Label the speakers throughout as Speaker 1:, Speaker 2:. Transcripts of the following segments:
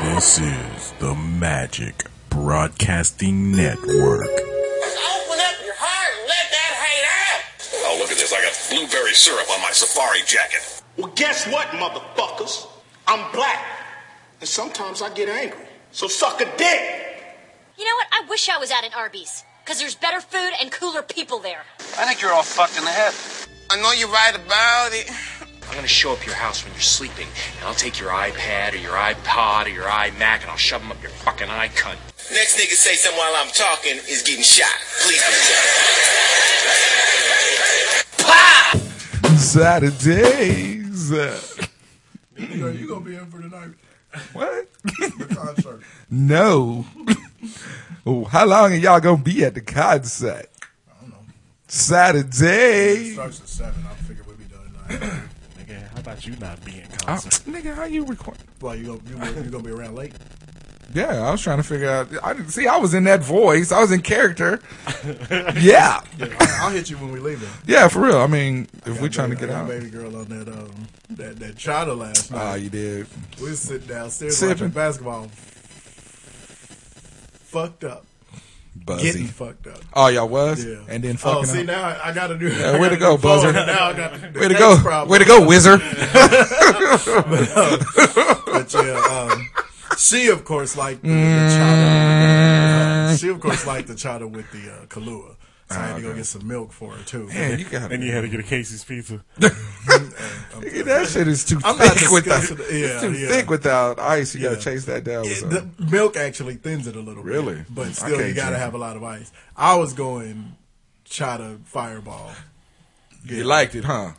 Speaker 1: This is the Magic Broadcasting Network.
Speaker 2: Open up your heart and let that hate out.
Speaker 3: Oh, look at this. I got blueberry syrup on my safari jacket.
Speaker 2: Well, guess what, motherfuckers? I'm black. And sometimes I get angry. So suck a dick.
Speaker 4: You know what? I wish I was at an Arby's because there's better food and cooler people there.
Speaker 5: I think you're all fucked in the head.
Speaker 2: I know you're right about it.
Speaker 5: I'm gonna show up your house when you're sleeping, and I'll take your iPad or your iPod or your iMac, and I'll shove them up your fucking eye cunt.
Speaker 2: Next nigga say something while I'm talking is getting shot. Please do
Speaker 1: Saturdays.
Speaker 6: You know, you gonna be in for the night.
Speaker 1: What?
Speaker 6: The concert.
Speaker 1: No. Oh, How long are y'all gonna be at the concert?
Speaker 6: I don't know. It
Speaker 1: Saturday.
Speaker 6: starts at seven. I figure we'll be done tonight.
Speaker 7: Nigga, how about you not being
Speaker 1: Oh,
Speaker 7: concert?
Speaker 1: nigga, how you recording?
Speaker 6: Why you gonna you, gonna- you gonna be around late?
Speaker 1: Yeah, I was trying to figure out. I didn't see. I was in that voice. I was in character. yeah,
Speaker 6: I, will hit you when we leave. Then.
Speaker 1: yeah, for real. I mean, if we're trying to
Speaker 6: Baby-
Speaker 1: get
Speaker 6: I got
Speaker 1: out.
Speaker 6: a baby girl on that um that that china last
Speaker 1: Ah,
Speaker 6: night.
Speaker 1: you did.
Speaker 6: we was sitting downstairs
Speaker 1: Sipping.
Speaker 6: watching basketball. Fucked up, getting
Speaker 1: Buzzy.
Speaker 6: fucked up.
Speaker 1: Oh, y'all was?
Speaker 6: Yeah.
Speaker 1: Uh, And
Speaker 6: oh,
Speaker 1: then fucking
Speaker 6: see
Speaker 1: up.
Speaker 6: now I gotta do.
Speaker 1: Yeah,
Speaker 6: that.
Speaker 1: way to go, buzzer.
Speaker 6: Now I got the
Speaker 1: Way to
Speaker 6: next
Speaker 1: go.
Speaker 6: Problem.
Speaker 1: Way to go, wizard.
Speaker 6: But yeah, um, she of course liked the, the chowder.
Speaker 1: Mm.
Speaker 6: she of course liked the chowder with the uh, Kahlua. So I had to go get some milk for her too.
Speaker 1: Man, you got
Speaker 7: And you had to get a Casey's pizza.
Speaker 1: That shit is too
Speaker 6: I'm not
Speaker 1: thick without.
Speaker 6: discussing it.
Speaker 1: it's
Speaker 6: Yeah,
Speaker 1: too
Speaker 6: yeah.
Speaker 1: thick without ice. You
Speaker 6: Yeah.
Speaker 1: gotta chase that down. with
Speaker 6: It- the
Speaker 1: something.
Speaker 6: milk actually thins it a little bit.
Speaker 1: Really? I
Speaker 6: But still, you
Speaker 1: can't
Speaker 6: gotta
Speaker 1: drink
Speaker 6: have a lot of ice. I was going chowder fireball.
Speaker 1: You liked it, huh?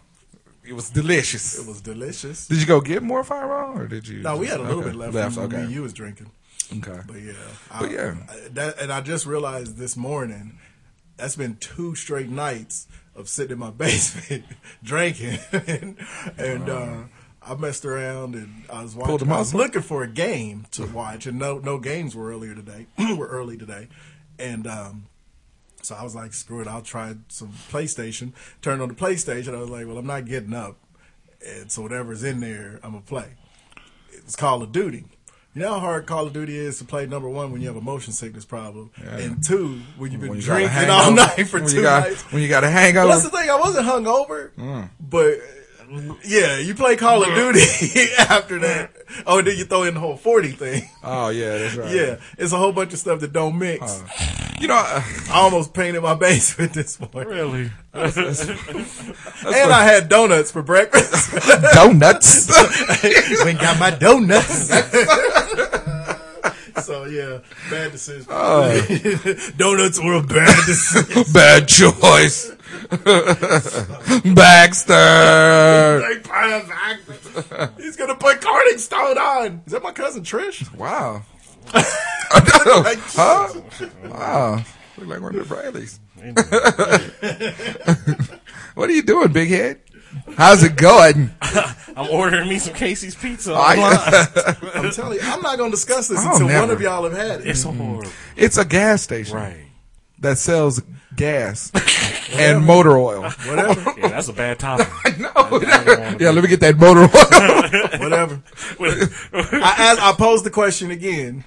Speaker 1: It was delicious.
Speaker 6: It was delicious.
Speaker 1: did you go get more fireball, or did you?
Speaker 6: No, we had a little
Speaker 1: okay.
Speaker 6: bit left. when
Speaker 1: okay.
Speaker 6: You was drinking.
Speaker 1: okay.
Speaker 6: But yeah,
Speaker 1: But
Speaker 6: I-
Speaker 1: yeah.
Speaker 6: I- that, and I just realized this morning that's been two straight nights of sitting in my basement drinking, and, and uh, I messed around and I was
Speaker 1: Pulled a
Speaker 6: watching. I was
Speaker 1: muscle?
Speaker 6: looking for a game to watch, and no no games were earlier today. were early today, and. Um, so I was like, screw it, I'll try some PlayStation. Turned on the PlayStation. I was like, well, I'm not getting up. And so whatever's in there, I'm going to play. It's Call of Duty. You know how hard Call of Duty is to play, number one, when you have a motion sickness problem, and two, when you've been
Speaker 1: When you got a
Speaker 6: drinking
Speaker 1: hangover-
Speaker 6: all night for
Speaker 1: when
Speaker 6: two
Speaker 1: you got,
Speaker 6: nights.
Speaker 1: When you got a hangover,
Speaker 6: Well, that's the thing, I wasn't hungover,
Speaker 1: Mm.
Speaker 6: but yeah, you play Call of Duty after that. Oh, and then you throw in the whole 40 thing.
Speaker 1: Oh yeah, that's right.
Speaker 6: Yeah, it's a whole bunch of stuff that don't mix.
Speaker 1: you know, uh,
Speaker 6: I almost painted my basement this morning.
Speaker 7: Really?
Speaker 6: And I had donuts for breakfast.
Speaker 1: donuts.
Speaker 6: Went and got my donuts. so yeah, bad decision.
Speaker 1: Oh.
Speaker 6: donuts were a bad decision.
Speaker 1: Bad choice, Baxter.
Speaker 6: Like, Pius Hackman. He's gonna put Carning Stone on. Is that my cousin Trish?
Speaker 1: Wow. huh? Wow. Look like one of the Bradleys. what are you doing, big head? How's it going?
Speaker 7: I'm ordering me some Casey's pizza.
Speaker 1: I-
Speaker 6: I'm telling you, I'm not gonna discuss this
Speaker 1: I'll
Speaker 6: until one
Speaker 1: never.
Speaker 6: of y'all have had it.
Speaker 7: it's horrible.
Speaker 1: it's a gas station
Speaker 7: Right.
Speaker 1: that sells gas and motor oil.
Speaker 6: Whatever,
Speaker 7: Yeah, that's a bad topic.
Speaker 1: No,
Speaker 7: wanna
Speaker 1: yeah, let me get that motor oil.
Speaker 6: whatever.
Speaker 7: With-
Speaker 6: I asked, I posed the question again.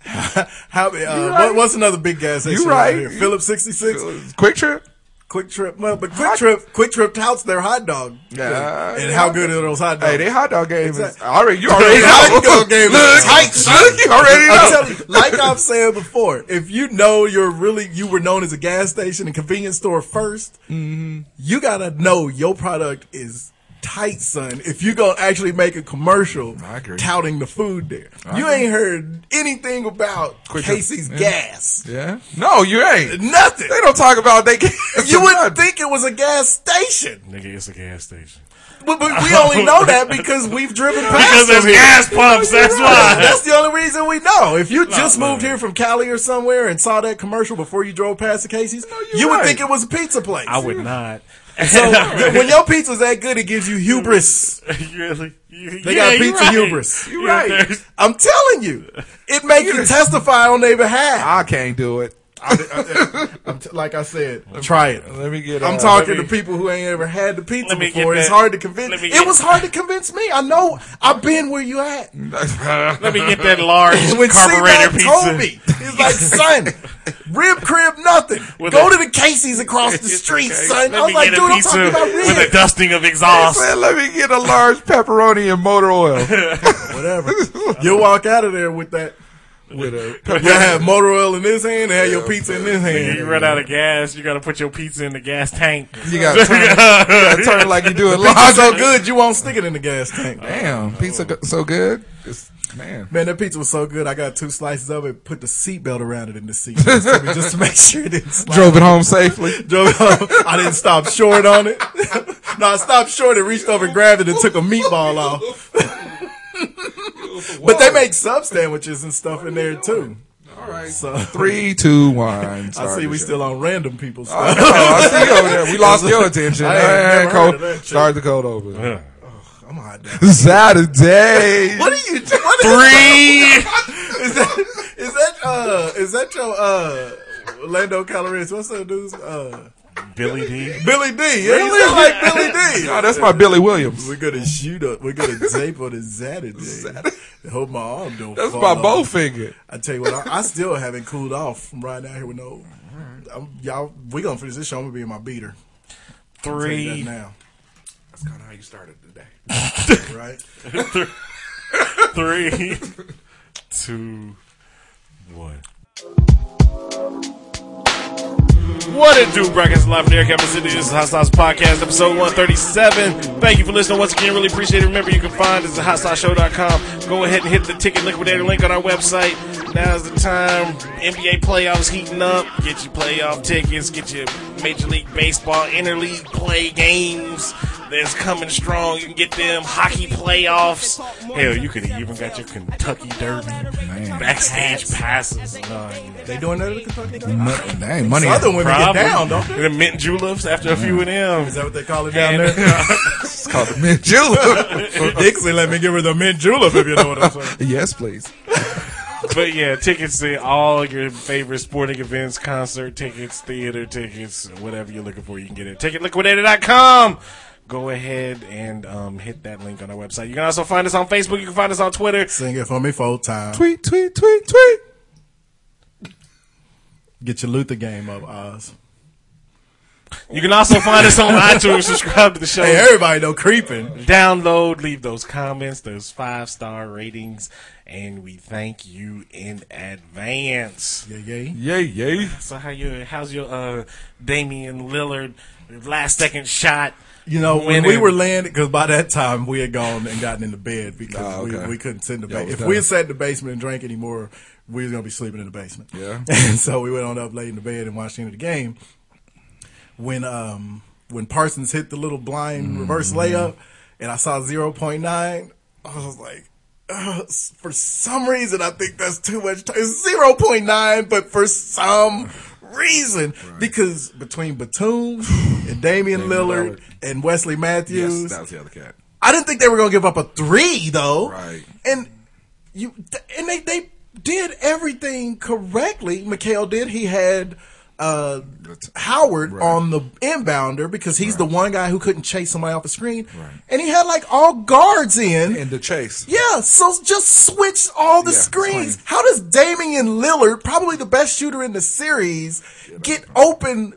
Speaker 6: How? Uh,
Speaker 1: right.
Speaker 6: what, what's another big gas station?
Speaker 1: You
Speaker 6: out
Speaker 1: right.
Speaker 6: here? Phillips sixty six.
Speaker 1: Quick trip.
Speaker 6: Quick Trip, well, but Quick Trip, Quick Trip touts their hot dog,
Speaker 1: Yeah.
Speaker 6: and how good are those hot dogs?
Speaker 1: Hey, they hot dog game is
Speaker 6: Exactly.
Speaker 1: already. You already
Speaker 6: Hot
Speaker 1: know.
Speaker 6: dog game is
Speaker 1: Look,
Speaker 6: tight,
Speaker 1: look, you already
Speaker 6: I'm
Speaker 1: know.
Speaker 6: telling you, like I've said before, if you know you're really you were known as a gas station and convenience store 1st
Speaker 1: Mm-hmm.
Speaker 6: you gotta know your product is tight, son. If you're gonna actually make a commercial
Speaker 1: I agree.
Speaker 6: touting the food there, you ain't heard anything about
Speaker 1: Quick Trip,
Speaker 6: Casey's
Speaker 1: yeah.
Speaker 6: gas,
Speaker 1: Yeah. No, you ain't.
Speaker 6: nothing.
Speaker 1: They don't talk about they gas.
Speaker 6: You
Speaker 1: Nothing.
Speaker 6: wouldn't think it was a gas station,
Speaker 7: Nigga, it's a gas station.
Speaker 6: but, but we only know that because we've driven past
Speaker 7: Because
Speaker 6: them
Speaker 7: there's
Speaker 6: here.
Speaker 7: gas pumps, that's why.
Speaker 6: That's the only reason we know. If you just
Speaker 7: no.
Speaker 6: moved here from Cali or somewhere and saw that commercial before you drove past the Casey's,
Speaker 1: you're
Speaker 6: you would
Speaker 1: right.
Speaker 6: think it was a pizza place.
Speaker 7: I would not.
Speaker 6: So th- when your pizza's that good, it gives you hubris.
Speaker 7: really? You-
Speaker 6: uh, They
Speaker 7: yeah,
Speaker 6: got
Speaker 7: you
Speaker 6: pizza
Speaker 7: right.
Speaker 6: hubris.
Speaker 1: You right.
Speaker 7: there's-
Speaker 6: I'm telling you, it makes you testify on their behalf.
Speaker 1: I can't do it.
Speaker 6: I, I, am t- like I said, try it.
Speaker 1: Let me get.
Speaker 6: I'm
Speaker 1: uh,
Speaker 6: talking
Speaker 7: let me-
Speaker 6: to people who ain't ever had the pizza
Speaker 7: Let me
Speaker 6: before.
Speaker 7: get
Speaker 6: It's
Speaker 7: that-
Speaker 6: hard to convince.
Speaker 7: let me
Speaker 6: it
Speaker 7: get-
Speaker 6: was hard to convince me. I know. I've been where you at.
Speaker 7: Let me get that large
Speaker 6: When
Speaker 7: carburetor
Speaker 6: C-Mac
Speaker 7: pizza.
Speaker 6: told me, he's like, son, rib crib nothing.
Speaker 7: With
Speaker 6: Go
Speaker 7: a-
Speaker 6: to the Casey's across the
Speaker 7: It's
Speaker 6: street,
Speaker 7: okay.
Speaker 6: son.
Speaker 7: Let
Speaker 6: I
Speaker 7: me
Speaker 6: was like,
Speaker 7: get
Speaker 6: dude,
Speaker 7: a
Speaker 6: I'm
Speaker 7: pizza
Speaker 6: talking about
Speaker 7: with a
Speaker 6: rib.
Speaker 7: dusting of exhaust.
Speaker 1: Man, let me get a large pepperoni and motor oil.
Speaker 6: Whatever. You'll walk out of there with that.
Speaker 1: With a
Speaker 6: You have motor oil in this hand and have your pizza in this hand.
Speaker 7: You run out of gas, you gotta put your pizza in the gas tank.
Speaker 1: You gotta turn, you gotta turn like you do in
Speaker 6: Pizza
Speaker 1: Lazo.
Speaker 6: so good, you won't stick it in the gas tank.
Speaker 1: Damn, pizza go- so good. It's, man,
Speaker 6: Man, that pizza was so good. I got two slices of it, put the seatbelt around it in the seat next to me just to make sure it didn't slide.
Speaker 1: drove it home safely.
Speaker 6: Drove home. I didn't stop short on it. no, I stopped short and reached over and grabbed it and took a meatball off. but they make sub sandwiches and stuff in there too.
Speaker 1: All right,
Speaker 6: So
Speaker 1: three, two, one.
Speaker 6: I see
Speaker 1: Sorry,
Speaker 6: we
Speaker 1: Michelle.
Speaker 6: still on random people stuff.
Speaker 1: Oh, I see you over there. We lost your attention.
Speaker 6: I ain't
Speaker 1: Hey,
Speaker 6: never
Speaker 1: Cole,
Speaker 6: heard of that shit.
Speaker 1: start the code over.
Speaker 6: I'm hot now.
Speaker 1: Saturday.
Speaker 6: What are you? What is,
Speaker 7: Three!
Speaker 6: is that? Is that? Uh, is that your uh, Orlando Calories? What's that dude's? Uh,
Speaker 7: Billy D.
Speaker 6: Billy D. Yeah, you sound like Billy D.
Speaker 1: No, Oh, that's my Billy Williams.
Speaker 6: We're gonna shoot up. We're gonna tape on a Saturday. Hope my arm don't.
Speaker 1: That's
Speaker 6: fall
Speaker 1: my
Speaker 6: off.
Speaker 1: bow finger.
Speaker 6: I tell you what, I, I still haven't cooled off from riding out here with no. I'm, y'all, we gonna finish this show. I'm gonna be in my beater. I'll tell you that
Speaker 7: Three.
Speaker 6: now,
Speaker 1: That's kind of how you started today.
Speaker 6: right?
Speaker 7: Three. Two. One. What it do, Brackets Live from the Air Capital City. This is Hot Sauce Podcast, episode 137. Thank you for listening once again. Really appreciate it. Remember, you can find us at hotsauceshow.com. Go ahead and hit the ticket liquidator link on our website. Now's the time. NBA playoffs heating up. Get your playoff tickets. Get your Major League Baseball interleague play games. That's coming strong. You can get them hockey playoffs. Hell, you could have even got your Kentucky Derby backstage passes.
Speaker 6: They doing that at the Kentucky Derby?
Speaker 1: Dang, money.
Speaker 6: Southern women
Speaker 7: Probably.
Speaker 6: get down, don't they?
Speaker 7: And the mint juleps after a few of them.
Speaker 6: Is that what they call it down
Speaker 7: And-
Speaker 6: there?
Speaker 1: It's called the mint julep.
Speaker 6: Dixie, let me give her the mint julep if you know what I'm saying.
Speaker 1: yes, please.
Speaker 7: But yeah, tickets to all your favorite sporting events, concert tickets, theater tickets, whatever you're looking for, you can get it. Ticketliquidator.com. Go ahead and um, hit that link on our website. You can also find us on Facebook. You can find us on Twitter.
Speaker 6: Sing it for me full time.
Speaker 1: Tweet, tweet, tweet, tweet.
Speaker 6: Get your Luther game up, Oz.
Speaker 7: You can also find us on iTunes. Subscribe to the show.
Speaker 6: Hey, everybody though, creeping.
Speaker 7: download, leave those comments, those five star ratings, and we thank you in advance.
Speaker 6: Yeah, yeah.
Speaker 1: Yay, yay.
Speaker 7: So how you how's your uh Damian Lillard last second shot?
Speaker 6: You know, when
Speaker 7: Winning.
Speaker 6: we were landing, because by that time we had gone and gotten into bed because
Speaker 1: Ah, okay.
Speaker 6: we, we couldn't sit in the
Speaker 1: Y'all was
Speaker 6: basement. If
Speaker 1: done.
Speaker 6: we had sat in the basement and drank anymore, we was going to be sleeping in the basement.
Speaker 1: Yeah.
Speaker 6: And so we went on up late in the bed and watched the end of the game. When, um, when Parsons hit the little blind
Speaker 1: Mm-hmm.
Speaker 6: reverse layup and I saw 0.9, I was like, "Ugh, s- for some reason, I think that's too much. T- it's 0.9, but for some reason, because between Batum and Damian Lillard,
Speaker 1: Lillard.
Speaker 6: and Wesley Matthews,
Speaker 1: Yes, that was the other cat.
Speaker 6: I didn't think they were going to give up a three though.
Speaker 1: Right.
Speaker 6: And you th- and they they did everything correctly. Mikhail did. He had uh, Howard
Speaker 1: Right.
Speaker 6: on the inbounder because he's the one guy who couldn't chase somebody off the screen.
Speaker 1: Right.
Speaker 6: And he had like all guards in.
Speaker 1: And the chase.
Speaker 6: yeah, so just switch all the
Speaker 1: Yeah,
Speaker 6: screens.
Speaker 1: swing.
Speaker 6: How does Damian Lillard, probably the best shooter in the series, get open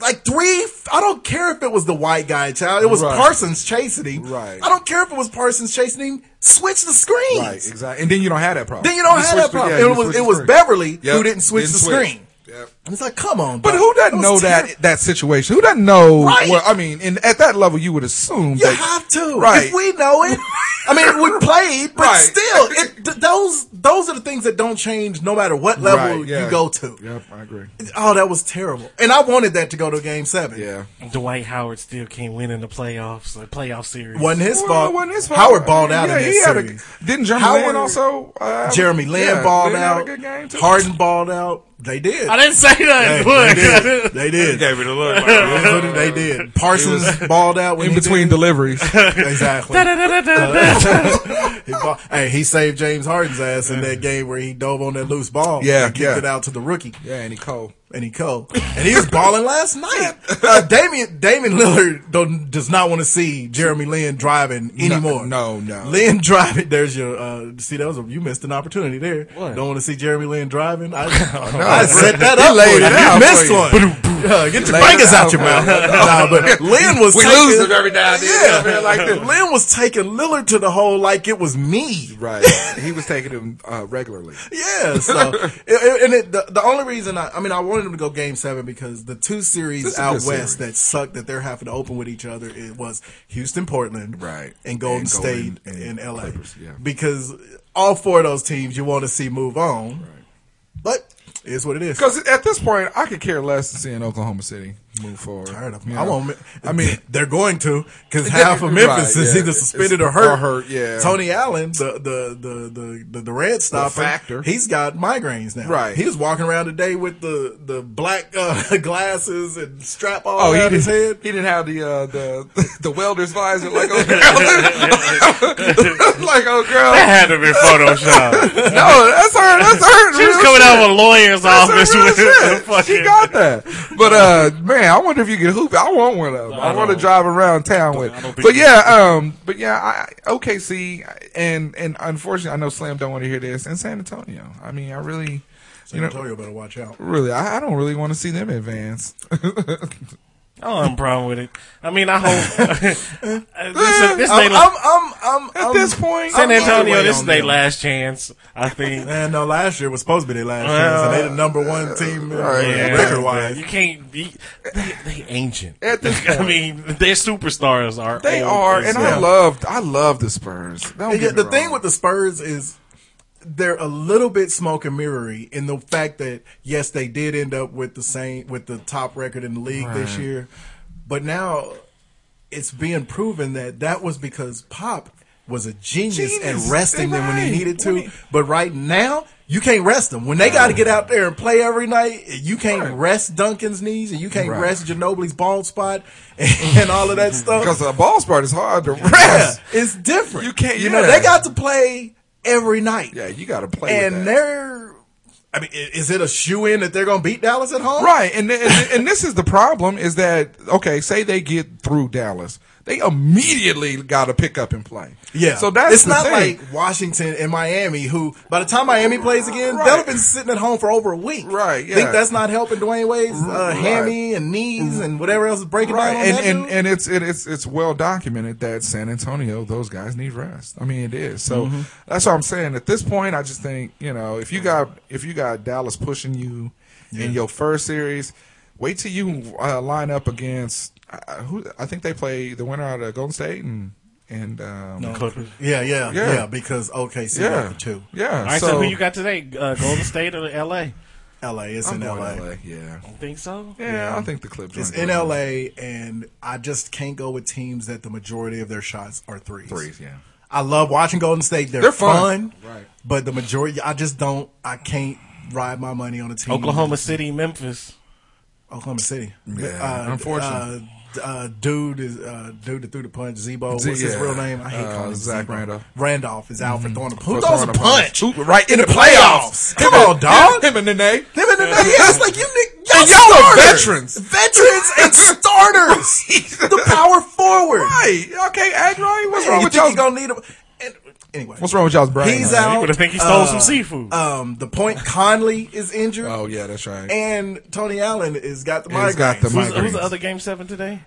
Speaker 6: like three? I don't care if it was the white guy, child. It was
Speaker 1: Right.
Speaker 6: Parsons chasing him.
Speaker 1: Right.
Speaker 6: I don't care if it was Parsons chasing him. Switch the screens.
Speaker 1: Right, exactly. And then you don't have that problem.
Speaker 6: Then you don't have
Speaker 1: switch
Speaker 6: that
Speaker 1: the-
Speaker 6: problem.
Speaker 1: yeah,
Speaker 6: it
Speaker 1: you switch
Speaker 6: was
Speaker 1: the
Speaker 6: it was
Speaker 1: screen.
Speaker 6: Beverly
Speaker 1: Yep,
Speaker 6: who didn't switch the
Speaker 1: switch.
Speaker 6: screen.
Speaker 1: Yep.
Speaker 6: And it's like, come on.
Speaker 1: But
Speaker 6: dog.
Speaker 1: who doesn't
Speaker 6: was
Speaker 1: know
Speaker 6: terrible.
Speaker 1: that that situation? Who doesn't know?
Speaker 6: Right.
Speaker 1: Well, I mean, and at that level, you would assume
Speaker 6: You
Speaker 1: that-
Speaker 6: have to.
Speaker 1: Right.
Speaker 6: If we know it. I mean, we played, but
Speaker 1: Right.
Speaker 6: still, it, th- those those are the things that don't change no matter what level
Speaker 1: Right, yeah.
Speaker 6: you go to.
Speaker 1: Yep, I agree.
Speaker 6: Oh, that was terrible. And I wanted that to go to game seven.
Speaker 1: Yeah,
Speaker 7: Dwight Howard still can't win in the playoffs, the playoff series.
Speaker 6: Wasn't his
Speaker 1: Well,
Speaker 6: fault.
Speaker 1: it wasn't his fault.
Speaker 6: Howard balled out
Speaker 1: Yeah,
Speaker 6: in
Speaker 1: he
Speaker 6: that
Speaker 1: had a-
Speaker 6: series.
Speaker 1: didn't Jeremy Lin also, uh,
Speaker 6: Jeremy Lin
Speaker 1: yeah,
Speaker 6: balled
Speaker 1: Lin had a
Speaker 6: out.
Speaker 1: good game, too.
Speaker 6: Harden balled out. They did.
Speaker 7: I didn't say
Speaker 6: Hey,
Speaker 7: nothing.
Speaker 6: they did.
Speaker 7: Look.
Speaker 6: They did.
Speaker 8: Gave it a look. Like,
Speaker 6: they did. Parsons balled out when
Speaker 1: in
Speaker 6: he
Speaker 1: between
Speaker 6: did.
Speaker 1: deliveries.
Speaker 6: Exactly. he ball- hey, he saved James Harden's ass in that game where he dove on that loose ball.
Speaker 1: Yeah,
Speaker 6: and kicked
Speaker 1: yeah.
Speaker 6: it out to the rookie,
Speaker 1: yeah, and he cold.
Speaker 6: and he cold. And he was balling last night. Uh, Damian Damian Lillard don't, does not want to see Jeremy Lin driving anymore.
Speaker 1: no, no.
Speaker 6: Lin driving. There's your. Uh, see, that was a, you missed an opportunity there.
Speaker 7: What?
Speaker 6: Don't want to see Jeremy Lin driving. I, I set that up.
Speaker 1: laid
Speaker 6: for
Speaker 1: it
Speaker 6: you.
Speaker 1: out
Speaker 6: You
Speaker 1: for you.
Speaker 6: missed one. Uh, get your
Speaker 1: laid it
Speaker 6: fingers out
Speaker 1: out
Speaker 6: your
Speaker 1: for
Speaker 6: mouth.
Speaker 1: you.
Speaker 6: nah, but Lin was
Speaker 1: We
Speaker 6: taking,
Speaker 1: lose them every now and then, you know what I mean, like this.
Speaker 6: Lynn was taking Lillard to the hole like it was me.
Speaker 1: Right. he was taking him uh, regularly.
Speaker 6: Yeah. So, it- it- and it, the, the only reason I, I mean, I wanted them to go game seven because the two series
Speaker 1: This is a
Speaker 6: out
Speaker 1: good
Speaker 6: west
Speaker 1: series.
Speaker 6: that sucked that they're having to open with each other it was Houston, Portland,
Speaker 1: Right.
Speaker 6: and Golden
Speaker 1: And
Speaker 6: State
Speaker 1: Golden
Speaker 6: and,
Speaker 1: and
Speaker 6: LA.
Speaker 1: Clippers, yeah.
Speaker 6: Because all four of those teams you want to see move on, but it's what it is.
Speaker 1: Because at this point, I could care less than seeing Oklahoma City move forward.
Speaker 6: Tired of
Speaker 1: You
Speaker 6: them. I
Speaker 1: know?
Speaker 6: won't.
Speaker 1: I mean,
Speaker 6: they're going to because half of Memphis
Speaker 1: Right,
Speaker 6: is
Speaker 1: yeah.
Speaker 6: either suspended
Speaker 1: It's-
Speaker 6: or hurt.
Speaker 1: or hurt, yeah.
Speaker 6: Tony Allen, the the the the the, the red stopper,
Speaker 1: factor.
Speaker 6: He's got migraines now.
Speaker 1: Right.
Speaker 6: He was walking around today with the the black uh, glasses and strap all
Speaker 1: oh, he
Speaker 6: around
Speaker 1: didn't.
Speaker 6: his head.
Speaker 1: He didn't have the uh, the the welder's visor like old girl. like old girl.
Speaker 7: That had to be Photoshop.
Speaker 1: No, that's her. That's her.
Speaker 7: she was
Speaker 1: real shit.
Speaker 7: coming out of a lawyer's
Speaker 1: That's her
Speaker 7: office
Speaker 1: real
Speaker 7: with
Speaker 1: shit.
Speaker 7: the fucking.
Speaker 1: She got that. But uh, man, I wonder if you can hoop. I want one of them. I, want to
Speaker 7: don't-
Speaker 1: drive around town with.
Speaker 7: don't think
Speaker 1: But
Speaker 7: you
Speaker 1: yeah, um, but yeah, I, I- OKC and and unfortunately, I know Slam don't want to hear this. And San Antonio. I mean, I really, you
Speaker 6: San
Speaker 1: know,
Speaker 6: Antonio better watch out.
Speaker 1: really, I, I don't really want to see them advance.
Speaker 7: I don't have a problem Oh, with it. I mean, I hope. Uh, this
Speaker 1: Eh,
Speaker 7: this
Speaker 6: I'm,
Speaker 7: ain't
Speaker 6: I'm, I'm, I'm,
Speaker 1: At this point,
Speaker 7: San
Speaker 1: I'm-
Speaker 7: Antonio,
Speaker 6: way
Speaker 7: this is
Speaker 6: on
Speaker 7: their
Speaker 6: them.
Speaker 7: last chance, I think.
Speaker 6: Man, no, uh, last year was supposed to be their last year, so they the number one team
Speaker 1: Uh, right.
Speaker 6: record
Speaker 7: You
Speaker 6: wise.
Speaker 7: can't be. They, they ancient.
Speaker 1: At this
Speaker 7: I
Speaker 1: point.
Speaker 7: mean, their superstars are.
Speaker 1: They
Speaker 7: old
Speaker 1: are,
Speaker 7: as
Speaker 1: and
Speaker 7: hell.
Speaker 1: I loved, I love the Spurs. Don't
Speaker 6: Yeah,
Speaker 1: get me
Speaker 6: the thing
Speaker 1: wrong.
Speaker 6: with the Spurs is they're a little bit smoke and mirrory in the fact that yes, they did end up with the same with the top record in the league this year, but now it's being proven that that was because Pop was a genius, and
Speaker 1: Genius,
Speaker 6: resting them when he
Speaker 1: right.
Speaker 6: needed
Speaker 1: When
Speaker 6: to.
Speaker 1: he-
Speaker 6: But right now, you can't rest them when they got to get out there and play every night. You can't rest Duncan's knees, and you can't
Speaker 1: Right.
Speaker 6: rest Ginobili's bald spot, and all of that stuff.
Speaker 1: because the ball sport is hard to
Speaker 6: Yeah,
Speaker 1: rest.
Speaker 6: it's different.
Speaker 1: You can't-
Speaker 6: You know,
Speaker 1: yeah.
Speaker 6: they got to play every night.
Speaker 1: Yeah, you got to play. with
Speaker 6: and
Speaker 1: that.
Speaker 6: they're. I mean, i- is it a shoe in that they're going to beat Dallas at home?
Speaker 1: Right, and, th- and th- and this is the problem is that okay, say they get through Dallas, they immediately got to pick up and play.
Speaker 6: Yeah.
Speaker 1: so that's
Speaker 6: it's
Speaker 1: the
Speaker 6: not
Speaker 1: thing.
Speaker 6: like Washington and Miami, who by the time Miami plays again,
Speaker 1: Right.
Speaker 6: they'll have been sitting at home for over a week.
Speaker 1: Right,
Speaker 6: Think
Speaker 1: yeah.
Speaker 6: that's not helping Dwayne Wade's uh,
Speaker 1: Right.
Speaker 6: hammy and knees and whatever else is breaking
Speaker 1: Right,
Speaker 6: down. on that
Speaker 1: and, and,
Speaker 6: dude?
Speaker 1: and it's it, it's it's well documented that San Antonio those guys need rest. I mean it is. So
Speaker 6: Mm-hmm.
Speaker 1: that's what I'm saying. At this point, I just think you know if you got if you got Dallas pushing you in your first series, wait till you uh, line up against uh, who I think they play the winner out of Golden State and and um,
Speaker 7: Clippers.
Speaker 6: yeah, yeah, yeah,
Speaker 1: Yeah.
Speaker 6: because OKC
Speaker 1: yeah,
Speaker 6: got the two.
Speaker 1: yeah.
Speaker 7: All right, so, who you got today? Uh, Golden State or L.A.?
Speaker 6: LA, it's
Speaker 1: I'm
Speaker 6: in
Speaker 1: going
Speaker 6: LA.
Speaker 1: LA. Yeah.
Speaker 7: Think so?
Speaker 1: Yeah, I think the clips.
Speaker 6: It's
Speaker 1: are
Speaker 6: in
Speaker 1: good.
Speaker 6: LA, and I just can't go with teams that the majority of their shots are threes.
Speaker 1: Threes, yeah.
Speaker 6: I love watching Golden State. They're,
Speaker 1: They're
Speaker 6: fun,
Speaker 1: fun. Right.
Speaker 6: But the majority, I just don't. I can't ride my money on a team.
Speaker 7: Oklahoma City, Memphis.
Speaker 6: Oklahoma City.
Speaker 1: Yeah,
Speaker 6: uh,
Speaker 1: unfortunately.
Speaker 6: Uh, uh, dude is uh, dude that threw the punch. Zebo, what's
Speaker 1: Z-
Speaker 6: his
Speaker 1: yeah.
Speaker 6: real name? I hate
Speaker 1: Uh,
Speaker 6: calling him
Speaker 1: Zach
Speaker 6: Zebo.
Speaker 1: Randolph. Mm-hmm.
Speaker 6: Randolph is out for throwing a punch. Who
Speaker 1: For
Speaker 6: throws a
Speaker 1: throwing a punch.
Speaker 6: punch?
Speaker 1: Who- right in the playoffs.
Speaker 6: Come on, dog.
Speaker 1: Him and Nene.
Speaker 6: Him and the yeah, it's like you ni- y'all,
Speaker 1: And y'all are
Speaker 6: starters.
Speaker 1: veterans.
Speaker 6: veterans and starters. the power forward.
Speaker 1: Right. Okay, Agron. What's
Speaker 6: Yeah,
Speaker 1: wrong
Speaker 6: you
Speaker 1: with
Speaker 6: think he's
Speaker 1: y'all?
Speaker 6: gonna need him? And, anyway,
Speaker 1: What's wrong with y'all's brain?
Speaker 6: He's
Speaker 1: man?
Speaker 6: out.
Speaker 7: You would have think he stole
Speaker 6: uh,
Speaker 7: some seafood.
Speaker 6: Um, the point Conley is injured,
Speaker 1: Oh yeah, that's right.
Speaker 6: and Tony Allen is got the migraines. Oh,
Speaker 1: He's got the
Speaker 7: who's, who's
Speaker 1: migraines.
Speaker 7: the other game seven today?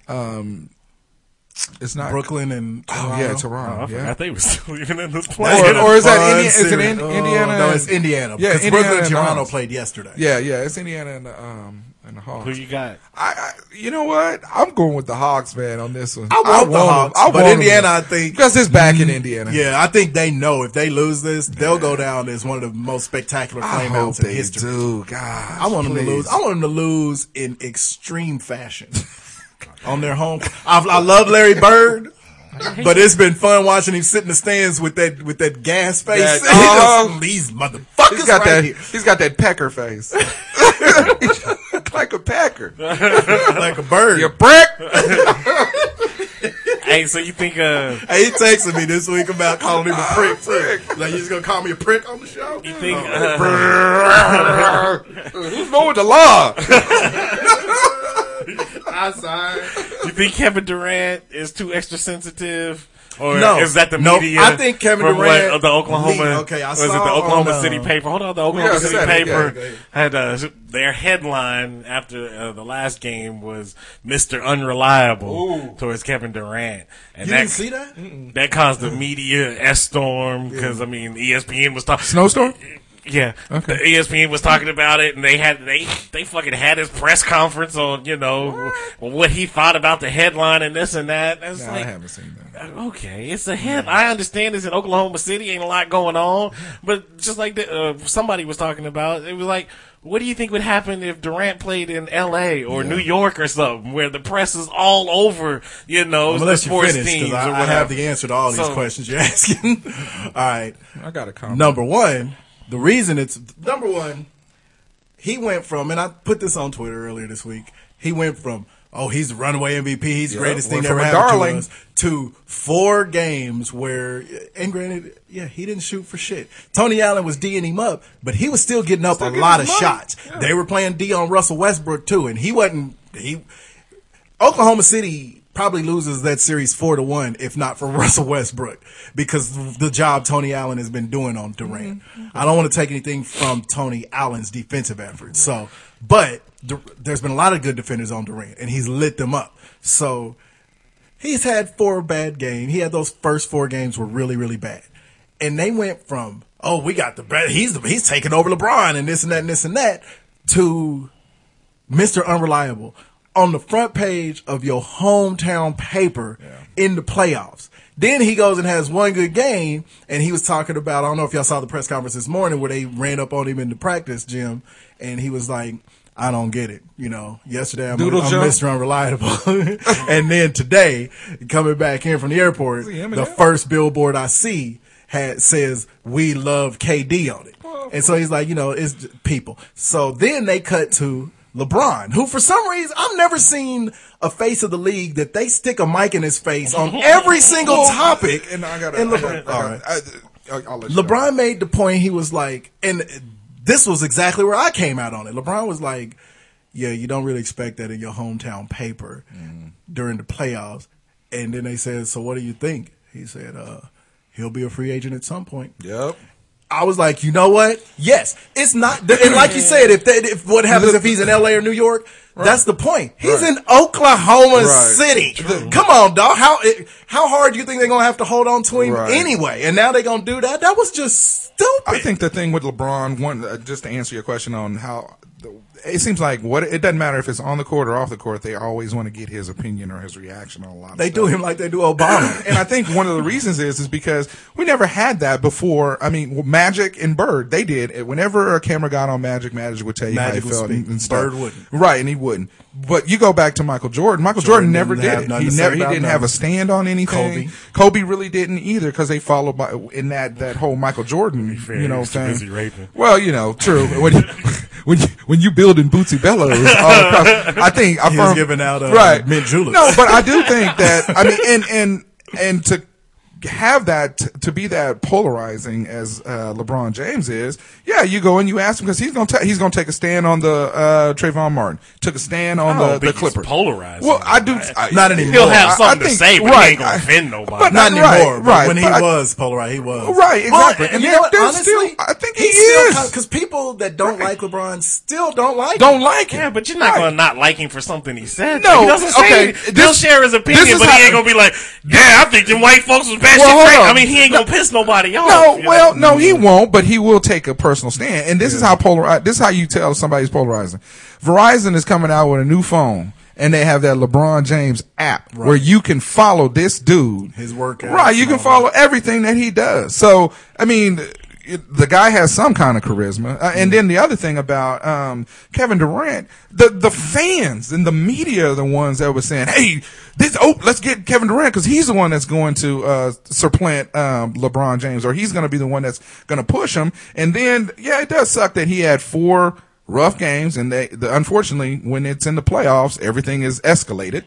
Speaker 1: it's not.
Speaker 6: Brooklyn and
Speaker 1: Oh
Speaker 6: Toronto.
Speaker 1: yeah,
Speaker 7: Oh, I
Speaker 1: Toronto.
Speaker 7: forgot
Speaker 1: yeah.
Speaker 7: they were still even in this play.
Speaker 1: Or- or is that
Speaker 6: Fun
Speaker 1: Indi- is it
Speaker 6: series. Oh,
Speaker 1: in- Indiana
Speaker 6: No,
Speaker 1: and-
Speaker 6: it's Indiana.
Speaker 1: Yeah,
Speaker 6: because
Speaker 1: Indiana
Speaker 6: Brooklyn and
Speaker 1: and
Speaker 6: Toronto
Speaker 1: Hawks.
Speaker 6: played yesterday.
Speaker 1: Yeah, yeah. It's Indiana and the um and the Hawks.
Speaker 7: Who you got?
Speaker 1: I, I, you know what? I'm going with the Hawks, man, on this one.
Speaker 6: I want the
Speaker 1: 'em.
Speaker 6: Hawks, but Indiana, I think- Mm-hmm.
Speaker 1: because it's back in Indiana.
Speaker 6: Yeah, I think they know if they lose this, they'll go down as one of the most spectacular
Speaker 1: I hope
Speaker 6: flameouts in
Speaker 1: they
Speaker 6: history.
Speaker 1: do. God,
Speaker 6: I want them to
Speaker 1: please.
Speaker 6: lose. I want them to lose in extreme fashion on their home. I, I love Larry Bird, but it's been fun watching him sit in the stands with that with that gas face.
Speaker 1: That-
Speaker 6: He just,
Speaker 1: oh.
Speaker 6: These motherfuckers
Speaker 1: He's
Speaker 6: right
Speaker 1: got that.
Speaker 6: here.
Speaker 1: He's got that pecker face. like a packer.
Speaker 6: like a bird.
Speaker 1: You prick.
Speaker 7: hey, so you think uh,
Speaker 6: Hey, he texted me this week about calling him a prick. too.
Speaker 1: Prick.
Speaker 6: Like you just gonna call me a prick on the show?
Speaker 7: you think uh,
Speaker 1: Who's going the law?
Speaker 6: I signed.
Speaker 7: you think Kevin Durant is too extra sensitive? Or
Speaker 6: No.
Speaker 7: is that the
Speaker 6: No,
Speaker 7: media?
Speaker 6: I think Kevin
Speaker 7: from what,
Speaker 6: Durant-
Speaker 7: of the Oklahoma.
Speaker 6: Lee, okay, I
Speaker 7: was it the
Speaker 6: saw on,
Speaker 7: Oklahoma
Speaker 6: uh,
Speaker 7: City paper? Hold on, the Oklahoma
Speaker 1: Yeah,
Speaker 7: City
Speaker 1: said it, yeah.
Speaker 7: paper had uh, their headline after uh, the last game was "Mr. Unreliable" towards Kevin Durant, and
Speaker 6: You didn't see that?
Speaker 7: that caused the media s storm because I mean E ESPN was talking
Speaker 1: Snowstorm?
Speaker 7: Yeah,
Speaker 1: Okay.
Speaker 7: The E ESPN was talking about it, and they had they they fucking had his press conference on you know what, he thought about the headline and this and that. It's
Speaker 1: Nah, I
Speaker 7: like,
Speaker 1: haven't seen that.
Speaker 7: Okay, it's a head. I understand it's in Oklahoma City, ain't a lot going on, but just like the, uh, somebody was talking about, it was like, what do you think would happen if Durant played in L.A. or New York or something, where the press is all over, you know,
Speaker 6: I'm
Speaker 7: the
Speaker 6: gonna let you
Speaker 7: sports
Speaker 6: finish
Speaker 7: teams
Speaker 6: because I,
Speaker 7: or
Speaker 6: I
Speaker 7: whatever.
Speaker 6: have the answer to all these
Speaker 7: So-
Speaker 6: questions you're asking. all right.
Speaker 1: I got a comment.
Speaker 6: Number one, the reason it's number one, he went from, and I put this on Twitter earlier this week. He went from, oh, he's the runaway MVP, he's the
Speaker 1: Yep,
Speaker 6: greatest thing
Speaker 1: went
Speaker 6: that
Speaker 1: from
Speaker 6: ever
Speaker 1: a
Speaker 6: happened
Speaker 1: darling.
Speaker 6: to us, to four games where, uh, and granted, yeah, he didn't shoot for shit. Tony Allen was D'ing him up, but he was still getting up a
Speaker 1: getting
Speaker 6: lot of
Speaker 1: his money.
Speaker 6: shots. They were playing D on Russell Westbrook too, and he wasn't he. Oklahoma City probably loses that series four to one if not for Russell Westbrook because the job Tony Allen has been doing on Durant.
Speaker 1: Mm-hmm.
Speaker 6: I don't want to take anything from Tony Allen's defensive efforts. So, but Dur- there's been a lot of good defenders on Durant, and he's lit them up. So he's had four bad games. He had those first four games were really, really bad. And they went from, oh, we got the best. He's, the, he's taking over LeBron and this and that and this and that to Mr. Unreliable on the front page of your hometown paper in the playoffs. Then he goes and has one good game, and he was talking about. I don't know if y'all saw the press conference this morning where they ran up on him in the practice gym, and he was like, "I don't get it." You know, yesterday I'm, I'm
Speaker 1: Doodle jump.
Speaker 6: Mr. Unreliable, and then today coming back in from the airport,
Speaker 1: he Eminem?
Speaker 6: the first billboard I see had says "We love KD" on it,
Speaker 1: Oh.
Speaker 6: and so he's like, you know, it's j- people. So then they cut to LeBron, who for some reason I've never seen a face of the league that they stick a mic in his face on every single topic.
Speaker 1: Oh. And I got
Speaker 6: And
Speaker 1: LeBron.
Speaker 6: LeBron-
Speaker 1: I gotta, I, I, will let you
Speaker 6: LeBron made the point he was like, and this was exactly where I came out on it. LeBron was like, "Yeah, you don't really expect that in your hometown paper during the playoffs." And then they said, "So what do you think?" He said, "Uh, he'll be a free agent at some point."
Speaker 1: Go. Yep.
Speaker 6: I was like, "You know what? Yes, it's not." And like you said, if that, if what happens if he's in L.A. or New York, that's the point. He's
Speaker 1: Right.
Speaker 6: in Oklahoma
Speaker 1: Right.
Speaker 6: City. Come on, dog. How how hard do you think they're gonna have to hold on to him
Speaker 1: Right.
Speaker 6: anyway? And now they're gonna do that? That was just stupid.
Speaker 1: I think the thing with LeBron, one, uh, just to answer your question on how the, it seems like what it doesn't matter if it's on the court or off the court, they always want to get his opinion or his reaction on a lot. Of
Speaker 6: They
Speaker 1: stuff.
Speaker 6: do him like they do Obama.
Speaker 1: and I think one of the reasons is is because we never had that before. I mean, Magic and Bird, they did. it. Whenever a camera got on Magic, Magic would tell you
Speaker 6: Magic
Speaker 1: how
Speaker 6: would
Speaker 1: he felt
Speaker 6: speak.
Speaker 1: and, and stuff.
Speaker 6: Bird wouldn't.
Speaker 1: right? And he wouldn't. But you go back to Michael Jordan. Michael
Speaker 6: Jordan
Speaker 1: Jordan, never
Speaker 6: didn't have
Speaker 1: did it.
Speaker 6: nothing
Speaker 1: He
Speaker 6: to say
Speaker 1: never. He
Speaker 6: about
Speaker 1: didn't have
Speaker 6: nothing.
Speaker 1: a stand on anything. Kobe, really didn't either because they followed by in that that whole Michael Jordan,
Speaker 7: fair,
Speaker 1: you
Speaker 7: he
Speaker 1: know,
Speaker 7: was too
Speaker 1: thing.
Speaker 7: busy raping.
Speaker 1: Well, you know, true. When you, when you, when you building Bootsy Bellows, all across, I think I
Speaker 6: He was
Speaker 1: firm-
Speaker 6: giving out, uh, mint juleps.
Speaker 1: No, but I do think that I mean, and and and to have that to be that polarizing as uh, LeBron James is, yeah, you go and you ask him because he's gonna ta- he's gonna take a stand on the uh, Trayvon Martin, took a stand on
Speaker 7: I don't
Speaker 1: the, the
Speaker 7: think Oh, he's
Speaker 1: Clippers.
Speaker 7: polarizing.
Speaker 1: Well, I do I,
Speaker 6: Not anymore.
Speaker 7: He'll have
Speaker 1: I- I
Speaker 7: something
Speaker 1: think-
Speaker 7: to say, but he
Speaker 1: right,
Speaker 7: ain't gonna
Speaker 1: I-
Speaker 7: offend nobody.
Speaker 1: but
Speaker 6: Not
Speaker 1: Right,
Speaker 6: anymore. but
Speaker 1: right,
Speaker 6: when he
Speaker 1: but I-
Speaker 6: was polarized, he was
Speaker 1: Right, exactly. and
Speaker 6: you
Speaker 1: yet,
Speaker 6: know,
Speaker 1: there's
Speaker 6: honestly,
Speaker 1: still, I think he
Speaker 6: he's still
Speaker 1: is.
Speaker 6: because people that don't like LeBron still don't like.
Speaker 1: don't like him.
Speaker 7: Yeah, but you're not
Speaker 1: Right.
Speaker 7: gonna not like him for something he said.
Speaker 1: No,
Speaker 7: he doesn't say.
Speaker 1: okay,
Speaker 7: Okay,
Speaker 1: this-
Speaker 7: he'll share his
Speaker 1: this
Speaker 7: opinion,
Speaker 1: is
Speaker 7: but
Speaker 1: how-
Speaker 7: he ain't gonna be like, "Yeah, I think them white folks was bad
Speaker 1: Well,
Speaker 7: shit."
Speaker 1: hold
Speaker 7: crazy." I
Speaker 1: on.
Speaker 7: mean, he ain't gonna piss nobody off.
Speaker 1: No,
Speaker 7: you know?
Speaker 1: well, no, he won't, but he will take a personal stand. And this is how polar. This is how you tell somebody's polarizing. Verizon is coming out with a new phone, and they have that LeBron James app where you can follow this dude,
Speaker 6: His workouts
Speaker 1: Right, you
Speaker 6: and
Speaker 1: can
Speaker 6: all
Speaker 1: follow everything that he does. So, I mean. it- The guy has some kind of charisma, uh,
Speaker 6: Mm.
Speaker 1: and then the other thing about um, Kevin Durant, the the fans and the media are the ones that were saying, "Hey, this oh, let's get Kevin Durant because he's the one that's going to uh, supplant um, LeBron James, or he's going to be the one that's going to push him." And then, yeah, it does suck that he had four rough games, and they the, unfortunately when it's in the playoffs, everything is escalated.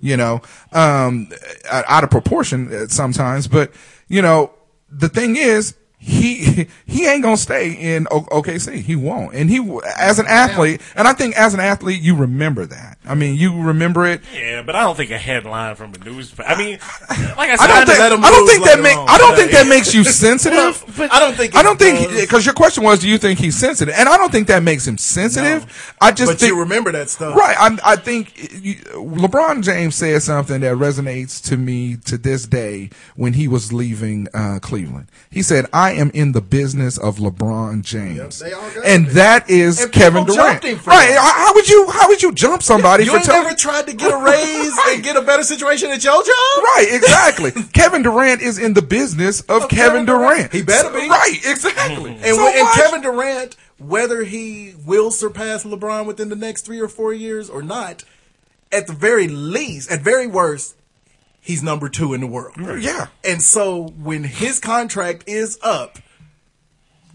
Speaker 1: You know, um, out out of proportion uh, sometimes, but you know the thing is. He he ain't gonna stay in O- OKC. He won't, and he w- as an athlete, and I think as an athlete, you remember that. I mean, you remember it.
Speaker 7: Yeah, but I don't think a headline from a newspaper. I mean, like I said,
Speaker 1: I don't think
Speaker 6: let 'em
Speaker 1: I don't
Speaker 6: lose
Speaker 1: think that
Speaker 6: later
Speaker 1: make
Speaker 6: on.
Speaker 1: I don't think that makes you sensitive.
Speaker 7: but-
Speaker 6: I don't think.
Speaker 1: I don't
Speaker 6: it
Speaker 1: think
Speaker 6: does,
Speaker 1: because your question was, do you think he's sensitive? And I don't think that makes him sensitive. I just
Speaker 6: but
Speaker 1: think
Speaker 6: you remember that stuff,
Speaker 1: right. I'm, I think you, LeBron James said something that resonates to me to this day when he was leaving uh, Cleveland. He said, "I am in the business of LeBron James,"
Speaker 6: Yep, they all got
Speaker 1: and
Speaker 6: it.
Speaker 1: that is
Speaker 6: And people
Speaker 1: Kevin Durant.
Speaker 6: jumped him for
Speaker 1: Right?
Speaker 6: that.
Speaker 1: How how would you How would you jump somebody
Speaker 6: You
Speaker 1: for
Speaker 6: ain't
Speaker 1: telling?
Speaker 6: never tried to get a raise and get a better situation at your job,
Speaker 1: Right, exactly. Kevin Durant is in the business of
Speaker 6: Of
Speaker 1: Kevin
Speaker 6: Kevin
Speaker 1: Durant.
Speaker 6: Durant. He better be.
Speaker 1: Right, exactly.
Speaker 6: And,
Speaker 1: So
Speaker 6: wh- and
Speaker 1: why-
Speaker 6: Kevin Durant, whether he will surpass LeBron within the next three or four years or not, at the very least, at very worst, he's number two in the world.
Speaker 1: Yeah.
Speaker 6: And so when his contract is up,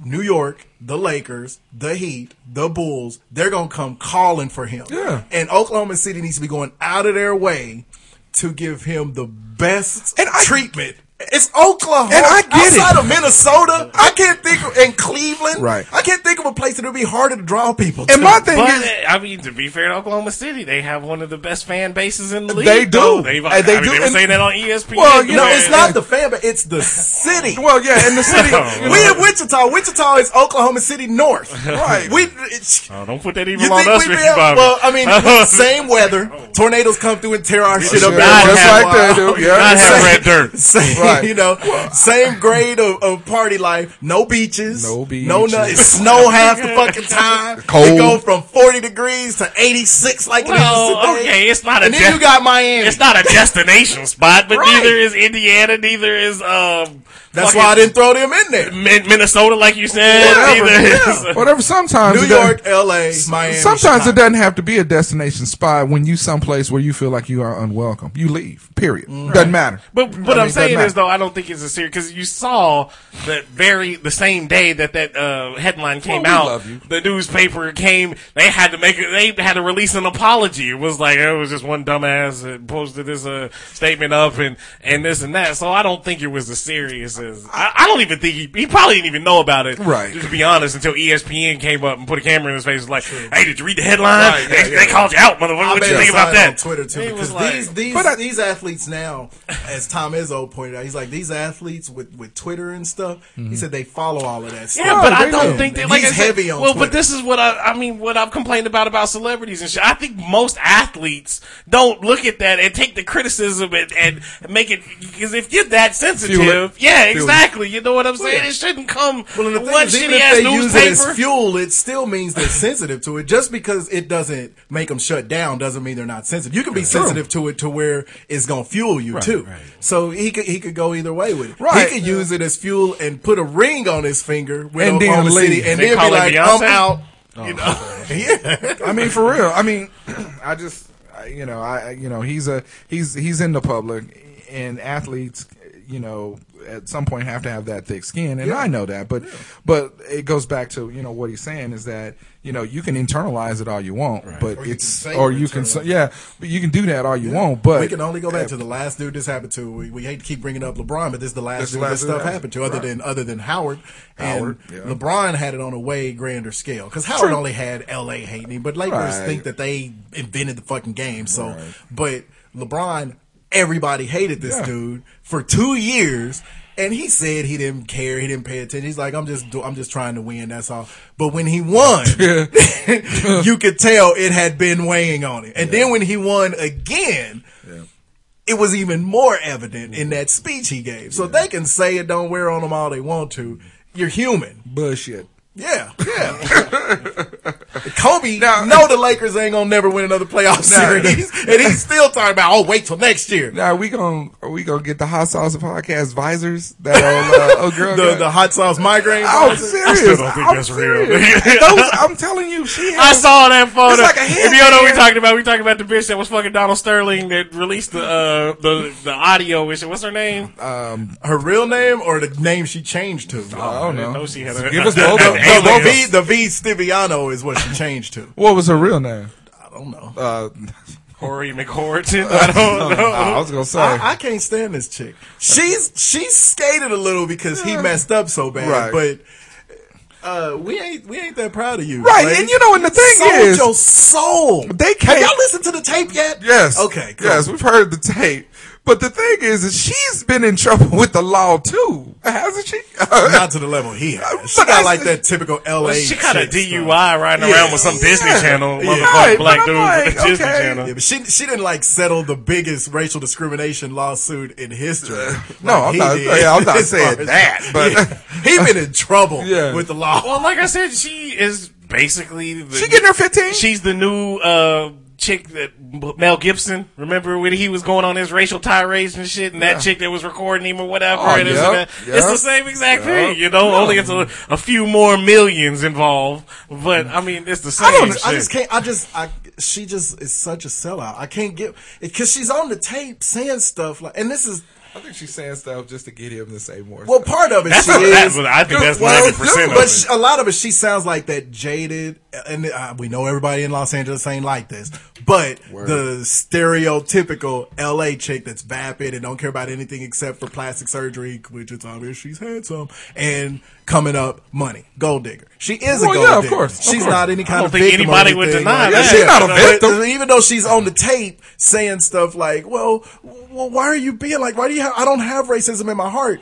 Speaker 6: New York, the Lakers, the Heat, the Bulls, they're going to come calling for him.
Speaker 1: Yeah.
Speaker 6: And Oklahoma City needs to be going out of their way to give him the best
Speaker 1: And I-
Speaker 6: treatment. It's Oklahoma.
Speaker 1: And I get it.
Speaker 6: Outside of Minnesota, I can't think of, and Cleveland.
Speaker 1: Right.
Speaker 6: I can't think of a place that would be harder to draw people to.
Speaker 1: And my thing
Speaker 7: But
Speaker 1: is,
Speaker 7: eh, I mean, to be fair, to Oklahoma City, they have one of the best fan bases in the league.
Speaker 1: They do.
Speaker 7: though. They've- I
Speaker 1: And they
Speaker 7: mean,
Speaker 1: do.
Speaker 7: They were
Speaker 1: And-
Speaker 7: saying that on E ESPN.
Speaker 1: Well, you
Speaker 6: no,
Speaker 1: know,
Speaker 7: man.
Speaker 6: it's not the fan, but it's the city.
Speaker 1: well, yeah, in the city.
Speaker 7: Oh,
Speaker 6: we in Wichita. Wichita is Oklahoma City North.
Speaker 1: Right.
Speaker 6: We. It's,
Speaker 7: Oh, don't put that evil
Speaker 6: you
Speaker 7: on
Speaker 6: think
Speaker 7: us,
Speaker 6: we'd be
Speaker 7: Ricky
Speaker 6: out?
Speaker 7: Bobby.
Speaker 6: Well, I mean, same weather. Tornadoes come through and tear our shit up.
Speaker 1: Sure,
Speaker 6: every
Speaker 7: not
Speaker 1: just
Speaker 7: have-
Speaker 1: like that, dude. Yeah.
Speaker 7: not have
Speaker 1: Same-
Speaker 7: red dirt.
Speaker 6: Same,
Speaker 1: Right.
Speaker 6: you know, same grade of, of party life. No beaches,
Speaker 1: No
Speaker 6: no
Speaker 1: beaches.
Speaker 6: nothing. It's Snow half the fucking time.
Speaker 1: Cold.
Speaker 6: It go from forty degrees to eighty six, like
Speaker 7: Well,
Speaker 6: it is today.
Speaker 7: okay, it's not a
Speaker 6: And then
Speaker 7: de-
Speaker 6: you got Miami.
Speaker 7: It's not a destination spot, but
Speaker 6: Right.
Speaker 7: neither is Indiana, neither is um.
Speaker 6: That's
Speaker 7: fucking
Speaker 6: why I didn't throw them in
Speaker 1: Mm-hmm.
Speaker 6: there.
Speaker 7: Min- Minnesota, like you said.
Speaker 1: Whatever.
Speaker 7: neither is-
Speaker 1: Yeah. Whatever. Sometimes
Speaker 6: New
Speaker 1: it doesn't-
Speaker 6: York, L.A., Miami.
Speaker 1: Sometimes
Speaker 6: Chicago.
Speaker 1: it doesn't have to be a destination spot when you someplace where you feel like you are unwelcome. You leave. Period.
Speaker 6: Mm.
Speaker 1: Doesn't matter.
Speaker 7: But what
Speaker 1: I
Speaker 7: I
Speaker 1: mean,
Speaker 7: am saying
Speaker 1: doesn't
Speaker 7: is though, I don't think it's a serious because you saw that very the same day that that uh, headline came
Speaker 1: Well, we
Speaker 7: out,
Speaker 1: love you.
Speaker 7: the newspaper came. They had to make it. They had to release an apology. It was like it was just one dumbass that posted this uh, statement up and and this and that. So I don't think it was as serious as I, I don't even think he, he probably didn't even know about it.
Speaker 1: Right.
Speaker 7: To be honest, until E ESPN came up and put a camera in his face, like, hey, did you read the headline?
Speaker 6: Right, yeah,
Speaker 7: they,
Speaker 6: yeah.
Speaker 7: they called you out, motherfucker.
Speaker 6: I
Speaker 7: What
Speaker 6: bet
Speaker 7: you think
Speaker 6: it's
Speaker 7: about
Speaker 6: signed on
Speaker 7: that?
Speaker 6: Twitter too,
Speaker 7: He was
Speaker 6: because
Speaker 7: like-
Speaker 6: these these these athletes now, as Tom Izzo pointed out, he's like these athletes with with Twitter and stuff.
Speaker 1: Mm-hmm.
Speaker 6: He said they follow all of that stuff.
Speaker 7: Yeah, but I
Speaker 1: they
Speaker 7: don't
Speaker 1: do.
Speaker 7: think that like
Speaker 6: He's
Speaker 7: I said,
Speaker 6: heavy on
Speaker 7: Well,
Speaker 6: Twitter.
Speaker 7: but this is what I I mean what I've complained about about celebrities and shit. I think most athletes don't look at that and take the criticism and, and make it because if you're that sensitive, yeah,
Speaker 1: Fuel it.
Speaker 7: exactly. You know what I'm saying?
Speaker 1: yeah.
Speaker 7: It shouldn't come
Speaker 6: Well, and the thing
Speaker 7: one
Speaker 6: is, even
Speaker 7: shitty
Speaker 6: if
Speaker 7: ass
Speaker 6: they use it as
Speaker 7: newspaper.
Speaker 6: fuel, it still means they're sensitive to it. Just because it doesn't make them shut down doesn't mean they're not sensitive. You can be sensitive to it to where it's gonna fuel you too. So he could he could go either way with it.
Speaker 1: Right.
Speaker 6: He could use it as fuel and put a ring on his finger with
Speaker 1: And then
Speaker 6: Oklahoma City
Speaker 1: leave.
Speaker 6: and
Speaker 7: They
Speaker 6: then
Speaker 7: call
Speaker 6: be
Speaker 7: it
Speaker 6: like,
Speaker 7: Beyonce?
Speaker 6: I'm out. You know, yeah.
Speaker 1: I mean, for real. I mean, I just, I, you know, I, you know, he's a, he's, he's in the public, and athletes, you know, at some point have to have that thick skin, and I know that, but, but it goes back to, you know, what he's saying is that, you know, you can internalize it all you want, but
Speaker 6: Or you
Speaker 1: it's,
Speaker 6: can say
Speaker 1: or
Speaker 6: you
Speaker 1: you can,
Speaker 6: internalize
Speaker 1: yeah, but you can do that all you want, but
Speaker 6: we can only go back to the last dude this happened to. We, we hate to keep bringing up LeBron, but this is the last
Speaker 1: This
Speaker 6: dude
Speaker 1: last
Speaker 6: this
Speaker 1: dude
Speaker 6: stuff happened
Speaker 1: happened.
Speaker 6: to, other
Speaker 1: Right.
Speaker 6: than other than Howard.
Speaker 1: Howard,
Speaker 6: and
Speaker 1: yeah.
Speaker 6: LeBron had it on a way grander scale because Howard only had L.A. hating him, but Lakers
Speaker 1: Right.
Speaker 6: think that they invented the fucking game. So, but LeBron, everybody hated this
Speaker 1: Yeah.
Speaker 6: dude for two years. And he said he didn't care. He didn't pay attention. He's like, I'm just, do- I'm just trying to win. That's all. But when he won, you could tell it had been weighing on him. And then when he won again, it was even more evident in that speech he gave. So they can say it don't wear on them all they want to. You're human.
Speaker 1: bullshit.
Speaker 6: Yeah, yeah. Kobe,
Speaker 1: Now-
Speaker 6: no, the Lakers ain't gonna never win another playoff
Speaker 1: Nah.
Speaker 6: series, and he's still talking about, oh, wait till next year.
Speaker 1: Now we gonna are we gonna get the hot sauce podcast visors that old, uh, old girl
Speaker 6: The
Speaker 1: got?
Speaker 6: the hot sauce migraine.
Speaker 1: I'm serious.
Speaker 7: still don't think
Speaker 1: I'm
Speaker 7: that's real.
Speaker 1: serious. Those, I'm telling you, she
Speaker 7: I
Speaker 1: has
Speaker 7: saw that photo.
Speaker 1: It's like a
Speaker 7: if you don't know what
Speaker 1: headband.
Speaker 7: we're talking about, we're talking about the bitch that was fucking Donald Sterling that released the uh, the the audio. and shit. What's her name?
Speaker 1: Um,
Speaker 6: Her real name or the name she changed to?
Speaker 1: I don't
Speaker 7: I didn't
Speaker 1: know.
Speaker 7: know Oh, she had a-
Speaker 1: Give us both.
Speaker 6: The,
Speaker 1: of
Speaker 6: the
Speaker 1: them.
Speaker 6: V the V Stiviano is what she changed to.
Speaker 1: What was her real name?
Speaker 6: I don't know.
Speaker 1: Uh,
Speaker 7: Corey McHorton. I don't know.
Speaker 1: I was gonna say.
Speaker 6: I, I can't stand this chick. She's she skated a little because he messed up so bad,
Speaker 1: Right.
Speaker 6: but uh, we ain't we ain't that proud of you,
Speaker 1: Right,
Speaker 6: lady.
Speaker 1: and you know, and the thing
Speaker 6: Sold
Speaker 1: is-
Speaker 6: your soul.
Speaker 1: They
Speaker 6: Have
Speaker 1: can't-
Speaker 6: y'all listened to the tape yet?
Speaker 1: Yes.
Speaker 6: Okay. Cool.
Speaker 1: Yes, we've heard the tape. But the thing is, is she's been in trouble with the law too, hasn't she?
Speaker 6: Not to the level he has. She
Speaker 1: But I
Speaker 6: got like
Speaker 1: said-
Speaker 6: that typical L.A.
Speaker 7: She got a
Speaker 6: chick stuff.
Speaker 7: DUI riding around with some
Speaker 1: Yeah.
Speaker 7: Disney Channel
Speaker 1: Yeah.
Speaker 7: motherfucking
Speaker 1: Right, but
Speaker 7: black
Speaker 1: I'm
Speaker 7: dude
Speaker 1: like,
Speaker 7: with the Disney
Speaker 1: okay.
Speaker 7: Channel.
Speaker 6: Yeah, but she she didn't like settle the biggest racial discrimination lawsuit in history.
Speaker 1: No,
Speaker 6: Like
Speaker 1: I'm
Speaker 6: he
Speaker 1: not- yeah, I'm not
Speaker 6: as far
Speaker 1: saying
Speaker 6: as-
Speaker 1: that, but-
Speaker 6: he been in trouble
Speaker 1: Yeah.
Speaker 6: with the law.
Speaker 7: Well, like I said, she is basically the,
Speaker 1: she getting her fifteen.
Speaker 7: she's the new uh, chick that Mel Gibson. Remember when he was going on his racial tirades and shit, and that chick that was recording him or whatever.
Speaker 1: Oh,
Speaker 7: and this and
Speaker 1: yep,
Speaker 7: that. It's the
Speaker 1: yep.
Speaker 7: same exact
Speaker 1: Yep.
Speaker 7: thing, you know. Only it's a, a few more millions involved, but I mean, it's the same.
Speaker 6: I don't.
Speaker 7: shit.
Speaker 6: I just can't. I just. I. She just is such a sellout. I can't get because she's on the tape saying stuff like, and this is
Speaker 1: I think she's saying stuff just to get him to say more.
Speaker 6: well, part of it
Speaker 7: That's
Speaker 6: she
Speaker 7: what-
Speaker 6: is.
Speaker 7: that's what- I think that's 90% of
Speaker 6: but
Speaker 7: it.
Speaker 6: she- a lot of it, she sounds like that jaded, and uh, we know everybody in Los Angeles ain't like this. But the stereotypical L.A. chick that's vapid and don't care about anything except for plastic surgery, which it's obvious she's had some, and coming up money, gold digger. She is
Speaker 1: Well,
Speaker 6: a gold
Speaker 1: yeah, of
Speaker 6: digger.
Speaker 1: course, of
Speaker 6: she's
Speaker 1: course.
Speaker 6: not any kind
Speaker 7: don't
Speaker 6: of
Speaker 7: think
Speaker 6: victim or
Speaker 7: anybody would
Speaker 6: anything
Speaker 7: deny
Speaker 6: like
Speaker 7: that.
Speaker 6: that.
Speaker 7: She's
Speaker 1: not a
Speaker 6: But
Speaker 1: victim.
Speaker 6: even though she's on the tape saying stuff like, "Well, well, why are you being like? Why do you? Have, I don't have racism in my heart."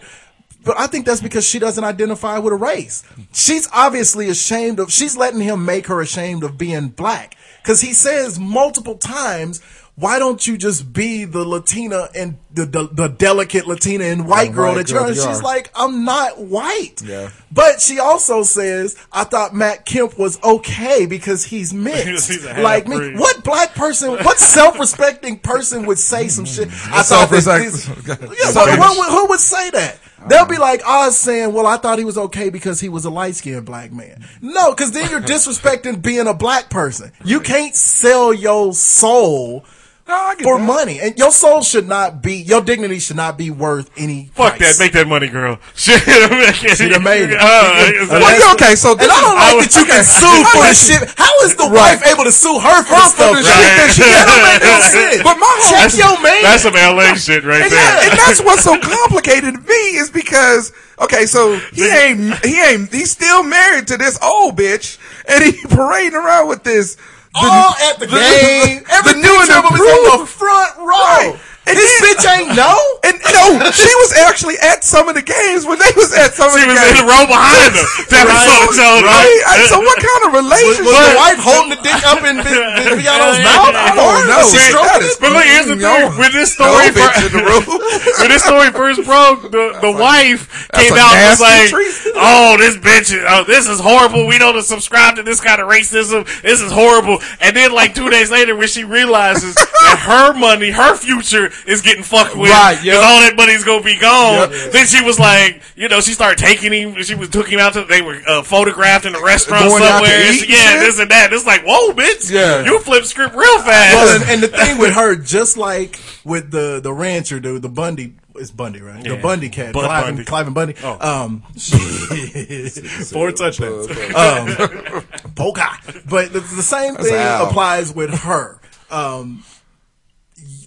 Speaker 6: But I think that's because she doesn't identify with a race. She's obviously ashamed of. She's letting him make her ashamed of being black because he says multiple times. Why don't you just be the Latina and the the, the delicate Latina and white
Speaker 1: Yeah,
Speaker 6: girl
Speaker 1: white
Speaker 6: that
Speaker 1: girl
Speaker 6: you're?
Speaker 1: you
Speaker 6: She's
Speaker 1: are.
Speaker 6: like, I'm not white.
Speaker 1: Yeah.
Speaker 6: But she also says, I thought Matt Kemp was okay because he's mixed,
Speaker 7: He's a half
Speaker 6: like me.
Speaker 7: breed.
Speaker 6: What what black person, what self-respecting person would say some shit? I thought that
Speaker 1: self-respect-
Speaker 6: this, yeah,
Speaker 1: Okay.
Speaker 6: what, what would- who would say that? They'll be like Oz saying, "Well, I thought he was okay because he was a light-skinned black man." No, because then you're disrespecting being a black person. You can't sell your soul
Speaker 1: No, I get
Speaker 6: for
Speaker 1: that.
Speaker 6: money, and your soul should not be, your dignity should not be worth any.
Speaker 7: Fuck
Speaker 6: price.
Speaker 7: that! Make Oh, that money, girl. Shit, she
Speaker 6: done made it.
Speaker 1: Well, yeah, okay, so
Speaker 6: And I
Speaker 1: this is-
Speaker 6: don't like
Speaker 1: I
Speaker 6: that you can
Speaker 1: okay.
Speaker 6: sue for this shit. How is the
Speaker 1: Right.
Speaker 6: wife able to sue her for
Speaker 1: Her
Speaker 6: this
Speaker 1: for
Speaker 6: stuff? right?
Speaker 1: the shit that she did.
Speaker 6: That don't make no sense.
Speaker 1: But my whole-
Speaker 6: check your man.
Speaker 7: That's some LA shit right
Speaker 1: And,
Speaker 7: there.
Speaker 1: that- and that's what's so complicated to me is because okay, so he ain't he ain't he's still married to this old bitch, and he parading around with this. the-
Speaker 6: all at the, game. Every
Speaker 1: the new and
Speaker 6: picture of him is on the
Speaker 1: improved.
Speaker 6: front row.
Speaker 1: Right. And
Speaker 6: this
Speaker 1: then-
Speaker 6: bitch ain't no.
Speaker 1: And no, she was actually at some of the games when they was at some of
Speaker 7: She
Speaker 1: the
Speaker 7: was
Speaker 1: games.
Speaker 7: in the row behind him. That was so
Speaker 1: Right?
Speaker 7: told
Speaker 1: Right? Uh, So what kind of
Speaker 6: Was,
Speaker 1: relationship?
Speaker 6: was the wife holding the dick up in Viviano's mouth?
Speaker 1: I don't know.
Speaker 6: Was she
Speaker 1: That
Speaker 6: stroking
Speaker 1: is-
Speaker 6: it?
Speaker 7: But look, here's the
Speaker 1: No.
Speaker 7: thing. When this
Speaker 1: No
Speaker 7: story
Speaker 1: bitch
Speaker 7: fir-
Speaker 1: in the room.
Speaker 7: when this story first broke, the, the
Speaker 1: that's
Speaker 7: wife came
Speaker 1: a
Speaker 7: out and was like,
Speaker 1: nasty treat.
Speaker 7: "Oh, this bitch! Is, oh, this is horrible. We don't subscribe to this kind of racism. This is horrible." And then, like two days later, when she realizes that her money, her future is getting fucked with,
Speaker 1: Right,
Speaker 7: because
Speaker 1: yeah.
Speaker 7: all that money's gonna be gone.
Speaker 1: Yep.
Speaker 7: Then she was like, you know, she started taking him. She was took him out to. They were uh, photographed in a restaurant
Speaker 1: Going out to
Speaker 7: somewhere. and
Speaker 1: eat and
Speaker 7: she- yeah,
Speaker 1: shit?
Speaker 7: this and that. It's like, whoa, bitch!
Speaker 1: Yeah.
Speaker 7: you flip script real fast.
Speaker 6: Well, and, and the thing with her, just like with the the rancher dude, the Bundy is Bundy, right? The Bundy cat,
Speaker 7: Bud
Speaker 6: Clive,
Speaker 7: Bundy.
Speaker 6: Clive and Bundy. Um, four touchdowns. Um, Polka. But the, the same thing
Speaker 1: Al.
Speaker 6: applies with her. Um,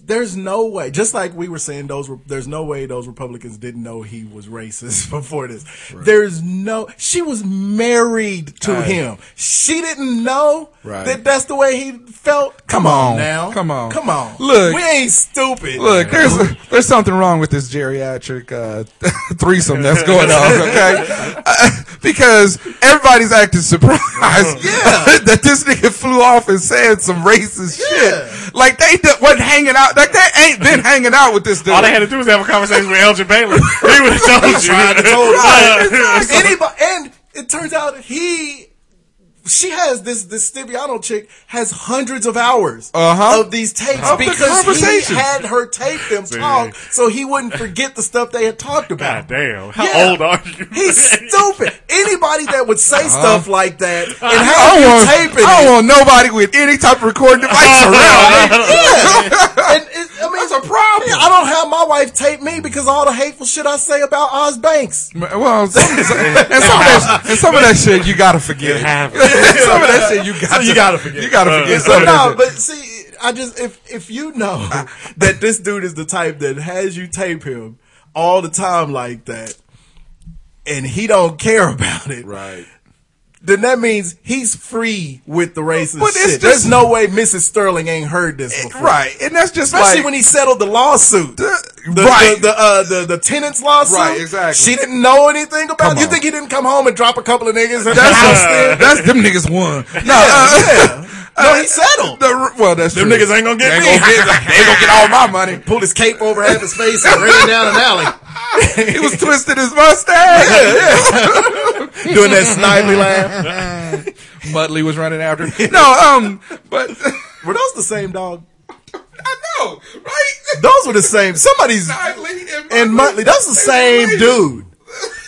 Speaker 6: there's no way. Just like we were saying, those were, there's no way those Republicans didn't know he was racist before this. There's no. She was married to
Speaker 1: Right.
Speaker 6: him. She didn't know
Speaker 1: Right.
Speaker 6: that that's the way he felt. Come,
Speaker 1: Come
Speaker 6: on,
Speaker 1: on.
Speaker 6: now.
Speaker 1: Come on.
Speaker 6: Come on.
Speaker 1: Look.
Speaker 6: We ain't stupid.
Speaker 1: Look, there's there's something wrong with this geriatric uh, threesome that's going on, okay? Uh, because everybody's acting surprised
Speaker 6: Yeah.
Speaker 1: that this nigga flew off and said some racist
Speaker 6: Yeah.
Speaker 1: shit. Like they d- wasn't hanging out. Like they ain't been hanging out with this dude.
Speaker 7: All they had to do was have a conversation with Elgin Baylor. He would have told you.
Speaker 6: Tried to told us.
Speaker 7: Uh,
Speaker 6: Anybody, and it turns out he, she has this this Stiviano chick has hundreds of hours
Speaker 1: Uh-huh.
Speaker 6: of these tapes
Speaker 1: Of the
Speaker 6: because he
Speaker 1: conversations.
Speaker 6: had her tape them talk so he wouldn't forget the stuff they had talked
Speaker 7: God
Speaker 6: about.
Speaker 7: damn. How
Speaker 6: Yeah.
Speaker 7: old are you?
Speaker 6: He's stupid. Anybody that would say stuff like that and
Speaker 1: Uh-huh. I
Speaker 6: have
Speaker 1: don't,
Speaker 6: you
Speaker 1: want,
Speaker 6: taping
Speaker 1: I
Speaker 6: it-
Speaker 1: don't want nobody with any type of recording device around.
Speaker 6: yeah. And it, I mean,
Speaker 1: That's a problem.
Speaker 6: I don't have my wife taped me because of all the hateful shit I say about Oz Banks.
Speaker 1: Well, some, and some of that, and some of that shit you gotta forget.
Speaker 7: happened.
Speaker 1: some of that shit you got
Speaker 7: So you gotta forget.
Speaker 1: You gotta
Speaker 7: Uh,
Speaker 1: forget.
Speaker 7: so
Speaker 6: But
Speaker 1: some of that
Speaker 6: no,
Speaker 1: shit.
Speaker 6: but see, I just if if you know that this dude is the type that has you tape him all the time like that, and he don't care about it,
Speaker 1: right.
Speaker 6: then that means he's free with the racist
Speaker 1: But it's
Speaker 6: shit.
Speaker 1: just- Eh,
Speaker 6: There's no way Mrs. Sterling ain't heard this before.
Speaker 1: Right, and that's just
Speaker 6: Especially
Speaker 1: like
Speaker 6: when he settled the lawsuit. The,
Speaker 1: right.
Speaker 6: The, the, uh, the, the tenants lawsuit.
Speaker 1: Right, exactly.
Speaker 6: She didn't know anything about
Speaker 1: Come
Speaker 6: it. You
Speaker 1: on.
Speaker 6: think he didn't come home and drop a couple of niggas in the
Speaker 1: That's,
Speaker 6: house then?
Speaker 1: that's them niggas won.
Speaker 6: Yeah,
Speaker 1: No, uh,
Speaker 6: yeah. No, he settled.
Speaker 1: The, well, that's
Speaker 7: Them
Speaker 1: true.
Speaker 7: niggas ain't gonna get
Speaker 1: they
Speaker 7: me.
Speaker 1: Gonna get, they ain't gonna get all my money.
Speaker 6: Pulled his cape over half his face and ran down an alley.
Speaker 1: He was twisting his mustache.
Speaker 6: Doing that snidely laugh.
Speaker 1: Mudley was running after. him. No, um, but
Speaker 6: Were those the same dog?
Speaker 1: I know, right?
Speaker 6: Those were the same. Somebody's
Speaker 1: Snidely and,
Speaker 6: and Muttley. That's the
Speaker 1: They
Speaker 6: same
Speaker 1: related.
Speaker 6: dude.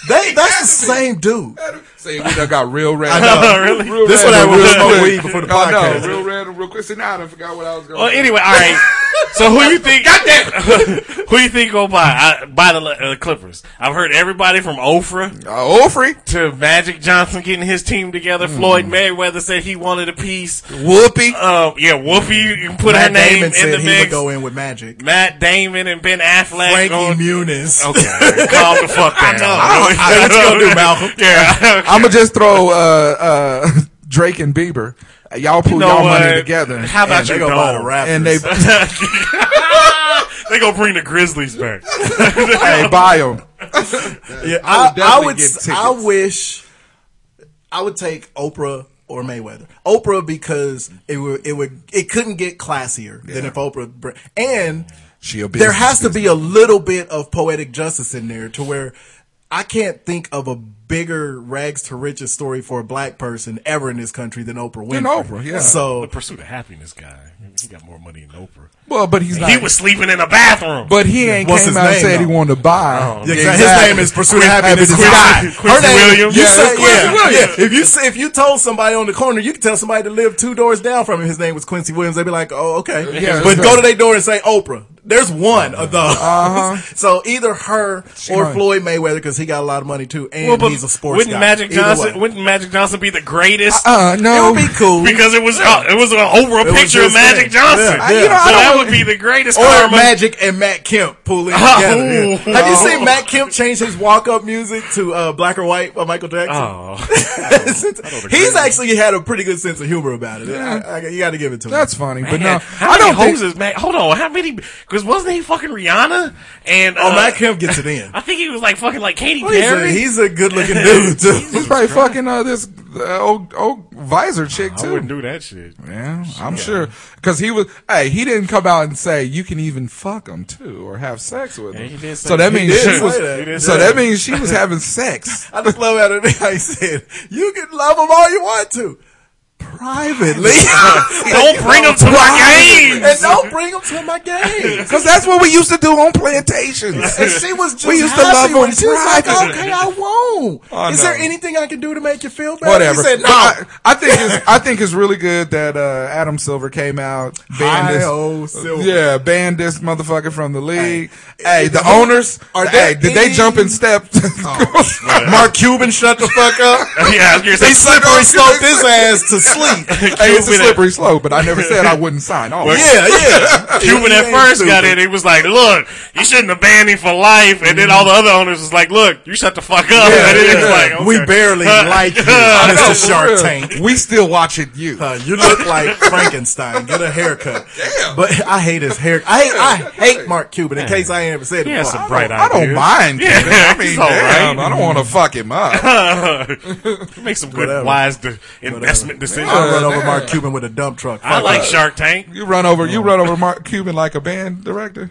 Speaker 6: They, that's the same dude.
Speaker 1: See, we done got real red.
Speaker 7: really?
Speaker 1: Real
Speaker 6: This
Speaker 1: red
Speaker 6: one I
Speaker 1: and
Speaker 6: would
Speaker 1: real
Speaker 6: smoke
Speaker 1: quick.
Speaker 6: weed before the
Speaker 1: I know,
Speaker 6: podcast.
Speaker 1: real red and real quick. See, now I done forgot what I was going.
Speaker 7: Well, anyway, all right. So who you think? who you think gonna buy? I, buy the uh, Clippers. I've heard everybody from Ofra
Speaker 1: uh, Ofri,
Speaker 7: to Magic Johnson getting his team together.
Speaker 6: Hmm.
Speaker 7: Floyd Mayweather said he wanted a piece.
Speaker 1: Whoopi.
Speaker 7: Um, yeah, Whoopi, you can put her
Speaker 6: Matt
Speaker 7: name
Speaker 6: Damon
Speaker 7: in
Speaker 6: said
Speaker 7: the
Speaker 6: he would
Speaker 7: mix.
Speaker 6: go in with magic.
Speaker 7: Matt Damon and Ben Affleck. going-
Speaker 6: Frankie Muniz.
Speaker 7: Okay, calm the fuck down.
Speaker 1: I don't- I- what you gonna do, Malcolm?
Speaker 7: Yeah, okay.
Speaker 1: I'm gonna just throw uh, uh, Drake and Bieber. Y'all pull
Speaker 7: You know
Speaker 1: y'all money
Speaker 7: what?
Speaker 1: together.
Speaker 7: How about
Speaker 1: and they
Speaker 7: you
Speaker 6: They gonna
Speaker 1: go
Speaker 7: don't?
Speaker 6: buy the Raptors.
Speaker 1: and they
Speaker 7: they gonna bring the Grizzlies back.
Speaker 1: hey, buy them.
Speaker 6: Yeah,
Speaker 1: I
Speaker 6: I,
Speaker 1: would
Speaker 6: I
Speaker 1: definitely
Speaker 6: would.
Speaker 1: get
Speaker 6: s-
Speaker 1: tickets.
Speaker 6: I wish. I would take Oprah or Mayweather. Oprah because it would. It would. It couldn't get classier than
Speaker 1: Yeah.
Speaker 6: if Oprah. br- And
Speaker 1: She a
Speaker 6: there
Speaker 1: business
Speaker 6: has to be a little bit of poetic justice in there to where I can't think of a bigger rags to riches story for a black person ever in this country than Oprah Winfrey.
Speaker 1: Than Oprah, yeah.
Speaker 7: the
Speaker 6: So
Speaker 7: pursuit of happiness guy. He got more money than Oprah.
Speaker 1: Well, but he's not.
Speaker 7: He was sleeping in a bathroom.
Speaker 1: but he ain't
Speaker 6: What's
Speaker 1: came
Speaker 6: his
Speaker 1: out and
Speaker 6: name,
Speaker 1: said he
Speaker 6: though?
Speaker 1: wanted to buy.
Speaker 7: Oh,
Speaker 6: Yeah, exactly. His name is Pursuit of Happiness.
Speaker 1: Happiness
Speaker 6: Guy.
Speaker 7: Guy. Quincy Williams.
Speaker 6: You
Speaker 1: Yeah,
Speaker 6: say,
Speaker 1: it's Quincy
Speaker 6: yeah,
Speaker 1: Williams.
Speaker 6: yeah. If you say, if you told somebody on the corner, you could tell somebody to live two doors down from him. His name was Quincy Williams. They'd be like, oh, okay.
Speaker 1: Yeah,
Speaker 6: but
Speaker 1: that's
Speaker 6: go
Speaker 1: right.
Speaker 6: to their door and say Oprah. There's one of those.
Speaker 1: Uh-huh.
Speaker 6: So either her or
Speaker 1: might.
Speaker 6: Floyd Mayweather because he got a lot of money too, and
Speaker 7: Well, but
Speaker 6: he's a sports
Speaker 7: wouldn't
Speaker 6: guy.
Speaker 7: Magic
Speaker 6: Either
Speaker 7: Johnson?
Speaker 6: way.
Speaker 7: Wouldn't Magic Johnson be the greatest?
Speaker 1: Uh,
Speaker 6: it
Speaker 1: no.
Speaker 6: would be cool.
Speaker 7: because it was uh, it was uh, over a
Speaker 6: was
Speaker 7: picture of
Speaker 6: just that.
Speaker 7: Magic
Speaker 6: Yeah,
Speaker 7: Johnson.
Speaker 6: I- you
Speaker 7: So
Speaker 6: know, I
Speaker 7: that
Speaker 1: don't-
Speaker 7: would be the greatest
Speaker 6: or
Speaker 7: karma.
Speaker 6: Magic and Matt Kemp pull in
Speaker 7: Oh.
Speaker 6: together. Yeah. Have you
Speaker 7: Oh.
Speaker 6: seen Matt Kemp change his walk-up music to uh, "Black or White" by Michael Jackson?
Speaker 7: Oh,
Speaker 6: Since- he's actually had a pretty good sense of humor about it. I, I, you got to give it to him.
Speaker 1: That's funny, but no,
Speaker 7: man. how
Speaker 1: I
Speaker 7: many
Speaker 1: don't
Speaker 7: hoes
Speaker 1: think.
Speaker 7: is Mag- Hold on, how many? Because wasn't he fucking Rihanna? And
Speaker 6: oh,
Speaker 7: uh,
Speaker 6: Matt Kemp gets it in.
Speaker 7: I think he was like fucking like Katy
Speaker 6: He's a,
Speaker 7: Perry.
Speaker 6: he's a good-looking dude too.
Speaker 1: He's probably fucking uh, this uh, old old visor chick
Speaker 7: I
Speaker 1: too.
Speaker 7: wouldn't do that shit.
Speaker 1: Yeah, I'm sure because he was. Hey, he didn't come out and say you can even fuck him too or have sex with him.
Speaker 7: he did say
Speaker 1: so that
Speaker 7: that.
Speaker 1: means
Speaker 6: He did
Speaker 1: she
Speaker 6: say
Speaker 1: was.
Speaker 6: that. He did
Speaker 1: So
Speaker 6: say that.
Speaker 1: that means she was having sex.
Speaker 6: I just love how the- how he said, "You can love him all you want to." Privately,
Speaker 7: Don't bring him to my games.
Speaker 6: and don't bring him to my games.
Speaker 1: Because that's what we used to do on plantations.
Speaker 6: And she was just
Speaker 1: We used to
Speaker 6: happy
Speaker 1: love him
Speaker 6: when she was like,
Speaker 1: private.
Speaker 6: "Okay, I won't."
Speaker 1: Oh,
Speaker 6: Is
Speaker 1: no.
Speaker 6: there anything I can do to make you feel better?
Speaker 1: Whatever.
Speaker 6: He said,
Speaker 1: But
Speaker 6: "No."
Speaker 1: I, I think it's, I think it's really good that uh, Adam Silver came out. Banned this,
Speaker 6: Hi-ho, oh, Silver.
Speaker 1: Yeah, banned this motherfucker from the league. Hey,
Speaker 6: Hey,
Speaker 1: the
Speaker 6: who-
Speaker 1: owners.
Speaker 6: are
Speaker 1: hey,
Speaker 6: there
Speaker 1: did they
Speaker 6: any- Oh,
Speaker 1: jump in step?
Speaker 6: Mark Cuban, shut the fuck up.
Speaker 7: yeah, I was gonna say,
Speaker 6: They slippery sloped his ass to sleep.
Speaker 1: hey, it's a
Speaker 7: Cuban at-
Speaker 1: slippery slope, but I never said I wouldn't sign off.
Speaker 6: Yeah, yeah.
Speaker 7: Cuban
Speaker 6: He
Speaker 7: at
Speaker 6: ain't
Speaker 7: first got
Speaker 6: stupid.
Speaker 7: in. He was like, "Look, you shouldn't have banned him for life." And then all the other owners was like, "Look, you shut the fuck up." and then he was
Speaker 1: yeah.
Speaker 7: like, okay.
Speaker 6: We barely like you,
Speaker 1: I know,
Speaker 6: Mr.
Speaker 1: for
Speaker 6: Shark
Speaker 1: real.
Speaker 6: Tank.
Speaker 1: We still watching you.
Speaker 6: Uh, you look like Frankenstein. Get a haircut. But I hate his hair. I hate, I hate Mark Cuban. In case I ain't ever said it
Speaker 7: He has
Speaker 6: before,
Speaker 7: some
Speaker 6: I
Speaker 7: bright
Speaker 6: don't-
Speaker 1: I don't
Speaker 7: ideas.
Speaker 1: mind.
Speaker 7: Yeah,
Speaker 1: Cuban. I
Speaker 7: he's
Speaker 1: mean,
Speaker 7: all
Speaker 1: damn,
Speaker 7: right.
Speaker 1: I don't want to fuck him up.
Speaker 7: Make some good
Speaker 6: Whatever.
Speaker 7: wise de- investment decisions.
Speaker 6: I run over Mark Cuban with a dump truck.
Speaker 7: I
Speaker 6: Fuck
Speaker 7: like
Speaker 6: it.
Speaker 7: Shark Tank.
Speaker 1: You run over. You run over Mark Cuban like a band director,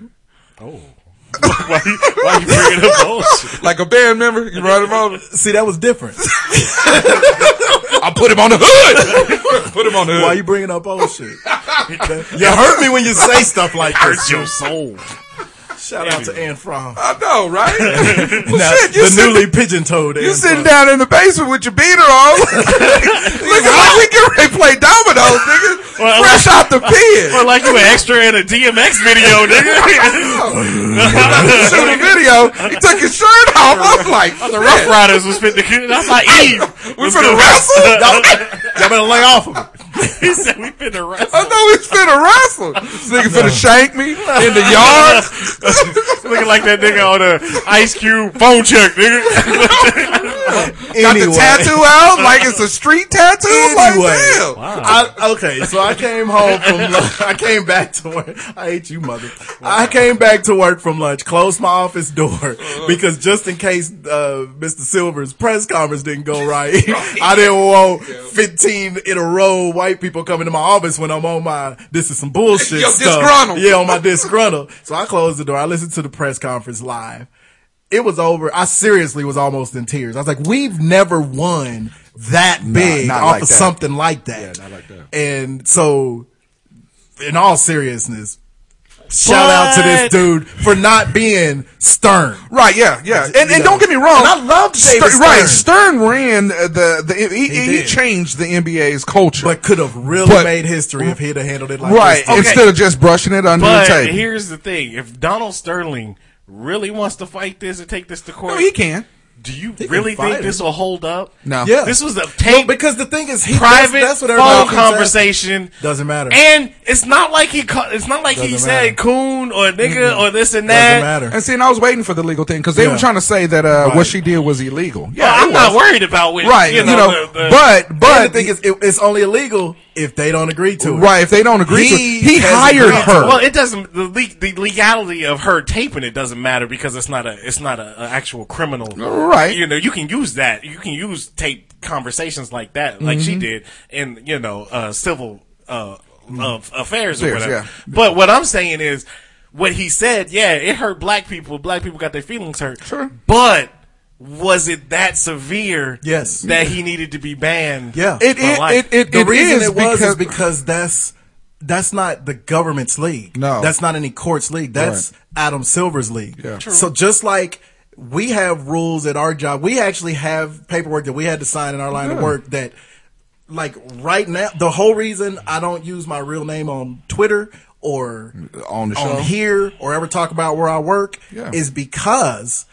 Speaker 7: why, you- why you bringing up bullshit?
Speaker 1: like a band member. You run him over.
Speaker 6: See, that was different.
Speaker 1: I put him on the hood. put him on the hood.
Speaker 6: Why you bringing up old shit? you hurt me when you say stuff like this.
Speaker 7: Hurts your soul.
Speaker 6: Shout out to Ann Fromm.
Speaker 1: I know, right? well,
Speaker 6: Now,
Speaker 1: shit, you
Speaker 6: the
Speaker 1: sit-
Speaker 6: newly pigeon-toed
Speaker 1: you
Speaker 6: Ann
Speaker 1: sitting
Speaker 6: Fromm.
Speaker 1: down in the basement with your beater on, looking like we can ready to play dominoes, nigga,
Speaker 7: Well,
Speaker 1: fresh out the
Speaker 7: Or
Speaker 1: pen.
Speaker 7: like you an extra in a DMX video, nigga.
Speaker 1: He Shoot a video. He took his shirt off. I'm like,
Speaker 7: the Rough Riders was fit the kid. That's like Eve.
Speaker 1: we finna wrestle.
Speaker 6: Y'all better lay off of it.
Speaker 7: he said we finna wrestle.
Speaker 1: I know he's finna wrestle. This nigga finna shank me in the yard.
Speaker 7: Looking like that nigga on a Ice Cube phone check, nigga.
Speaker 1: Got
Speaker 6: Anyway.
Speaker 1: the tattoo out like it's a street tattoo. I'm
Speaker 6: Anyway.
Speaker 1: Like, damn.
Speaker 6: I, okay, so I came home from lunch. I came back to work. I hate you, mother. I came back to work from lunch, closed my office door because just in case uh, Mr. Silver's press conference didn't go right, I didn't want 15 in a row white people coming to my office when I'm on my this is some bullshit
Speaker 1: Yo,
Speaker 6: stuff.
Speaker 1: disgruntled.
Speaker 6: Yeah, on my disgruntled. So I closed the door. I listened to the press conference live. It was over. I seriously was almost in tears. I was like, we've never won that big
Speaker 1: not
Speaker 6: off
Speaker 1: like
Speaker 6: of
Speaker 1: that.
Speaker 6: something like that.
Speaker 1: Yeah, not like that.
Speaker 6: And so, in all seriousness, shout out to this
Speaker 7: But-
Speaker 6: dude for not being stern.
Speaker 1: Right, yeah, yeah, and,
Speaker 6: you
Speaker 1: and
Speaker 6: know.
Speaker 1: don't get me wrong.
Speaker 6: And I loved David Stern.
Speaker 1: Right, Stern ran uh, the the he, he, he
Speaker 6: did.
Speaker 1: changed the NBA's culture,
Speaker 6: But could have really
Speaker 1: But-
Speaker 6: made history if he'd have handled it like
Speaker 1: right?
Speaker 6: this. Okay.
Speaker 1: Instead of just brushing it under the
Speaker 7: But
Speaker 1: table,
Speaker 7: here's the thing: if Donald Sterling really wants to fight this and take this to court,
Speaker 1: no, he can.
Speaker 7: do you
Speaker 6: can
Speaker 7: really
Speaker 6: fight
Speaker 7: think
Speaker 6: it.
Speaker 7: this will hold up?
Speaker 1: No,
Speaker 6: Yeah.
Speaker 7: This was a
Speaker 6: No,
Speaker 7: tape
Speaker 6: Oh, because the thing is, he,
Speaker 7: private
Speaker 6: that's, that's what
Speaker 7: phone
Speaker 6: everybody keeps asking.
Speaker 7: conversation.
Speaker 6: Doesn't matter.
Speaker 7: And it's not like he. Call, it's not like he
Speaker 6: Doesn't
Speaker 7: said
Speaker 6: matter.
Speaker 7: coon or nigga or this
Speaker 6: Doesn't
Speaker 7: and that.
Speaker 6: matter.
Speaker 1: And see, and I was waiting for the legal thing because they
Speaker 6: Yeah.
Speaker 1: were trying to say that uh,
Speaker 6: Right.
Speaker 1: what she did was illegal.
Speaker 7: Well,
Speaker 1: Yeah, it
Speaker 7: I'm not
Speaker 1: was.
Speaker 7: worried about what,
Speaker 1: Right,
Speaker 7: You know, the- the-
Speaker 1: but
Speaker 6: But
Speaker 1: but
Speaker 6: the thing is, it, it's only illegal if they don't agree to it.
Speaker 1: right, if they don't agree, to
Speaker 6: He
Speaker 1: it, he
Speaker 6: has
Speaker 1: hired
Speaker 6: agreed to
Speaker 1: her.
Speaker 7: Well, it doesn't. The, le- the legality of her taping it doesn't matter because it's not a. It's not a, a actual criminal.
Speaker 1: Right.
Speaker 7: You know, you can use that. You can use tape conversations like that, like
Speaker 1: Mm-hmm.
Speaker 7: she did in you know uh, civil uh, of affairs or
Speaker 1: Mm-hmm. Affairs,
Speaker 7: whatever.
Speaker 1: yeah.
Speaker 7: But what I'm saying is, what he said, yeah, it hurt black people. Black people got their feelings hurt.
Speaker 1: Sure.
Speaker 7: But. Was it that severe?
Speaker 6: Yes.
Speaker 7: That he needed to be banned.
Speaker 6: Yeah.
Speaker 1: It
Speaker 7: for life?
Speaker 1: it it it,
Speaker 6: the
Speaker 1: it
Speaker 6: reason
Speaker 1: is
Speaker 6: it was
Speaker 1: because
Speaker 6: is because that's that's not the government's league.
Speaker 1: No.
Speaker 6: that's not any court's league. That's Adam Silver's league.
Speaker 1: Yeah. True.
Speaker 6: So just like we have rules at our job, we actually have paperwork that we had to sign in our line of work that. Like right now, the whole reason I don't use my real name on Twitter or
Speaker 1: on the show.
Speaker 6: on here or ever talk about where I work
Speaker 1: Yeah.
Speaker 6: is because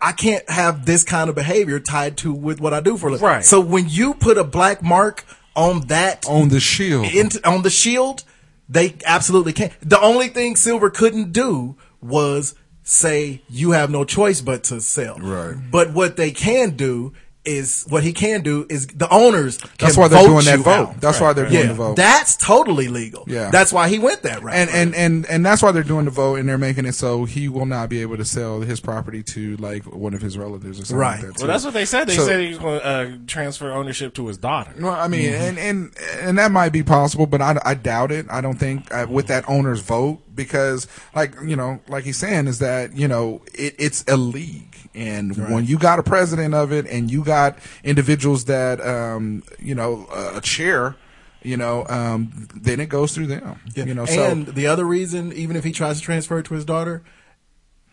Speaker 6: I can't have this kind of behavior tied to with what I do for a living.
Speaker 7: Right.
Speaker 6: So when you put a black mark on that
Speaker 1: on the shield.
Speaker 6: into, on the shield, they absolutely can't. The only thing Silver couldn't do was say you have no choice but to sell.
Speaker 1: Right.
Speaker 6: But what they can do is what he can do is the owners. Can
Speaker 1: That's why they're
Speaker 6: vote
Speaker 1: doing that
Speaker 6: you
Speaker 1: vote.
Speaker 6: out.
Speaker 1: That's why they're doing
Speaker 6: yeah,
Speaker 1: the vote.
Speaker 6: that's totally legal.
Speaker 1: Yeah.
Speaker 6: that's why he went that route.
Speaker 1: and and and and that's why they're doing the vote and they're making it so he will not be able to sell his property to like one of his relatives or something
Speaker 6: Right.
Speaker 1: like that.
Speaker 7: Well,
Speaker 1: too.
Speaker 7: that's what they said. They
Speaker 1: So-
Speaker 7: said he was going to uh, transfer ownership to his daughter.
Speaker 1: Well, I mean,
Speaker 6: Mm-hmm.
Speaker 1: and, and and that might be possible, but I, I doubt it. I don't think uh, with that owner's vote because, like you know, like he's saying is that you know it, it's a league, and when you got a president of it, and you got individuals that um you know uh, a chair, you know um then it goes through them.
Speaker 6: Yeah.
Speaker 1: You know,
Speaker 6: and
Speaker 1: so
Speaker 6: the other reason, even if he tries to transfer it to his daughter,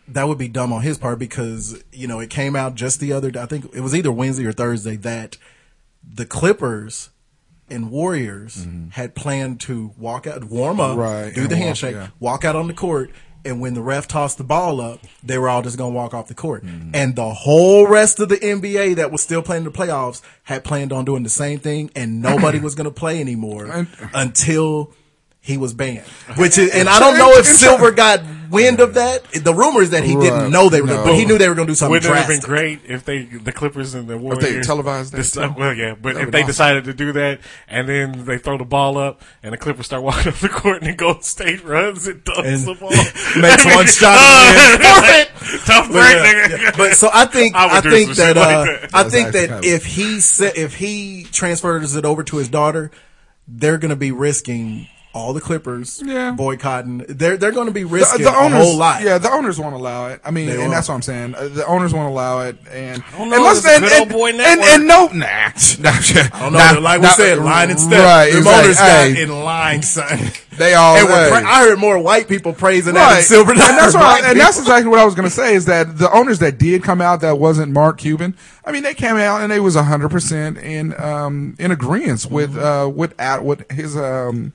Speaker 6: that would be dumb on his part because you know it came out just the other. I think it was either Wednesday or Thursday that the Clippers and Warriors had planned to walk out, warm up,
Speaker 1: Mm-hmm. Right,
Speaker 6: do
Speaker 1: and
Speaker 6: the
Speaker 1: walk-
Speaker 6: handshake,
Speaker 1: yeah.
Speaker 6: walk out on the court. And when the ref tossed the ball up, they were all just going to walk off the court.
Speaker 1: Mm-hmm.
Speaker 6: And the whole rest of the NBA that was still playing the playoffs had planned on doing the same thing, and nobody was going to play anymore
Speaker 1: And-
Speaker 6: until he was banned. Which is, and I don't know if Silver got wind of that. The rumor is that he
Speaker 1: Right.
Speaker 6: didn't know they were,
Speaker 1: No.
Speaker 6: but he knew they were going to do something
Speaker 7: Wouldn't it have been
Speaker 6: drastic.
Speaker 7: great if they, the Clippers and the Warriors,
Speaker 1: televised that,
Speaker 7: this-
Speaker 1: too?
Speaker 7: well, yeah, but if
Speaker 1: be
Speaker 7: they
Speaker 1: awesome.
Speaker 7: decided to do that and then they throw the ball up and the Clippers start walking up the court and the Golden State runs and dunks
Speaker 6: And
Speaker 7: the ball,
Speaker 6: makes one shot and
Speaker 7: uh, forfeit, tough
Speaker 6: But,
Speaker 7: break,
Speaker 6: yeah,
Speaker 7: nigga.
Speaker 6: yeah. But so I think
Speaker 7: I would
Speaker 6: I,
Speaker 7: do
Speaker 6: think
Speaker 7: some shit
Speaker 6: that,
Speaker 7: like
Speaker 6: uh,
Speaker 7: that.
Speaker 6: I
Speaker 1: That's
Speaker 6: think
Speaker 1: actually
Speaker 6: that
Speaker 1: kinda-
Speaker 6: if he se- if he transfers it over to his daughter, they're going to be risking all the Clippers
Speaker 1: Yeah.
Speaker 6: boycotting. They're they're going to be
Speaker 1: The,
Speaker 6: risking
Speaker 1: the owners,
Speaker 6: a whole lot.
Speaker 1: yeah, the owners won't allow it. I mean,
Speaker 6: They
Speaker 1: and
Speaker 6: won't.
Speaker 1: that's what I'm saying. Uh, The owners won't allow it, and
Speaker 7: know.
Speaker 1: and
Speaker 7: It's a good old boy
Speaker 1: and, and,
Speaker 7: network.
Speaker 1: and no, nah, I don't
Speaker 6: No, no, like we said, line and step.
Speaker 1: Right,
Speaker 6: the
Speaker 1: exactly.
Speaker 6: owners got
Speaker 1: Hey,
Speaker 6: in line, son.
Speaker 1: they all
Speaker 6: And we're
Speaker 1: hey.
Speaker 6: pra- I heard more white people praising that than
Speaker 1: Right.
Speaker 6: Silver
Speaker 1: and that's
Speaker 6: Dollar
Speaker 1: what
Speaker 6: Black
Speaker 1: I, and that's
Speaker 6: people.
Speaker 1: exactly what I was going to say is that the owners that did come out that wasn't Mark Cuban. I mean, they came out and they was hundred percent in um in agreement with
Speaker 6: Mm-hmm.
Speaker 1: uh with at what his um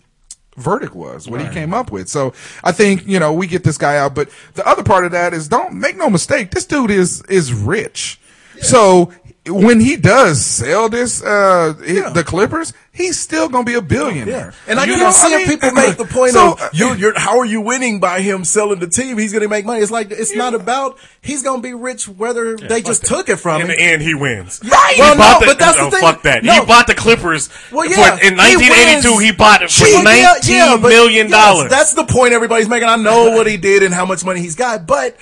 Speaker 1: verdict was what he came up with. So I think you know we get this guy out, but the other part of that is don't make no mistake. This dude is is rich, so. When he does sell this, uh, he- the Clippers, he's still gonna be a billionaire.
Speaker 6: Yeah. And I
Speaker 1: You
Speaker 6: keep
Speaker 1: know,
Speaker 6: seeing
Speaker 1: mean,
Speaker 6: people make the point
Speaker 1: so, uh,
Speaker 6: of you're, you're, how are you winning by him selling the team? He's going to make money. It's like it's not about he's going to be rich whether they just took it from
Speaker 7: In
Speaker 6: him.
Speaker 7: the end, he wins.
Speaker 6: Right.
Speaker 7: He
Speaker 6: Well,
Speaker 7: bought
Speaker 6: no,
Speaker 7: the,
Speaker 6: but that's the
Speaker 7: oh,
Speaker 6: thing.
Speaker 7: Fuck that.
Speaker 6: No.
Speaker 7: He bought the Clippers.
Speaker 6: Well, yeah,
Speaker 7: for- in 1982,
Speaker 6: wins.
Speaker 7: he bought it for
Speaker 6: Gee, yeah,
Speaker 7: 19
Speaker 6: yeah, but
Speaker 7: million
Speaker 6: yes,
Speaker 7: dollars.
Speaker 6: that's the point everybody's making. I know what he did and how much money he's got, but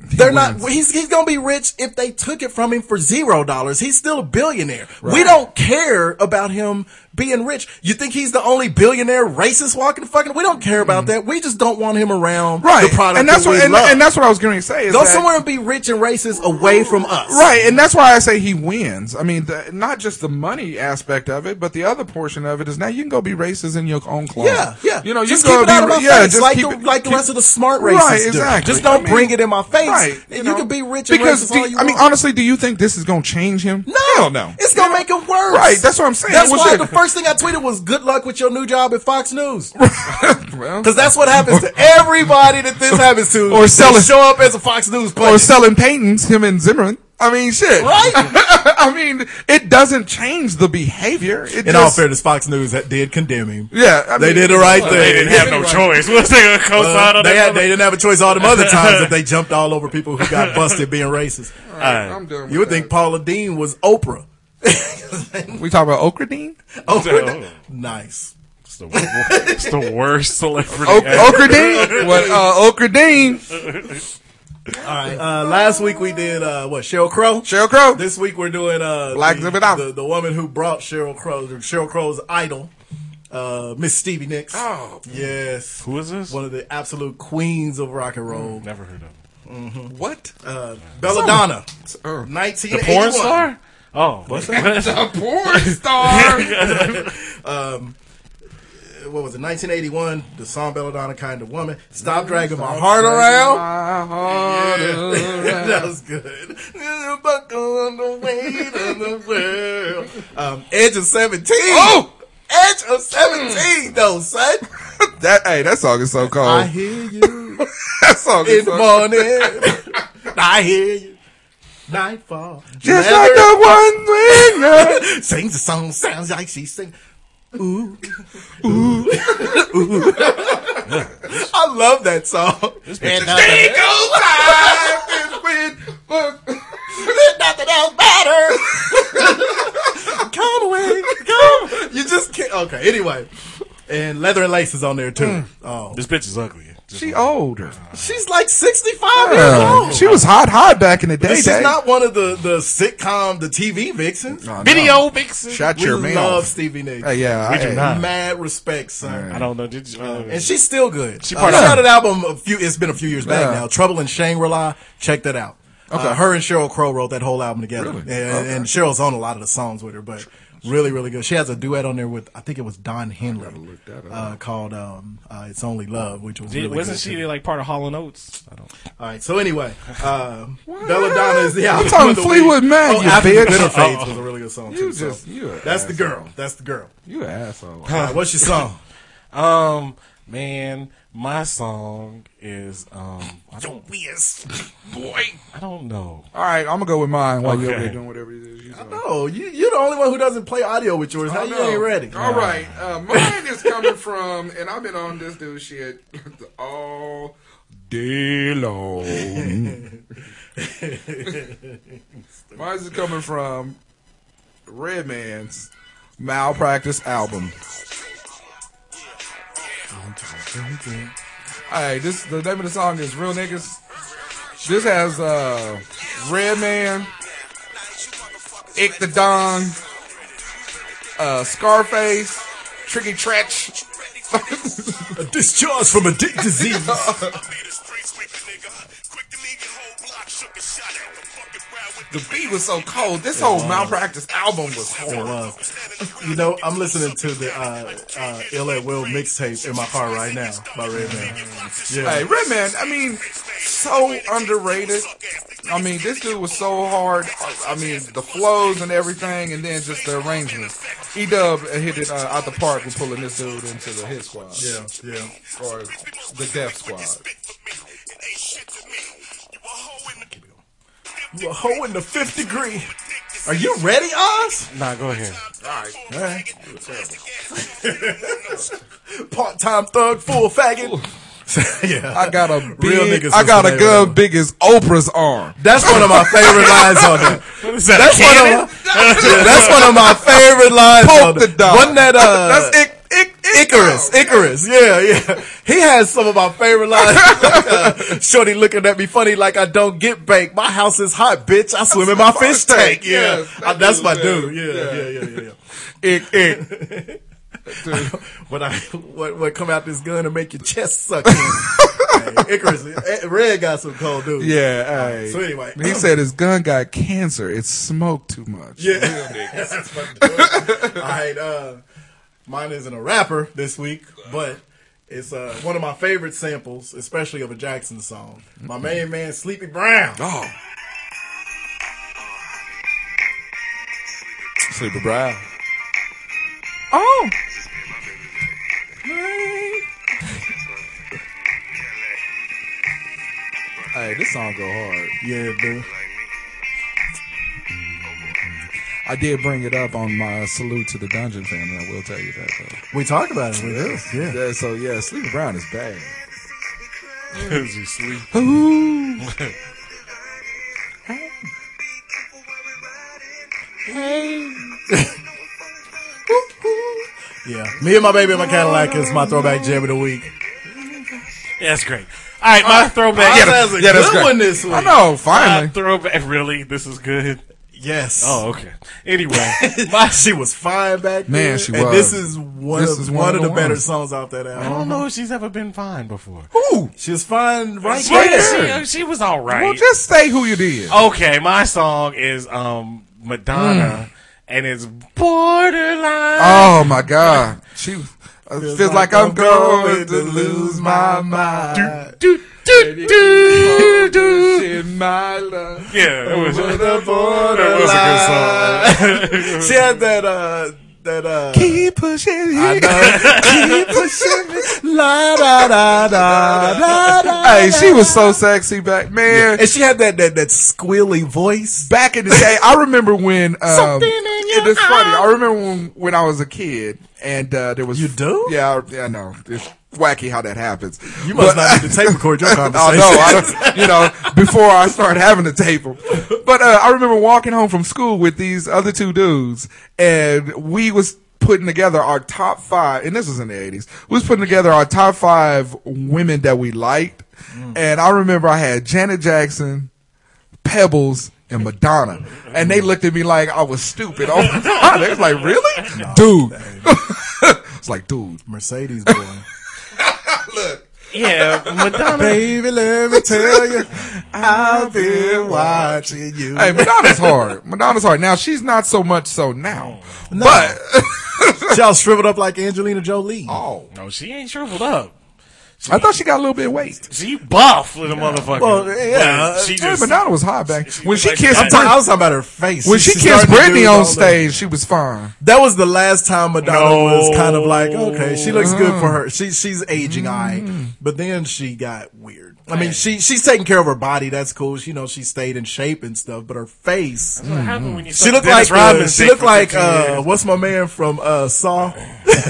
Speaker 6: they're not. He's he's gonna be rich if they took it from him for zero dollars. He's still a billionaire. We don't care about him being rich. You think he's the only billionaire racist walking the fucking? We don't care about that. We just don't want him around
Speaker 1: right,
Speaker 6: the product
Speaker 1: and that's
Speaker 6: that we
Speaker 1: what and,
Speaker 6: love.
Speaker 1: and that's what I was going to say. Is
Speaker 6: Go
Speaker 1: that-
Speaker 6: somewhere and be rich and racist away from us.
Speaker 1: Right, and that's why I say he wins. I mean, the, not just the money aspect of it, but the other portion of it is now you can go be racist in your own closet.
Speaker 6: Yeah, yeah.
Speaker 1: You know, you
Speaker 6: just
Speaker 1: can go
Speaker 6: keep it out of
Speaker 1: be
Speaker 6: my
Speaker 1: ra- yeah,
Speaker 6: face,
Speaker 1: just
Speaker 6: like,
Speaker 1: keep
Speaker 6: the,
Speaker 1: it-
Speaker 6: like the
Speaker 1: keep-
Speaker 6: rest of the smart racists
Speaker 1: Right,
Speaker 6: do.
Speaker 1: exactly.
Speaker 6: Just don't
Speaker 1: I mean,
Speaker 6: bring it in my face.
Speaker 1: Right,
Speaker 6: And you
Speaker 1: know.
Speaker 6: can be rich and
Speaker 1: because
Speaker 6: racist all
Speaker 1: do-
Speaker 6: you
Speaker 1: I mean,
Speaker 6: want.
Speaker 1: honestly, do you think this is going to change him?
Speaker 6: No,
Speaker 1: Hell no.
Speaker 6: It's gonna make it worse.
Speaker 1: Right, that's what I'm saying.
Speaker 6: That's
Speaker 1: What's
Speaker 6: why
Speaker 1: it-
Speaker 6: the first thing I tweeted was "Good luck with your new job at Fox News,"
Speaker 1: Well,
Speaker 6: because that's what happens to everybody that this happens to.
Speaker 1: Or
Speaker 6: They
Speaker 1: selling-
Speaker 6: show up as a Fox News player.
Speaker 1: or selling paintings, him and Zimmerman. I mean, shit.
Speaker 6: right.
Speaker 1: I mean, it doesn't change the behavior. It
Speaker 6: In
Speaker 1: just,
Speaker 6: all fairness, Fox News ha- did condemn him.
Speaker 1: yeah, I
Speaker 6: They
Speaker 1: mean,
Speaker 6: did the right
Speaker 7: Well,
Speaker 6: thing.
Speaker 7: they didn't have no choice. Let's take a co-sign
Speaker 6: Uh,
Speaker 7: on
Speaker 6: they,
Speaker 7: that.
Speaker 6: had, they didn't have a choice all them other times that they jumped all over people who got busted being racist.
Speaker 1: I'm done with
Speaker 6: You would think Paula Dean was Oprah.
Speaker 1: that. we talk about Okradine.
Speaker 6: Oprah. Nice.
Speaker 7: It's the, wor- it's the worst celebrity
Speaker 1: O-
Speaker 7: ever.
Speaker 1: Okradine. What? Uh, Okradine.
Speaker 6: All right. Uh, last week we did uh, what? Cheryl Crow.
Speaker 1: Cheryl Crow.
Speaker 6: This week we're doing uh,
Speaker 1: Black
Speaker 6: the,
Speaker 1: Exhibit Alpha.
Speaker 6: the, the woman who brought Cheryl Crow, Cheryl Crow's idol, uh, Miss Stevie Nicks.
Speaker 1: Oh.
Speaker 6: yes,
Speaker 7: Who is this?
Speaker 6: One of the absolute queens of rock and roll,
Speaker 7: Never heard of him.
Speaker 1: What?
Speaker 6: uh, Belladonna,
Speaker 1: Oh.
Speaker 6: nineteen
Speaker 7: The
Speaker 6: eighty
Speaker 7: porn
Speaker 6: one.
Speaker 7: star? Oh, what's that?
Speaker 1: A porn star.
Speaker 6: What was it? Nineteen eighty one. The song Belladonna, kind of woman. Stop dragging my heart around. that was good. Buckle on the weight of the world. Um, Edge of seventeen.
Speaker 1: Oh!
Speaker 6: Edge of seventeen, though, son.
Speaker 1: That hey, that song is so cold.
Speaker 6: I hear you.
Speaker 1: that song is
Speaker 6: in the
Speaker 1: so
Speaker 6: morning. I hear you. Nightfall.
Speaker 1: Just
Speaker 6: Never
Speaker 1: like the one when
Speaker 6: sings a song, sounds like she sing. Ooh, ooh, ooh. I love that song. And nothing, nothing else matters. come away, come. You just can't. Okay, anyway. And leather and laces on there too. Oh,
Speaker 7: this bitch is ugly. Just-
Speaker 1: she older.
Speaker 6: she's like sixty-five years
Speaker 1: Uh,
Speaker 6: old.
Speaker 1: she was hot, hot back in the day.
Speaker 6: She's
Speaker 1: day.
Speaker 6: not one of the the sitcom, the TV vixens.
Speaker 7: Video vixen.
Speaker 1: Oh, Shut
Speaker 6: we
Speaker 1: your
Speaker 6: love
Speaker 1: mouth.
Speaker 6: Stevie Nicks.
Speaker 1: Hey, yeah,
Speaker 7: We
Speaker 1: I-
Speaker 7: do not.
Speaker 6: Mad respect, son.
Speaker 7: I don't know. Did you, uh,
Speaker 6: And she's still good. She,
Speaker 7: part
Speaker 6: uh,
Speaker 7: of-
Speaker 6: she had an album a few. It's been a few years back
Speaker 1: Yeah.
Speaker 6: now. Trouble in Shangri-La. Check that out. Uh, her and Cheryl Crow wrote that whole album together,
Speaker 1: Really?
Speaker 6: and, and Cheryl's on a lot of the songs with her. But really, really good. She has a duet on there with I think it was Don Henley uh, called um, uh, "It's Only Love," which was
Speaker 7: did-
Speaker 6: really
Speaker 7: wasn't
Speaker 6: good,
Speaker 7: she
Speaker 6: too.
Speaker 7: like part of Hall and Oats? I don't.
Speaker 6: All right. So anyway, uh, Belladonna is the album. of
Speaker 1: talking
Speaker 6: the
Speaker 1: Fleetwood
Speaker 6: week.
Speaker 1: Mac,
Speaker 6: Oh,
Speaker 1: you
Speaker 6: After the
Speaker 1: bitch.
Speaker 6: Bitterfades was a really good song
Speaker 1: You
Speaker 6: too.
Speaker 1: just
Speaker 6: so.
Speaker 1: you. a
Speaker 6: That's the
Speaker 1: asshole.
Speaker 6: girl. That's the girl.
Speaker 1: You an asshole.
Speaker 6: All right, what's your song?
Speaker 7: Um, man, my song is um. I don't.
Speaker 3: Boy.
Speaker 7: I don't know.
Speaker 1: All right, I'm gonna go with mine while you're
Speaker 7: Okay.
Speaker 1: there doing whatever it is. You doing.
Speaker 6: Oh, you, you're the only one who doesn't play audio with yours. How
Speaker 1: I
Speaker 6: you
Speaker 1: know.
Speaker 6: ain't ready?
Speaker 1: Oh, All right, uh, mine is coming from, and I've been on this dude shit all day long. mine is coming from Redman's Malpractice album. All right, this the name of the song is Real Niggas. This has uh, Redman, Ick the Don uh, Scarface, Tricky Tretch,
Speaker 6: A discharge from a dick disease.
Speaker 1: The beat was so cold. This whole malpractice album was horrible.
Speaker 6: You know, I'm listening to the uh, uh, Ill at Will mixtape in my car right now by Redman.
Speaker 1: Hey,
Speaker 6: Yeah,
Speaker 1: Redman, I mean, so underrated. I mean, this dude was so hard. I mean, the flows and everything, and then just the arrangements. E Dub hit it uh, out the park with pulling this dude into the hit squad.
Speaker 6: yeah, yeah.
Speaker 1: Or the death squad.
Speaker 6: You a hoe in the fifth degree. Are you ready, Oz?
Speaker 7: Nah, go ahead.
Speaker 6: All right. Part time thug, full faggot. yeah,
Speaker 1: I got a
Speaker 6: Real
Speaker 1: big,
Speaker 6: niggas
Speaker 1: I got
Speaker 6: is
Speaker 1: a gun
Speaker 6: hilarious.
Speaker 1: big as Oprah's arm.
Speaker 6: That's one of my favorite lines on there. That's one of my, Yeah, that's one of my favorite lines. on
Speaker 1: Poke
Speaker 6: there.
Speaker 1: the dog.
Speaker 6: Wasn't that uh,
Speaker 1: That's ic- ic-
Speaker 6: Icarus? Icarus. Yeah, yeah. He has some of my favorite lines. Like, uh, Shorty looking at me funny like I don't get baked. My house is hot, bitch. I swim in my fish tank. Yeah,
Speaker 1: Yes,
Speaker 6: Uh,
Speaker 1: that
Speaker 6: that's
Speaker 1: dude's
Speaker 6: my
Speaker 1: bad.
Speaker 6: dude. Yeah, yeah, yeah, yeah. yeah.
Speaker 1: Ick, ick.
Speaker 6: What I what what come out this gun and make your chest suck? in. hey, Icarus, eh, Red got some cold dudes.
Speaker 1: Yeah, hey.
Speaker 6: So anyway.
Speaker 1: he said his gun got cancer. It smoked too much.
Speaker 6: Yeah. That's fucking good. All right. Uh, mine isn't a rapper this week, but it's uh, one of my favorite samples, especially of a Jackson song. My main man, Sleepy Brown.
Speaker 1: Oh. Sleeper Brown. Oh. Hey, this song go hard.
Speaker 6: Yeah, dude.
Speaker 1: I did bring it up on my salute to the Dungeon family. I will tell you that though.
Speaker 6: We talked about it. We did. Yeah.
Speaker 1: Yeah, so yeah, Sleepy Brown is bad.
Speaker 7: Is he sleep?
Speaker 1: Ooh. hey.
Speaker 6: Yeah. Me and my baby in my Cadillac is my throwback jam of the week.
Speaker 7: Yeah, that's great. All right, my throwback.
Speaker 6: Oz has Oh, a
Speaker 1: yeah, that's
Speaker 6: good
Speaker 1: great.
Speaker 6: one this week.
Speaker 1: I know,
Speaker 7: my
Speaker 1: finally.
Speaker 7: throwback. Really, this is good.
Speaker 6: Yes.
Speaker 7: Oh, okay. Anyway,
Speaker 6: My, she was fine back then.
Speaker 1: Man, she
Speaker 6: and
Speaker 1: was.
Speaker 6: This is one
Speaker 1: This
Speaker 6: of,
Speaker 1: is
Speaker 6: one of the, better
Speaker 1: ones.
Speaker 6: songs off that
Speaker 7: I
Speaker 6: album.
Speaker 7: don't know if she's ever been fine before.
Speaker 1: Ooh.
Speaker 6: She was fine right
Speaker 7: She,
Speaker 6: there.
Speaker 7: she- she was all right.
Speaker 1: Well, just say who you did.
Speaker 6: Oh,
Speaker 7: okay, my song is um Madonna, and it's borderline.
Speaker 1: Oh my God, she was- uh, feels, like, I'm
Speaker 6: going
Speaker 1: going to lose my mind.
Speaker 7: Do, do, do, do.
Speaker 1: In my love.
Speaker 7: Yeah, it was,
Speaker 6: the
Speaker 7: that was a good song.
Speaker 6: she had that uh that uh
Speaker 1: Keep pushing you.
Speaker 6: keep pushing me. La da da da da da.
Speaker 1: Hey, she was so sexy back, man.
Speaker 6: And she had that that that squealy voice.
Speaker 1: Back in the day, I remember when. Um,
Speaker 6: Something in your
Speaker 1: it is funny. I remember when, when I was a kid, and uh, there was
Speaker 6: You do?
Speaker 1: Yeah, I, yeah, I know. It's wacky how that happens.
Speaker 6: You must not need to tape record your
Speaker 1: I
Speaker 6: conversation.
Speaker 1: know. Oh, I don't, you know, before I start having a table. But uh, I remember walking home from school with these other two dudes, and we was putting together our top five, and this was in the eighties. We was putting together our top five women that we liked, and I remember I had Janet Jackson, Pebbles. And Madonna, and they looked at me like I was stupid. Oh, my God. they was like, "Really, dude?" it's like, "Dude,
Speaker 6: Mercedes boy.
Speaker 7: yeah, Madonna.
Speaker 6: Baby, let me tell you, I've been watching you.
Speaker 1: Hey, Madonna's hard. Madonna's hard. Now she's not so much so now, but
Speaker 6: Y'all shriveled up like Angelina Jolie.
Speaker 1: oh,
Speaker 7: No, she ain't shriveled up.
Speaker 1: I thought she got a little bit of weight.
Speaker 7: She buff little motherfucker.
Speaker 6: Well, yeah.
Speaker 7: But she
Speaker 1: Hey,
Speaker 7: just
Speaker 1: Madonna was hot back
Speaker 7: She- she
Speaker 1: when she
Speaker 7: like
Speaker 1: kissed
Speaker 7: that.
Speaker 6: I'm talking, I
Speaker 1: Brit-
Speaker 6: was talking about her face.
Speaker 1: when she kissed
Speaker 6: started to do
Speaker 1: Britney on
Speaker 6: all that.
Speaker 1: stage. She was fine.
Speaker 6: That was the last time Madonna
Speaker 7: No.
Speaker 6: was kind of like, okay, she looks good for her. She she's aging, I. But then she got weird. I mean, she she's taking care of her body. That's cool. She, you know, she stayed in shape and stuff. But her face,
Speaker 7: What happened when you
Speaker 6: she looked like uh, she looked like uh, what's my man from uh, Saw?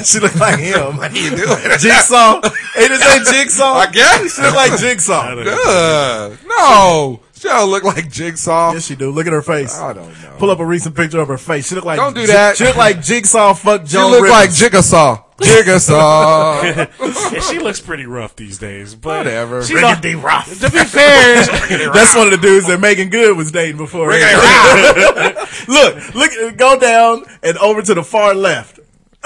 Speaker 6: she looked like him. Jigsaw. It is a Jigsaw.
Speaker 1: I guess.
Speaker 6: she looked like Jigsaw.
Speaker 1: Uh, no, she don't look like Jigsaw.
Speaker 6: Yes, she do. Look at her face.
Speaker 1: I don't know.
Speaker 6: Pull up a recent picture of her face. She look like
Speaker 1: Don't do
Speaker 6: Jig-
Speaker 1: that.
Speaker 6: She look like Jigsaw. Fuck
Speaker 1: She
Speaker 6: Joan.
Speaker 1: look
Speaker 6: Rivers.
Speaker 1: like Jigsaw. Jigsaw.
Speaker 7: yeah, she looks pretty rough these days. But
Speaker 1: Whatever.
Speaker 7: she's all, To be fair,
Speaker 6: That's one of the dudes that Megan Good was dating before. look, look, go down and over to the far left.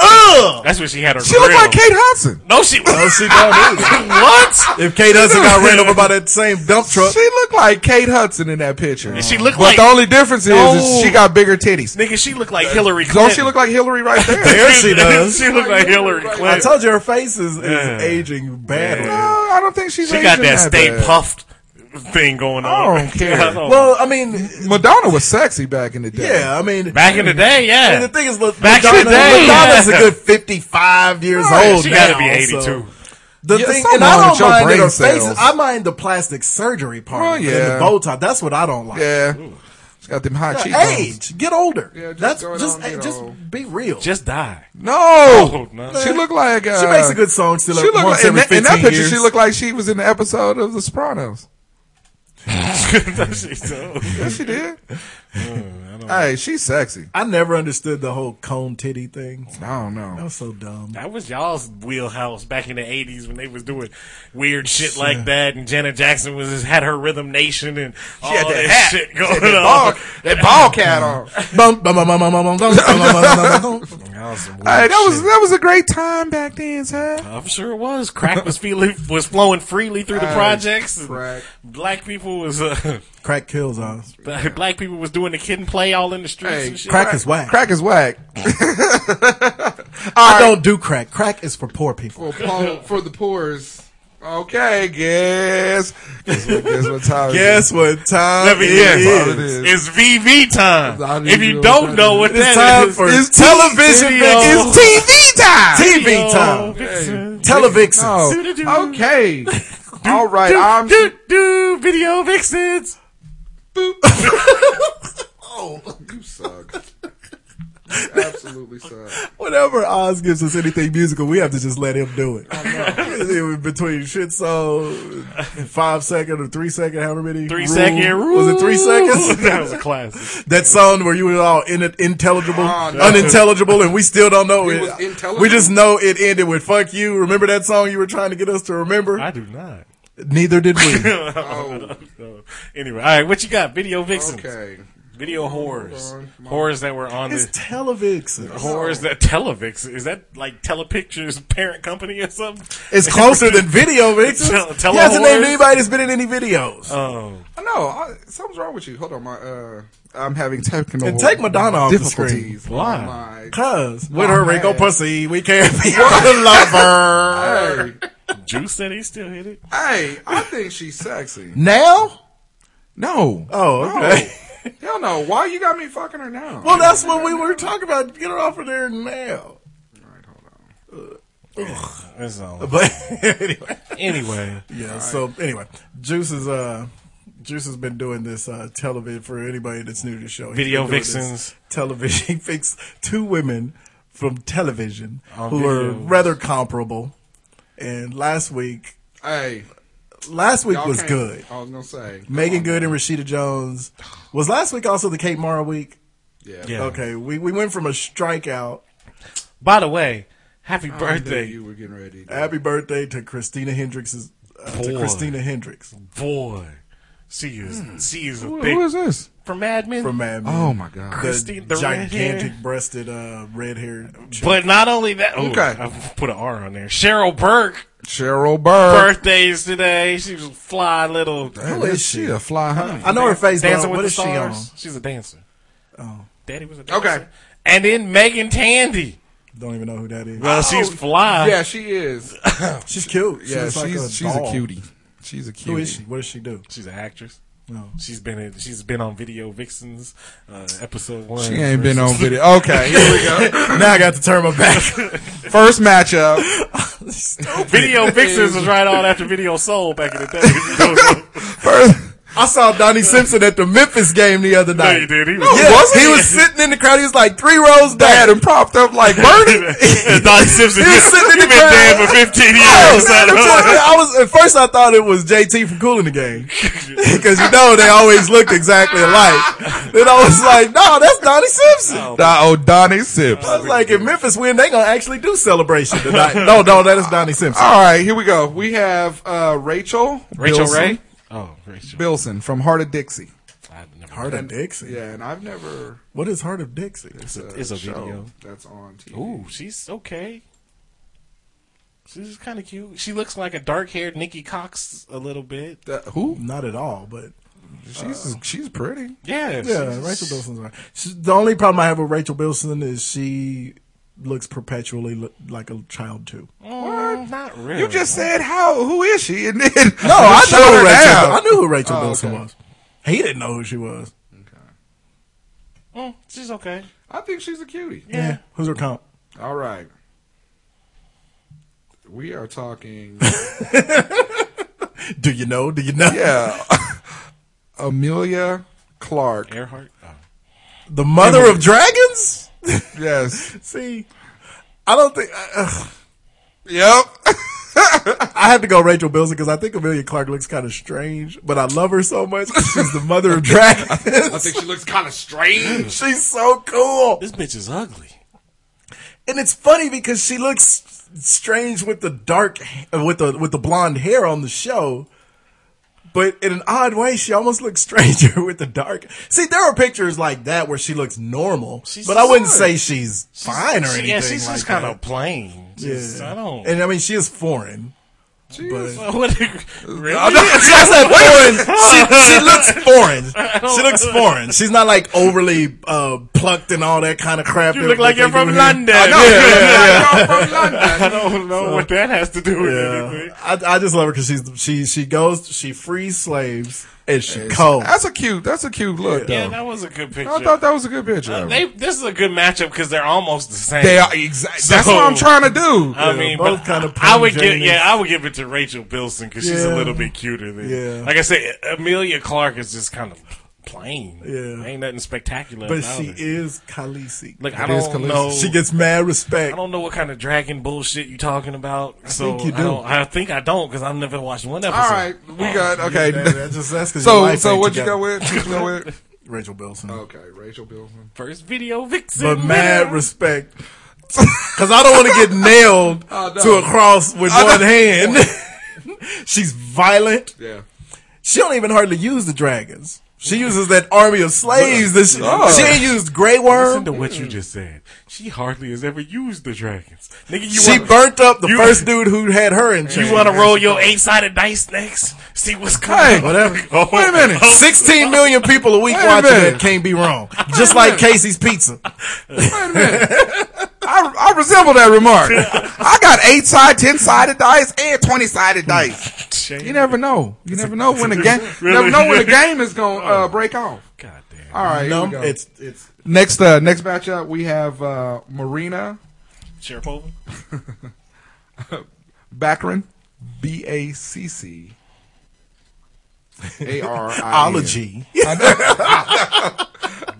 Speaker 6: Ugh!
Speaker 7: That's when she had her.
Speaker 1: She looked
Speaker 7: grill.
Speaker 1: like Kate Hudson.
Speaker 7: No, she.
Speaker 6: No, she don't either.
Speaker 7: what?
Speaker 6: If Kate Hudson got ran over by that same dump truck,
Speaker 1: She looked like Kate Hudson in that picture.
Speaker 7: She looked
Speaker 1: but
Speaker 7: like Oh.
Speaker 1: the only difference is,
Speaker 7: No.
Speaker 1: is she got bigger titties.
Speaker 7: nigga. She looked like Hillary. Clinton.
Speaker 1: Don't she look like Hillary right there?
Speaker 6: There she does.
Speaker 7: she looked like Hillary Clinton.
Speaker 6: I told you her face is, is
Speaker 7: Yeah.
Speaker 6: aging badly.
Speaker 1: no, I don't think she's.
Speaker 7: She got
Speaker 1: Asian
Speaker 7: that stay
Speaker 1: bad.
Speaker 7: puffed thing going on.
Speaker 1: I don't care.
Speaker 7: Oh.
Speaker 6: Well, I mean,
Speaker 1: Madonna was sexy back in the day.
Speaker 6: yeah, I mean,
Speaker 7: back in the day,
Speaker 6: I mean,
Speaker 7: yeah.
Speaker 6: the thing is, look,
Speaker 7: Back in the
Speaker 6: Madonna,
Speaker 7: day,
Speaker 6: Madonna's
Speaker 7: yeah.
Speaker 6: a good fifty-five years
Speaker 7: Yeah,
Speaker 6: old.
Speaker 7: she
Speaker 6: got
Speaker 7: gotta
Speaker 6: to
Speaker 7: be 82.
Speaker 6: The
Speaker 1: Yeah,
Speaker 6: thing,
Speaker 1: something
Speaker 6: and I
Speaker 1: wrong with
Speaker 6: don't
Speaker 1: your
Speaker 6: mind that
Speaker 1: brain
Speaker 6: her
Speaker 1: cells.
Speaker 6: faces. I mind the plastic surgery part
Speaker 1: Well,
Speaker 6: and
Speaker 1: yeah.
Speaker 6: the bow tie. That's what I don't like.
Speaker 1: yeah. She got them high
Speaker 6: Uh,
Speaker 1: cheekbones.
Speaker 6: Age, get older.
Speaker 1: Yeah, just
Speaker 6: That's
Speaker 1: go
Speaker 6: just
Speaker 1: down, get
Speaker 6: just
Speaker 1: old.
Speaker 6: be real.
Speaker 7: Just die.
Speaker 1: No,
Speaker 7: Oh, no.
Speaker 1: she looked like uh,
Speaker 6: she makes a good song still.
Speaker 1: She looked
Speaker 6: once
Speaker 1: like, in,
Speaker 6: every
Speaker 1: that, in that
Speaker 6: 15
Speaker 1: picture,
Speaker 6: years.
Speaker 1: she looked like she was in the episode of The Sopranos.
Speaker 7: She's so-
Speaker 1: Yes, she did.
Speaker 6: Mm,
Speaker 1: hey, she's sexy.
Speaker 6: I never understood the whole comb titty thing.
Speaker 1: I don't know.
Speaker 6: That was so dumb.
Speaker 7: that was y'all's wheelhouse back in the eighties when they was doing weird shit like that, and Janet Jackson was just, had her Rhythm Nation and all
Speaker 1: had
Speaker 7: that
Speaker 1: that hat.
Speaker 7: shit
Speaker 1: That
Speaker 7: going
Speaker 1: ball,
Speaker 7: on.
Speaker 1: that ball cat on.
Speaker 6: Bum, bum, bum, bum, bum, bum, bum, bum, bum, bum, bum.
Speaker 1: Hey, that was that was a great time back then, sir.
Speaker 7: I'm sure it was. Crack was feeling, was flowing freely through the
Speaker 1: Hey,
Speaker 7: projects. and
Speaker 1: Uh, crack.
Speaker 7: Black people was uh,
Speaker 6: Crack kills uh, us.
Speaker 7: black people was doing the kid and play all in the streets.
Speaker 1: Hey,
Speaker 7: and shit.
Speaker 6: Crack is whack.
Speaker 1: Crack is whack.
Speaker 6: I don't do crack. Crack is for poor people.
Speaker 1: For, po- for the poors. Okay, guess. Guess what, guess what time it is.
Speaker 6: Guess what time
Speaker 7: Let me
Speaker 6: it
Speaker 7: guess.
Speaker 1: That's all it
Speaker 6: is?
Speaker 1: is.
Speaker 7: It's VV
Speaker 1: I
Speaker 7: time.
Speaker 1: need
Speaker 7: If
Speaker 1: to
Speaker 7: you
Speaker 1: know
Speaker 7: don't
Speaker 1: what
Speaker 7: know
Speaker 1: that
Speaker 7: what
Speaker 6: It's
Speaker 7: that
Speaker 6: time
Speaker 7: is,
Speaker 6: for
Speaker 1: It's
Speaker 6: television vixen.
Speaker 7: video.
Speaker 1: It's TV time.
Speaker 6: TV time.
Speaker 7: Vixen.
Speaker 6: Televixen.
Speaker 1: No. Okay. All right. I'm.
Speaker 7: do, do video vixens.
Speaker 1: You suck. You absolutely suck.
Speaker 6: Whenever Oz gives us anything musical, we have to just let him do it. It was Between shit so five second or three second, however many
Speaker 7: Three
Speaker 6: rule-
Speaker 7: second rule.
Speaker 6: was it three seconds?
Speaker 7: that was a classic.
Speaker 6: That song where you were all in intelligible,
Speaker 1: Oh, no.
Speaker 6: unintelligible, and we still don't know
Speaker 1: It
Speaker 6: it.
Speaker 1: was intelligible?
Speaker 6: we just know it ended with "fuck you." Remember that song you were trying to get us to remember?
Speaker 7: I do not.
Speaker 6: Neither did we.
Speaker 1: Oh,
Speaker 7: So, anyway, all right. What you got? Video vixens.
Speaker 1: okay.
Speaker 7: Video horrors. Horrors that were on
Speaker 6: it's
Speaker 7: the.
Speaker 6: Televixen.
Speaker 7: Horrors that Televix is that like Telepictures parent company or something?
Speaker 6: It's closer than video vixens.
Speaker 7: Tele-
Speaker 6: he hasn't named
Speaker 7: telehorse?
Speaker 6: anybody that's been in any videos.
Speaker 7: Oh.
Speaker 1: I know. I, something's wrong with you. Hold on. My uh, I'm having technical
Speaker 6: And take Madonna off the
Speaker 1: difficulties. Oh
Speaker 7: Why?
Speaker 1: My-
Speaker 6: Cuz with
Speaker 1: Oh,
Speaker 6: her wrinkle
Speaker 1: man.
Speaker 6: pussy, we can't be a lover.
Speaker 1: Hey,
Speaker 7: Juice said he still hit it.
Speaker 1: hey, I think she's sexy.
Speaker 6: Now?
Speaker 1: No.
Speaker 6: Oh, okay.
Speaker 1: Hell no. Why you got me fucking her now?
Speaker 6: Well, that's what we were talking about. Get her off of there now.
Speaker 7: That's all.
Speaker 6: But anyway,
Speaker 7: Anyway,
Speaker 6: yeah. So anyway, Juice is uh, Juice has been doing this uh television for anybody that's new to the show. He's
Speaker 7: Video
Speaker 6: been doing this
Speaker 7: vixens.
Speaker 6: television fix two women from television
Speaker 7: On
Speaker 6: who
Speaker 7: video.
Speaker 6: are rather comparable. And last week,
Speaker 1: hey,
Speaker 6: last week
Speaker 1: y'all
Speaker 6: was
Speaker 1: can't-
Speaker 6: good.
Speaker 1: I was gonna say.
Speaker 6: Megan Good and Rashida Jones was last week also the Kate Mara week.
Speaker 1: Yeah.
Speaker 7: Yeah.
Speaker 6: Okay, we, we went from a strikeout,
Speaker 7: by the way, happy
Speaker 1: I knew
Speaker 7: birthday,
Speaker 1: You were getting ready. to-
Speaker 6: happy birthday to Christina Hendricks uh, to
Speaker 7: Boy.
Speaker 6: Christina Hendricks
Speaker 7: boy. She is she is a
Speaker 1: Who-
Speaker 7: thick
Speaker 1: who is this?
Speaker 7: from Mad Men.
Speaker 6: from Mad Men.
Speaker 1: Oh my god.
Speaker 7: Christina- the
Speaker 6: the gigantic
Speaker 7: red-haired-
Speaker 6: breasted uh, red hair.
Speaker 7: But not only that, ooh,
Speaker 1: Okay.
Speaker 7: I put an R on there. Cheryl Burke
Speaker 1: Cheryl Burr.
Speaker 7: birthdays today. She was a fly little
Speaker 1: Who is she? A fly honey.
Speaker 6: I know her face, but
Speaker 7: dancing with
Speaker 6: what
Speaker 7: the
Speaker 6: is she on?
Speaker 7: stars. She's a dancer. Oh, Daddy was a dancer.
Speaker 1: Okay.
Speaker 7: And then Megan Tandy.
Speaker 6: Don't even know who that is. Oh,
Speaker 7: Well, she's fly.
Speaker 1: Yeah, she is.
Speaker 6: she's cute. She
Speaker 1: Yeah,
Speaker 6: looks like
Speaker 1: she's she's
Speaker 6: doll.
Speaker 1: a cutie. She's a cutie.
Speaker 6: Who is she? What does she do?
Speaker 7: She's an actress.
Speaker 6: No.
Speaker 7: She's been in, she's been on Video Vixens, uh, episode one.
Speaker 1: She ain't been on video. Okay, here we go.
Speaker 6: now I got to turn my back.
Speaker 1: First matchup.
Speaker 7: Video Vixens was right on after Video Soul back in the day.
Speaker 1: First.
Speaker 6: I saw Donnie Simpson at the Memphis game the other
Speaker 7: no,
Speaker 6: night.
Speaker 7: you did. He
Speaker 6: Yeah,
Speaker 7: was
Speaker 1: wasn't
Speaker 6: he
Speaker 1: he?
Speaker 6: was sitting in the crowd. He was like three rows
Speaker 1: They had
Speaker 6: down.
Speaker 1: him propped up like Bernie.
Speaker 7: Donnie Simpson.
Speaker 6: He was sitting in
Speaker 7: You've
Speaker 6: the
Speaker 7: been dead
Speaker 6: crowd.
Speaker 7: for
Speaker 6: Oh,
Speaker 7: fifteen years.
Speaker 6: man, I was at first I thought it was JT from Cool in the Game because you know they always looked exactly alike. Then I was like, no, that's Donnie Simpson.
Speaker 1: Nah, oh, Donnie Sips.
Speaker 6: I was like, if Memphis win, they gonna actually do celebration tonight. no, no, that is Donnie Simpson.
Speaker 1: All right, here we go. We have uh, Rachel.
Speaker 7: Rachel
Speaker 1: Bilson,
Speaker 7: Ray. Oh, Rachel.
Speaker 1: Bilson from Heart of Dixie.
Speaker 7: I I never.
Speaker 6: Heart of Dixie.
Speaker 1: Yeah, and I've never.
Speaker 6: What is Heart of Dixie?
Speaker 7: It's a
Speaker 1: show
Speaker 7: video.
Speaker 1: that's on TV.
Speaker 7: Ooh, she's okay. She's kind of cute. She looks like a dark-haired Nikki Cox a little bit.
Speaker 1: That- who?
Speaker 6: Not at all, but
Speaker 1: She's she's pretty.
Speaker 7: Yeah,
Speaker 6: yeah,
Speaker 7: she's-
Speaker 6: Rachel Bilson's all right. She's, the only problem I have with Rachel Bilson is she looks perpetually lo- like a child too.
Speaker 7: Mm, not really.
Speaker 1: You just said how? Who is she? And then no,
Speaker 6: No, I
Speaker 1: shut
Speaker 6: know
Speaker 1: her
Speaker 6: who Rachel.
Speaker 1: down.
Speaker 6: I knew who Rachel
Speaker 1: Oh,
Speaker 6: Bilson
Speaker 1: okay.
Speaker 6: was. He didn't know who she was.
Speaker 7: Mm, she's okay.
Speaker 1: I think she's a cutie.
Speaker 6: Yeah. Who's her comp?
Speaker 1: All right. We are talking.
Speaker 6: Do you know? Do you know?
Speaker 1: Yeah, Amelia Clark.
Speaker 7: Earhart.
Speaker 6: The mother of dragons.
Speaker 1: Yes.
Speaker 6: See, I don't think uh,
Speaker 1: Yep.
Speaker 6: I have to go Rachel Bilson because I think Amelia Clark looks kind of strange, but I love her so much. She's the mother of dragons.
Speaker 1: I think she looks kind of strange.
Speaker 6: She's so cool.
Speaker 7: This bitch is ugly.
Speaker 6: and it's funny because she looks strange with the dark uh, with the with the blonde hair on the show but in an odd way she almost looks stranger with the dark see there are pictures like that where she looks normal
Speaker 7: She's
Speaker 6: but i wouldn't
Speaker 7: fine.
Speaker 6: say she's, fine or anything
Speaker 7: yeah, she's
Speaker 6: like
Speaker 7: just
Speaker 6: that.
Speaker 7: kind of plain. Just,
Speaker 6: Yeah.
Speaker 7: I don't.
Speaker 6: and i mean she is foreign but
Speaker 7: what, really?
Speaker 6: I know, she, I said foreign. She, she looks foreign. She looks foreign. She's not like overly uh, plucked and all that kind of crap.
Speaker 7: you
Speaker 6: that
Speaker 7: look like
Speaker 6: they
Speaker 7: you're
Speaker 6: do
Speaker 7: from
Speaker 6: here.
Speaker 7: London.
Speaker 6: I know.
Speaker 7: I don't know what that has to do with
Speaker 6: Yeah,
Speaker 7: anything.
Speaker 6: I, I just love her because she's she she goes she frees slaves and she cold.
Speaker 1: That's a cute. That's a cute look.
Speaker 7: Yeah,
Speaker 1: though.
Speaker 7: that was a good picture.
Speaker 1: I thought that was a good picture.
Speaker 6: Uh,
Speaker 1: of her.
Speaker 7: they, this is a good matchup because they're almost the same.
Speaker 1: They are exactly. that's what I'm
Speaker 7: So-
Speaker 1: trying to do.
Speaker 6: Uh,
Speaker 7: I mean,
Speaker 6: both
Speaker 7: but
Speaker 6: kinda
Speaker 7: I would give
Speaker 6: pungent.
Speaker 7: yeah, I would give it to Rachel Bilson because she's a
Speaker 6: Yeah.
Speaker 7: little bit cuter than.
Speaker 6: Yeah.
Speaker 7: Like I said, Amelia Clark is just kind of plain.
Speaker 6: Yeah.
Speaker 7: ain't nothing spectacular.
Speaker 6: but
Speaker 7: about
Speaker 6: she
Speaker 7: her.
Speaker 6: is Khaleesi.
Speaker 7: Like I
Speaker 1: It is
Speaker 7: don't
Speaker 1: Khaleesi.
Speaker 7: know.
Speaker 6: she gets mad respect.
Speaker 7: I don't know what kind of dragon bullshit you talking about. so
Speaker 6: think you
Speaker 7: I,
Speaker 6: do.
Speaker 7: don't, I think I don't because I've never watched one episode.
Speaker 1: All right, we got
Speaker 6: Yeah,
Speaker 1: okay.
Speaker 6: that's just that's 'cause your
Speaker 1: So
Speaker 6: life
Speaker 1: so
Speaker 6: ain't
Speaker 1: what you
Speaker 6: together.
Speaker 1: go with? What you go with?
Speaker 6: Rachel Bilson,
Speaker 7: Oh.
Speaker 1: Okay, Rachel Bilson.
Speaker 7: First video vixen,
Speaker 6: but mad
Speaker 7: winner.
Speaker 6: respect. Because I don't want to get nailed
Speaker 1: Oh, no.
Speaker 6: to a cross with
Speaker 1: I
Speaker 6: one
Speaker 1: know.
Speaker 6: hand. She's violent.
Speaker 1: Yeah.
Speaker 6: She don't even hardly use the dragons. She uses that army of slaves. That she,
Speaker 1: Oh.
Speaker 6: she ain't used Grey Worm.
Speaker 7: Listen to what you just said. She hardly has ever used the dragons, nigga. You
Speaker 6: She
Speaker 7: wanna-
Speaker 6: burnt up the
Speaker 7: you-
Speaker 6: first dude who had her in
Speaker 7: You
Speaker 6: chains.
Speaker 7: want to roll your eight sided dice next? See what's
Speaker 1: Hey,
Speaker 7: coming.
Speaker 6: Whatever.
Speaker 7: Oh,
Speaker 1: Wait a minute.
Speaker 7: oh,
Speaker 6: 16 million people a week
Speaker 1: Wait a
Speaker 6: watching
Speaker 1: minute.
Speaker 6: that can't be wrong. Just like Casey's Pizza.
Speaker 1: Ah, Wait a minute. I, I resemble that remark. I got eight side, ten sided dice, and twenty
Speaker 6: Hmm.
Speaker 1: sided dice.
Speaker 7: shame.
Speaker 1: You never know. You never know when the game. You never
Speaker 7: Really?
Speaker 1: know when the game is gonna uh, break off.
Speaker 7: God damn.
Speaker 1: All right, here
Speaker 6: No,
Speaker 1: we go.
Speaker 6: it's, it's,
Speaker 1: next. Uh, next matchup we have uh, Marina
Speaker 7: Sharapova?
Speaker 1: Baccarin, B A C C A R I N.
Speaker 6: ology.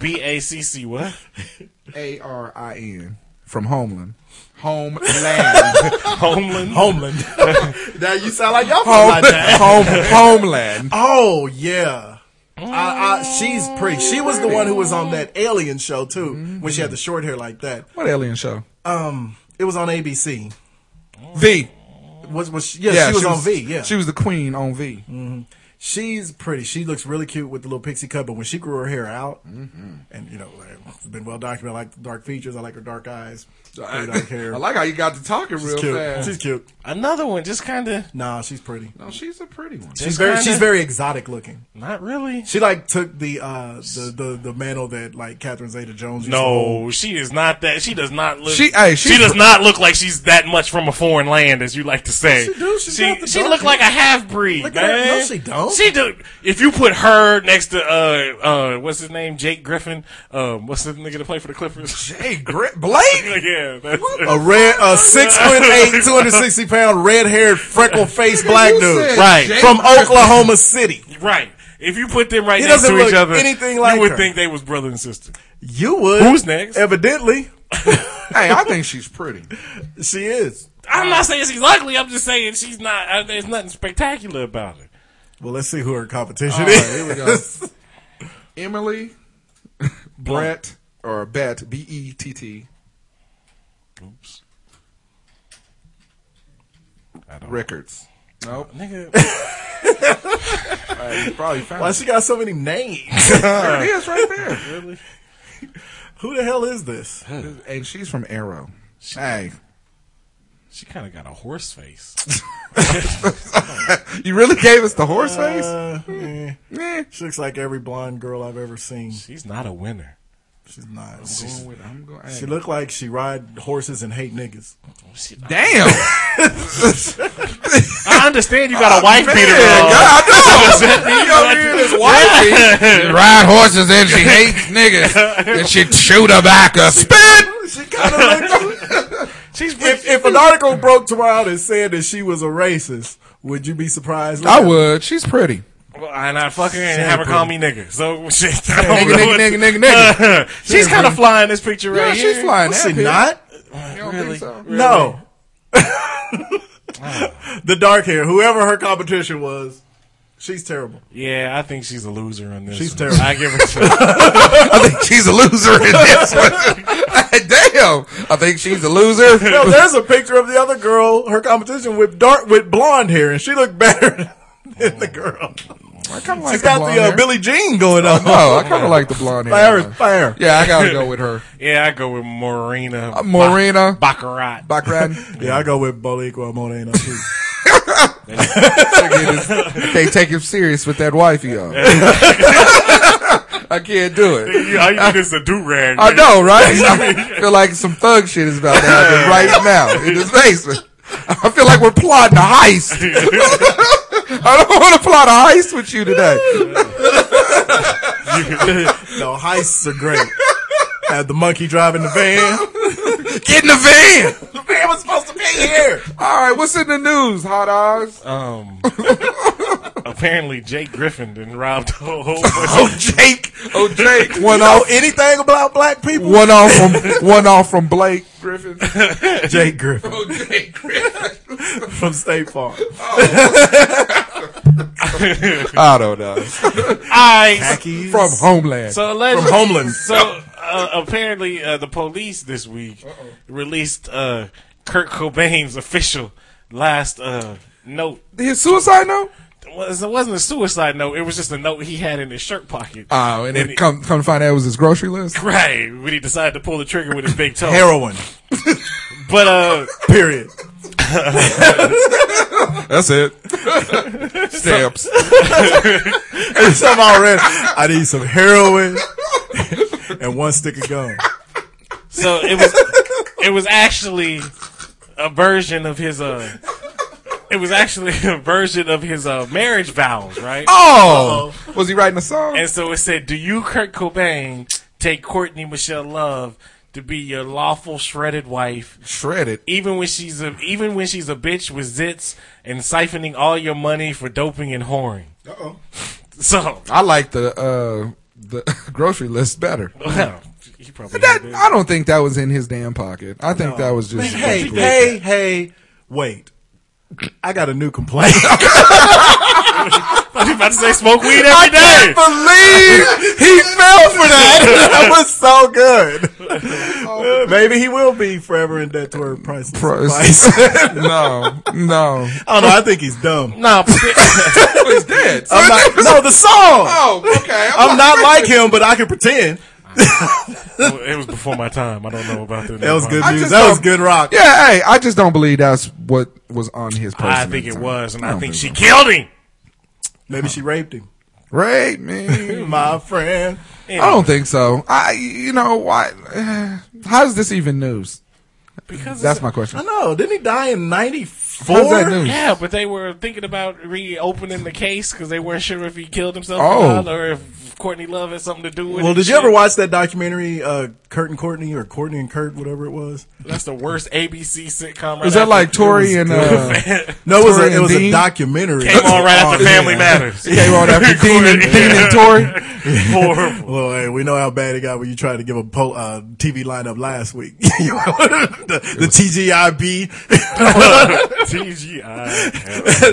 Speaker 7: B A C C what?
Speaker 1: A R I N from Homeland. Homeland.
Speaker 7: Homeland?
Speaker 6: Homeland. now you sound like y'all
Speaker 1: Home,
Speaker 6: from like that.
Speaker 1: home, homeland.
Speaker 6: Oh, yeah. I, I, she's pretty. She was the one who was on that alien show too,
Speaker 1: Mm-hmm.
Speaker 6: when she had the short hair like that.
Speaker 1: What alien show?
Speaker 6: Um, it was on ABC.
Speaker 1: V.
Speaker 6: Was was she, yeah, she was on V. Yeah,
Speaker 1: She was the queen on V.
Speaker 6: She's pretty. She looks really cute with the little pixie cut, but when she grew her hair out,
Speaker 1: Mm-hmm.
Speaker 6: and you know, like, it's been well documented. I like the dark features. I like her dark eyes, her dark hair.
Speaker 1: I like how you got to talking
Speaker 6: she's
Speaker 1: real
Speaker 6: cute.
Speaker 1: fast.
Speaker 6: She's cute.
Speaker 7: Another one, just kind of.
Speaker 6: Nah, she's pretty.
Speaker 1: no, she's a pretty one.
Speaker 6: She's very.
Speaker 7: kinda-
Speaker 6: She's very exotic looking.
Speaker 7: Not really.
Speaker 6: She like took the uh the the, the mantle that like Catherine Zeta Jones.
Speaker 7: No, she is not that. She does not look.
Speaker 1: She- hey,
Speaker 7: she
Speaker 1: she's-
Speaker 7: does not look like she's that much from a foreign land, as you like to say.
Speaker 6: She do. She's got the
Speaker 7: she
Speaker 6: dark
Speaker 7: look
Speaker 6: hair.
Speaker 7: like a half breed.
Speaker 6: Look at her.
Speaker 7: man.
Speaker 6: No, she don't.
Speaker 7: She do. If you put her next to uh uh what's his name, Jake Griffin, um what's the nigga that played for the Clippers?
Speaker 1: Hey, Grit Blake?
Speaker 7: yeah, that's,
Speaker 6: A red, a six foot eight, two hundred sixty pound, red haired, freckle faced black
Speaker 1: you
Speaker 6: dude,
Speaker 1: said
Speaker 7: Right.
Speaker 1: Jake
Speaker 6: from
Speaker 1: Griffin.
Speaker 6: Oklahoma City.
Speaker 7: right. If you put them right
Speaker 6: He
Speaker 7: next
Speaker 6: doesn't
Speaker 7: to each
Speaker 6: look
Speaker 7: other,
Speaker 6: anything like
Speaker 7: you would
Speaker 6: her.
Speaker 7: think they was brother and sister.
Speaker 6: You would.
Speaker 7: Who's next?
Speaker 6: Evidently,
Speaker 1: Hey, I think she's pretty.
Speaker 6: she is.
Speaker 7: I'm
Speaker 1: Uh,
Speaker 7: not saying she's ugly. I'm just saying she's not. Uh, there's nothing spectacular about her.
Speaker 6: Well, let's see who her competition
Speaker 1: All right,
Speaker 6: is.
Speaker 1: here we go. Emily Brett or Bet B E T T
Speaker 7: Oops. I don't.
Speaker 1: Records. Nope.
Speaker 7: Nigga,
Speaker 1: You probably found
Speaker 6: Why
Speaker 1: it.
Speaker 6: she got so many names?
Speaker 1: There it is right there.
Speaker 6: Who the hell is this?
Speaker 1: And she's from Arrow. Hey,
Speaker 7: She kind of got a horse face.
Speaker 1: you really gave us the horse face?
Speaker 6: Uh, eh.
Speaker 1: Eh.
Speaker 6: She looks like every blonde girl I've ever seen.
Speaker 7: She's not a winner.
Speaker 6: She's not. She's,
Speaker 1: Going with- I'm going- hey.
Speaker 6: she looked like she ride horses and hate niggas.
Speaker 1: Damn.
Speaker 7: I understand you got a wife beater.
Speaker 1: Yeah,
Speaker 7: on.
Speaker 1: Ah, God, I know. She ride horses and she hates niggas. And she shoot her back up. Spit!
Speaker 6: She kind of looked.
Speaker 7: She's
Speaker 6: if, if an article broke tomorrow that said that she was a racist, would you be surprised?
Speaker 1: I would. She's pretty.
Speaker 7: Well, and I fucking have her call me nigga. So shit. I don't
Speaker 1: Nigga,
Speaker 7: know
Speaker 1: nigga,
Speaker 7: what-
Speaker 1: nigga, nigga, nigga.
Speaker 7: she's kind of flying this picture
Speaker 1: Yeah,
Speaker 7: right here.
Speaker 1: she's flying.
Speaker 6: Was she
Speaker 1: that bitch.
Speaker 6: not?
Speaker 1: You don't think so?
Speaker 6: No. the dark hair, whoever her competition was, she's terrible.
Speaker 7: Yeah, I think she's a loser on this.
Speaker 6: She's
Speaker 7: one.
Speaker 6: terrible.
Speaker 7: I give her.
Speaker 1: I think she's a loser in this one. Damn. I think she's a loser.
Speaker 6: No, there's a picture of the other girl, her competition with dark with blonde hair, and she looked better than the girl.
Speaker 1: I kind of like
Speaker 6: She's got
Speaker 1: blonde
Speaker 6: the uh,
Speaker 1: hair.
Speaker 6: Billie Jean going on.
Speaker 1: Oh, I kind of like the blonde
Speaker 6: Fire
Speaker 1: hair.
Speaker 6: is fire.
Speaker 1: Yeah, I gotta go with her.
Speaker 7: yeah, I go with Marina.
Speaker 1: Uh, Marina
Speaker 7: Baccarat.
Speaker 1: Baccarat.
Speaker 6: Yeah, I go with Boliqua Moreno too.
Speaker 1: Can't take him serious with that wifey on. I can't do it.
Speaker 7: Yeah, all you need is a do rag.
Speaker 1: I know, right? I feel like some thug shit is about to happen right now in this basement. I feel like we're plotting a heist. I don't want to plot a heist with you today.
Speaker 6: no, heists are great. Had the monkey driving the van.
Speaker 1: Get in the van.
Speaker 6: The van was supposed to be here.
Speaker 1: All right, what's in the news, hot eyes?
Speaker 7: Um, apparently, Jake Griffin and robbed a whole bunch of
Speaker 1: Oh, Jake. Oh, Jake. One
Speaker 6: know
Speaker 1: off.
Speaker 6: anything about black people?
Speaker 1: One off from one off from Blake Griffin.
Speaker 6: Jake Griffin
Speaker 1: Oh, Jake Griffin.
Speaker 6: from State Farm.
Speaker 1: I don't know.
Speaker 7: eyes.
Speaker 6: Khakis.
Speaker 1: From Homeland.
Speaker 7: So allegedly,
Speaker 6: From Homeland.
Speaker 7: So uh, apparently, uh, the police this week released uh, Kurt Cobain's official last uh, note.
Speaker 1: His suicide note?
Speaker 7: It was- it wasn't a suicide note. It was just a note he had in his shirt pocket.
Speaker 1: Oh, and then come come to find out it was his grocery list.
Speaker 7: Right when he decided to pull the trigger with his big toe.
Speaker 6: heroin.
Speaker 7: But uh,
Speaker 6: Period.
Speaker 1: That's it. Stamps.
Speaker 6: It's something already. I need some heroin and one stick of gum.
Speaker 7: so it was it was actually a version of his uh. It was actually a version of his uh, marriage vows, right?
Speaker 1: Oh, was he writing a song?
Speaker 7: And so it said, "Do you, Kurt Cobain, take Courtney Michelle Love to be your lawful shredded wife,
Speaker 1: shredded.
Speaker 7: even when she's a even when she's a bitch with zits and siphoning all your money for doping and whoring?" Uh oh. So
Speaker 1: I like the uh the grocery list better.
Speaker 7: well, he probably
Speaker 1: That
Speaker 7: had it.
Speaker 1: I don't think that was in his damn pocket. I think that was just
Speaker 6: Hey, hey, hey, wait. I got a new complaint.
Speaker 7: I was about to say smoke weed every day.
Speaker 1: Believe he fell for that.
Speaker 6: that was so good. Maybe he will be forever in debt to her priceless
Speaker 1: Pro-
Speaker 6: advice.
Speaker 1: no, no,
Speaker 6: I don't know. I think he's dumb.
Speaker 7: Nah,
Speaker 1: he's dead.
Speaker 6: I'm not, no, the song.
Speaker 1: oh, okay.
Speaker 6: I'm not like him, but I can pretend.
Speaker 7: it was before my time. I don't know about that.
Speaker 6: That was good
Speaker 1: I
Speaker 6: news.
Speaker 1: just
Speaker 6: That was
Speaker 1: don't-
Speaker 6: good rock.
Speaker 1: Yeah, hey, I just don't believe that's what was on his. Person
Speaker 7: I
Speaker 1: at
Speaker 7: think
Speaker 1: the
Speaker 7: it
Speaker 1: time.
Speaker 7: was, and
Speaker 1: I
Speaker 7: I
Speaker 1: don't
Speaker 7: think she
Speaker 1: think
Speaker 7: killed him.
Speaker 6: Maybe she raped him.
Speaker 1: Right, man.
Speaker 6: My friend.
Speaker 1: I don't think so. I, you know, why? eh, How is this even news? Because that's my question.
Speaker 6: I know. Didn't he die in
Speaker 1: How's that
Speaker 6: '94?
Speaker 1: news?
Speaker 7: Yeah, but they were thinking about reopening the case because they weren't sure if he killed himself
Speaker 1: Oh.
Speaker 7: or not, or if Courtney Love had something to do with it.
Speaker 6: Well,
Speaker 7: and
Speaker 6: did you ever
Speaker 7: shit.
Speaker 6: watch that documentary, uh, Kurt and Courtney, or Courtney and Kurt, whatever it was?
Speaker 7: That's the worst ABC sitcom. Right
Speaker 1: Is that
Speaker 7: after-
Speaker 1: like Tori and uh,
Speaker 6: No, it was
Speaker 1: Tori
Speaker 6: a, it
Speaker 1: and
Speaker 6: was a
Speaker 1: Dean?
Speaker 6: documentary.
Speaker 7: Came on right after
Speaker 6: Oh, yeah.
Speaker 7: Family Matters.
Speaker 1: came on after Dean and, Dean and Tori?
Speaker 7: Horrible.
Speaker 6: Well, hey, we know how bad it got when you tried to give a po- uh, TV lineup last week. the, the TGIB.
Speaker 7: TGI.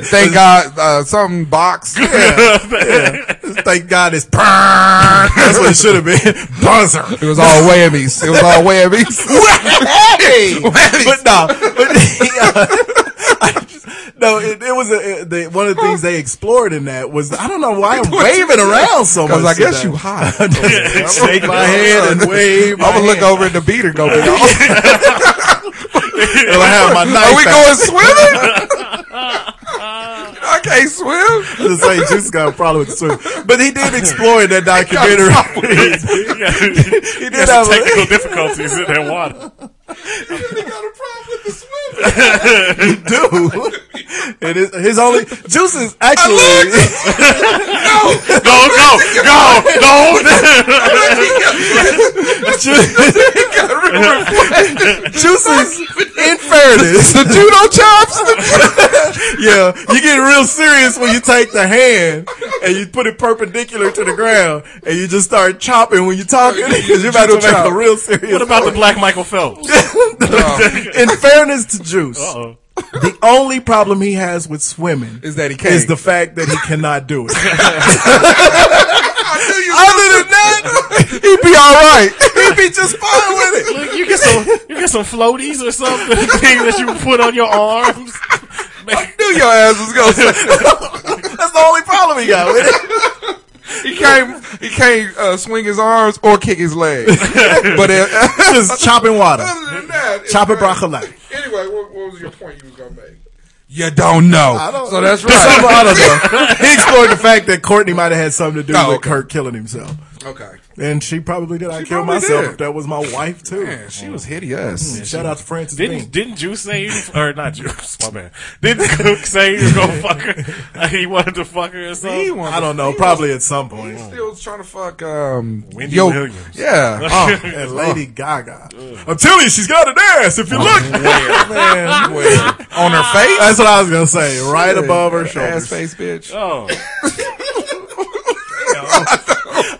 Speaker 1: Thank God, uh, something box.
Speaker 6: Thank God it's. That's what it should have been. Buzzer.
Speaker 1: It was all whammies. It was all whammies.
Speaker 6: Hey!
Speaker 1: whammies.
Speaker 6: but no, but he, uh, I just- No, it, it was a, it- the, one of the things they explored in that was I don't know why I'm waving around so much.
Speaker 1: Because I guess you
Speaker 6: today.
Speaker 1: hot.
Speaker 6: shake my head and wave.
Speaker 1: I'm gonna look over at the beater. Go. "Are
Speaker 6: I have my knife.
Speaker 1: we
Speaker 6: out.
Speaker 1: going swimming? I can't swim.
Speaker 6: to say Juice got a problem with the swim. But he did explore in that documentary.
Speaker 7: yeah, he
Speaker 6: did have a-
Speaker 7: technical difficulties in that water.
Speaker 6: Dude. It is his only Juice is actually
Speaker 7: Go, go, go, no.
Speaker 6: Ju- Juice is in fairness.
Speaker 1: The judo chops.
Speaker 6: Yeah. You get real serious when you take the hand and you put it perpendicular to the ground and you just start chopping when you're talking because you're about to
Speaker 1: Judo
Speaker 6: make
Speaker 1: chop.
Speaker 6: a real serious.
Speaker 7: What about the black Michael Phelps?
Speaker 6: in fairness to Juice?
Speaker 7: Uh-oh.
Speaker 6: The only problem he has with swimming
Speaker 1: Is that he can't?
Speaker 6: is the fact that he cannot do it.
Speaker 1: Other than that, he'd be all right.
Speaker 6: He'd be just fine with it.
Speaker 7: Look, you get some, you get some floaties or something thing that you put on your arms. Man,
Speaker 1: Knew your ass was gonna. Say.
Speaker 6: That's the only problem he got with it.
Speaker 1: He can't. He can't uh, swing his arms or kick his legs. but uh,
Speaker 6: Just chopping water.
Speaker 1: other than that, it's
Speaker 6: Chopping
Speaker 1: great.
Speaker 6: broccoli.
Speaker 1: Anyway, what, what was your point you was gonna make? You don't know. so that's
Speaker 6: Something,
Speaker 1: right.
Speaker 6: I don't know. He explored the fact that Courtney might have had something to do
Speaker 1: Oh,
Speaker 6: with
Speaker 1: okay.
Speaker 6: Kirk killing himself.
Speaker 1: okay.
Speaker 6: And she probably did. I
Speaker 1: She
Speaker 6: killed
Speaker 1: probably
Speaker 6: myself
Speaker 1: did.
Speaker 6: if that was my wife, too.
Speaker 1: Man, she was hideous.
Speaker 6: Shout out to Francis
Speaker 7: Didn't
Speaker 6: Bean.
Speaker 7: didn't Juice say he was- or not Juice? My man. Didn't Cook say he was gonna fuck her? Like he wanted to fuck her or
Speaker 1: He
Speaker 7: something.
Speaker 1: wanted-
Speaker 6: I don't know. Probably at some point.
Speaker 1: He still was trying to fuck um
Speaker 7: Wendy
Speaker 1: yo-
Speaker 7: Williams.
Speaker 1: Yeah.
Speaker 6: Oh, and Lady Gaga. I'm telling you, she's got an ass if you look. Oh, Man,
Speaker 1: Oh, on her face.
Speaker 6: That's what I was going to say. Right above her
Speaker 1: Ass
Speaker 6: shoulders.
Speaker 1: face bitch.
Speaker 7: Oh,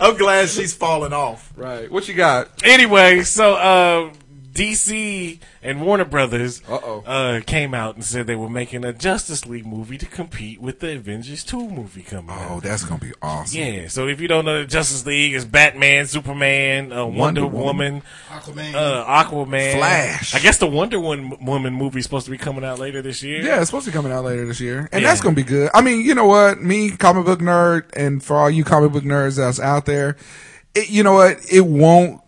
Speaker 6: I'm glad she's falling off.
Speaker 1: Right. What you got?
Speaker 7: anyway, so uh, DC and Warner Brothers
Speaker 1: Uh-oh.
Speaker 7: uh, came out and said they were making a Justice League movie to compete with the Avengers Two movie coming out.
Speaker 1: Oh, that's gonna be awesome.
Speaker 7: Yeah, so if you don't know the Justice League, it's Batman, Superman, uh, Wonder,
Speaker 1: Wonder
Speaker 7: Woman,
Speaker 1: Woman.
Speaker 6: Aquaman.
Speaker 7: uh, Aquaman,
Speaker 1: Flash.
Speaker 7: I guess the Wonder One Woman movie's supposed to be coming out later this year.
Speaker 1: Yeah, it's supposed to be coming out later this year, and
Speaker 7: Yeah.
Speaker 1: that's gonna be good. I mean, you know what? Me, comic book nerd, and for all you comic book nerds that's out there, it, you know what? It won't.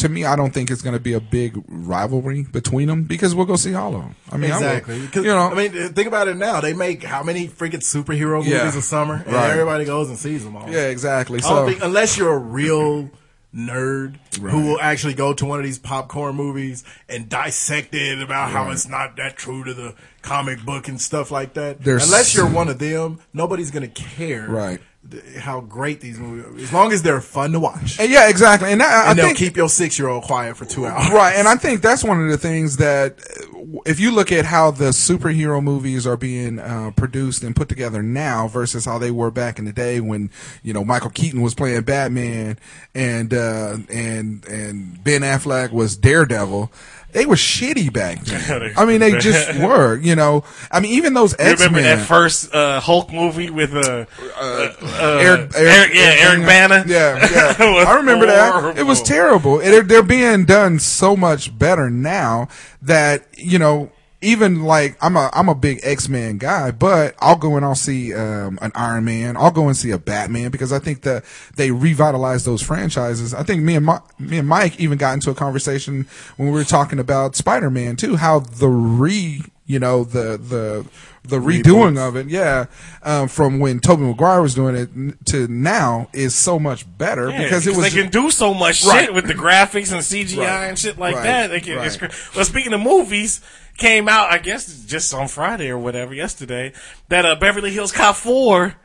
Speaker 1: To me, I don't think it's gonna be a big rivalry between them because we'll go see all of them. I mean, I will.
Speaker 6: Exactly. 'Cause,
Speaker 1: you know,
Speaker 6: I mean, think about it now. They make how many freaking superhero
Speaker 1: Yeah.
Speaker 6: movies a summer, and
Speaker 1: Right.
Speaker 6: everybody goes and sees them all.
Speaker 1: yeah, exactly.
Speaker 6: I don't
Speaker 1: So
Speaker 6: think, unless you're a real nerd who will actually go to one of these popcorn movies and dissect it about how it's not that true to the comic book and stuff like that.
Speaker 1: There's-
Speaker 6: unless you're one of them, nobody's gonna care.
Speaker 1: Right.
Speaker 6: th- How great these movies! As long as they're fun to watch, and,
Speaker 1: and yeah, exactly. And, that, I
Speaker 6: they'll
Speaker 1: think,
Speaker 6: keep your six-year-old quiet for two hours.
Speaker 1: Right, and I think that's one of the things that uh, if you look at how the superhero movies are being uh, produced and put together now versus how they were back in the day when you know Michael Keaton was playing Batman and uh, and and Ben Affleck was Daredevil. They were shitty back then. I mean, they just were. You know, I mean, even those
Speaker 7: You
Speaker 1: X
Speaker 7: remember
Speaker 1: Men.
Speaker 7: that first uh, Hulk movie with uh, uh, uh,
Speaker 1: Eric, Eric,
Speaker 7: yeah, Eric Bana.
Speaker 1: Yeah, yeah.
Speaker 7: It was
Speaker 1: I remember that. It was
Speaker 7: horrible.
Speaker 1: terrible. And they're, they're being done so much better now that, you know, even like I'm a I'm a big X Men guy, but I'll go and I'll see um, an Iron Man. I'll go and see a Batman because I think that they revitalized those franchises. I think me and my, me and Mike even got into a conversation when we were talking about Spider Man too, how the re you know the the the redoing of it, yeah, um, from when Toby Maguire was doing it n- to now is so much better
Speaker 7: Yeah,
Speaker 1: because it was
Speaker 7: they can do so much
Speaker 1: Right.
Speaker 7: shit with the graphics and CGI
Speaker 1: Right.
Speaker 7: and shit like
Speaker 1: Right.
Speaker 7: that. They can, it's
Speaker 1: Right.
Speaker 7: cr- well, speaking of movies, came out I guess just on Friday or whatever yesterday that uh, Beverly Hills Cop Four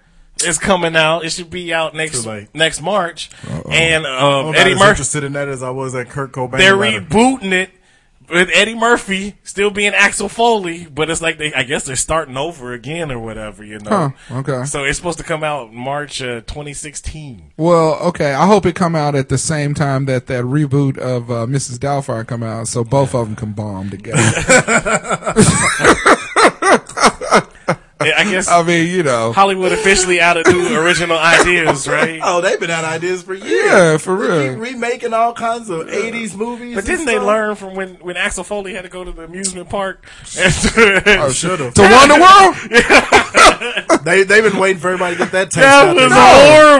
Speaker 7: is coming out. It should be out next
Speaker 6: Too late.
Speaker 7: next March. And
Speaker 6: I'm
Speaker 7: um,
Speaker 6: not
Speaker 7: Eddie
Speaker 6: as
Speaker 7: Murphy,
Speaker 6: interested in that as I was at Kurt Cobain.
Speaker 7: they're
Speaker 6: letter.
Speaker 7: rebooting it. With Eddie Murphy still being Axel Foley, but it's like they, I guess they're starting over again or whatever, you know.
Speaker 1: Huh, okay.
Speaker 7: So it's supposed to come out March uh, 2016.
Speaker 1: well okay. I hope it come out at the same time that that reboot of uh, Mrs. Doubtfire come out, so both of them can bomb together.
Speaker 7: I guess
Speaker 1: I mean, you know.
Speaker 7: Hollywood officially out of new original ideas, right?
Speaker 6: Oh, they've been out ideas for years.
Speaker 1: Yeah, for real.
Speaker 6: Keep remaking all kinds of '80s movies.
Speaker 7: But
Speaker 6: and
Speaker 7: didn't they
Speaker 6: stuff.
Speaker 7: learn from when when Axel Foley had to go to the amusement park? oh,
Speaker 6: Should've.
Speaker 1: To Wonder World?
Speaker 6: They they've been waiting for everybody to get that taste.
Speaker 7: That
Speaker 6: out
Speaker 7: was
Speaker 6: there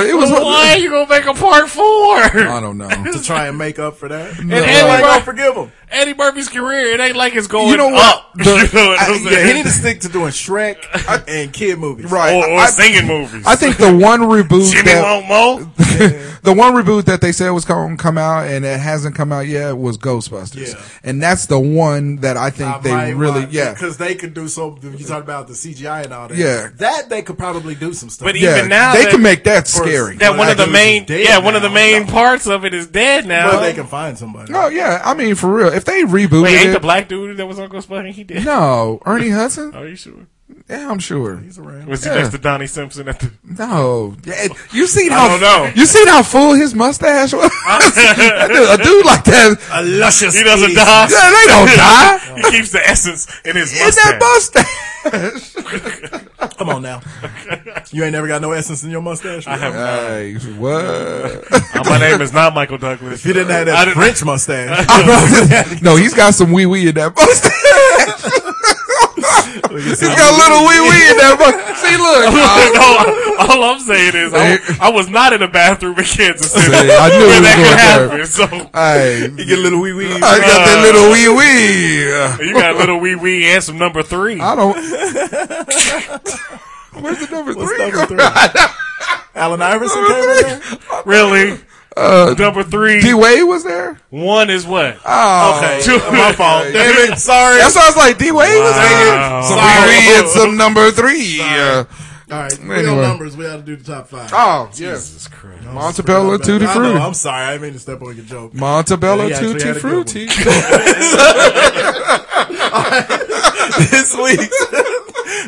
Speaker 1: No, it was.
Speaker 7: Why are you gonna make a part four?
Speaker 1: I don't know.
Speaker 6: to try and make up for that. And
Speaker 7: Eddie Murphy-
Speaker 6: don't forgive him.
Speaker 7: Eddie Murphy's career, it ain't like it's going
Speaker 1: You know what?
Speaker 7: up.
Speaker 1: The-
Speaker 7: you know what
Speaker 6: I-
Speaker 7: I'm
Speaker 6: yeah, he
Speaker 7: saying?
Speaker 6: need to stick to doing Shrek and kid movies.
Speaker 1: Right.
Speaker 7: or or
Speaker 1: I,
Speaker 7: singing movies.
Speaker 1: I think the one reboot
Speaker 7: Jimmy
Speaker 1: that
Speaker 7: won't mo.
Speaker 1: the one reboot that they said was going to come out and it hasn't come out yet was Ghostbusters,
Speaker 6: Yeah.
Speaker 1: and that's the one that I think they really yeah.
Speaker 6: because they could do so. You talk about the CGI and all that.
Speaker 1: Yeah.
Speaker 6: that they could probably do some stuff.
Speaker 7: But
Speaker 1: yeah,
Speaker 7: even now
Speaker 1: they
Speaker 7: that-
Speaker 1: can make that
Speaker 6: course,
Speaker 1: scary.
Speaker 7: That
Speaker 6: Well,
Speaker 7: one
Speaker 6: I
Speaker 7: of the
Speaker 6: think
Speaker 7: main,
Speaker 6: it's dead
Speaker 7: yeah, one of
Speaker 6: now.
Speaker 7: the main parts of it is dead now.
Speaker 6: But they can find somebody.
Speaker 1: oh yeah, I mean for real, if they rebooted
Speaker 7: Wait, ain't the
Speaker 1: it,
Speaker 7: black dude that was on Ghostbusters? He did.
Speaker 1: no, Ernie Hudson,
Speaker 7: Are you sure?
Speaker 1: yeah, I'm sure.
Speaker 7: Was he
Speaker 1: Yeah.
Speaker 7: next to Donnie Simpson at the?
Speaker 1: No, yeah, it- you seen
Speaker 7: I
Speaker 1: how
Speaker 7: don't know.
Speaker 1: you seen how full his mustache was. That dude- a dude like that,
Speaker 6: A luscious.
Speaker 7: He doesn't
Speaker 6: eighties.
Speaker 7: die.
Speaker 1: yeah, they don't die.
Speaker 7: He keeps the essence in his
Speaker 1: It's that
Speaker 7: mustache.
Speaker 1: mustache.
Speaker 6: Come on now. You ain't never got no essence in your mustache. I have.
Speaker 1: Hey, what?
Speaker 7: Uh, My name is not Michael Douglas.
Speaker 6: If you didn't have
Speaker 7: I
Speaker 6: that
Speaker 7: didn't-
Speaker 6: French mustache,
Speaker 1: no, he's got some wee wee in that mustache. he's got a little wee wee in that mustache. See, look. I-
Speaker 7: no, all I'm saying is I, I was not in a bathroom in Kansas City
Speaker 1: See, I knew
Speaker 7: where
Speaker 1: he was going
Speaker 7: that
Speaker 1: there.
Speaker 7: could happen. So
Speaker 1: Hey,
Speaker 6: you get a little wee wee.
Speaker 1: I got that little wee wee.
Speaker 7: you got a little wee wee and some number three.
Speaker 1: I don't. Where's the number three?
Speaker 6: number three? Alan Iverson came in there.
Speaker 1: D
Speaker 7: really?
Speaker 1: Uh,
Speaker 7: number three.
Speaker 1: Wade was there.
Speaker 7: one is what?
Speaker 1: Oh.
Speaker 6: Okay,
Speaker 7: Two-
Speaker 6: my fault. Damn it, sorry.
Speaker 1: That's why I was like, D Wade was
Speaker 7: Wow.
Speaker 1: there. Some
Speaker 6: Sorry.
Speaker 1: wee wee and some number three. Uh,
Speaker 6: All right, real
Speaker 1: Anyway.
Speaker 6: numbers. We got to do the top five.
Speaker 1: oh, yes. Montebello Tutti
Speaker 6: I know,
Speaker 1: Frutti.
Speaker 6: I'm sorry. I didn't mean to step on your joke.
Speaker 1: Montebello
Speaker 6: Yeah, he actually
Speaker 1: Tutti
Speaker 6: had a good
Speaker 1: Frutti.
Speaker 6: this week,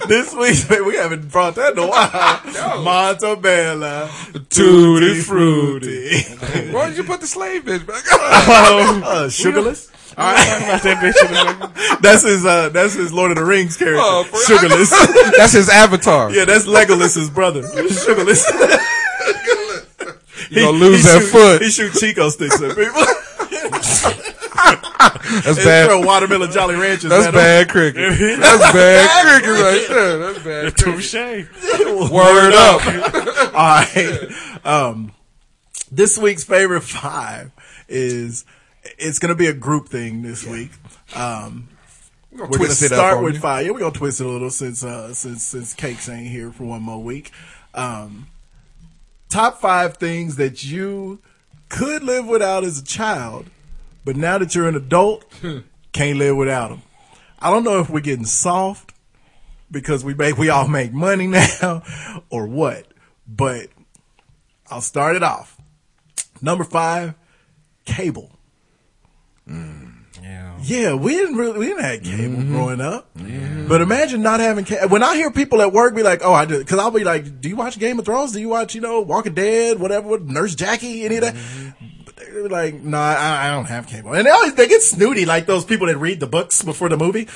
Speaker 6: this week, man, we haven't brought that in a while. Montebella
Speaker 1: Tutti
Speaker 6: Fruity.
Speaker 1: Why did you put the slave bitch back up? Oh,
Speaker 6: uh, sugarless.
Speaker 7: All right. Talking about that bitch in the back.
Speaker 6: That's his. Uh, that's his Lord of the Rings character.
Speaker 1: Oh, for-
Speaker 6: sugarless.
Speaker 1: That's his avatar.
Speaker 6: yeah, that's Legolas's brother. Sugarless.
Speaker 1: You're gonna lose that
Speaker 6: shoot,
Speaker 1: foot.
Speaker 6: He shoot Chico sticks at people.
Speaker 1: That's
Speaker 6: and throw
Speaker 1: bad.
Speaker 6: watermelon Jolly Ranchers.
Speaker 1: That's
Speaker 6: at 'em.
Speaker 1: bad cricket. That's bad cricket right there. That's bad. cricket.
Speaker 7: Touche.
Speaker 1: Word up.
Speaker 6: All right. Um, this week's favorite five is it's going to be a group thing this week. Um, we're going to
Speaker 1: twist it up
Speaker 6: start
Speaker 1: on
Speaker 6: with
Speaker 1: you.
Speaker 6: five. Yeah, we're going to twist it a little since uh, since since cakes ain't here for one more week. Um, top five things that you could live without as a child, but now that you're an adult, can't live without them. I don't know if we're getting soft because we make we all make money now or what. But I'll start it off. Number five, cable. Yeah. we didn't really we didn't have cable growing up. But imagine not having cable. When I hear people at work be like, "Oh, I do," because I'll be like, "Do you watch Game of Thrones? Do you watch you know Walking Dead? Whatever, what, Nurse Jackie, any of that?" But They're like, no, nah, I, I don't have cable, and they always they get snooty, like those people that read the books before the movie.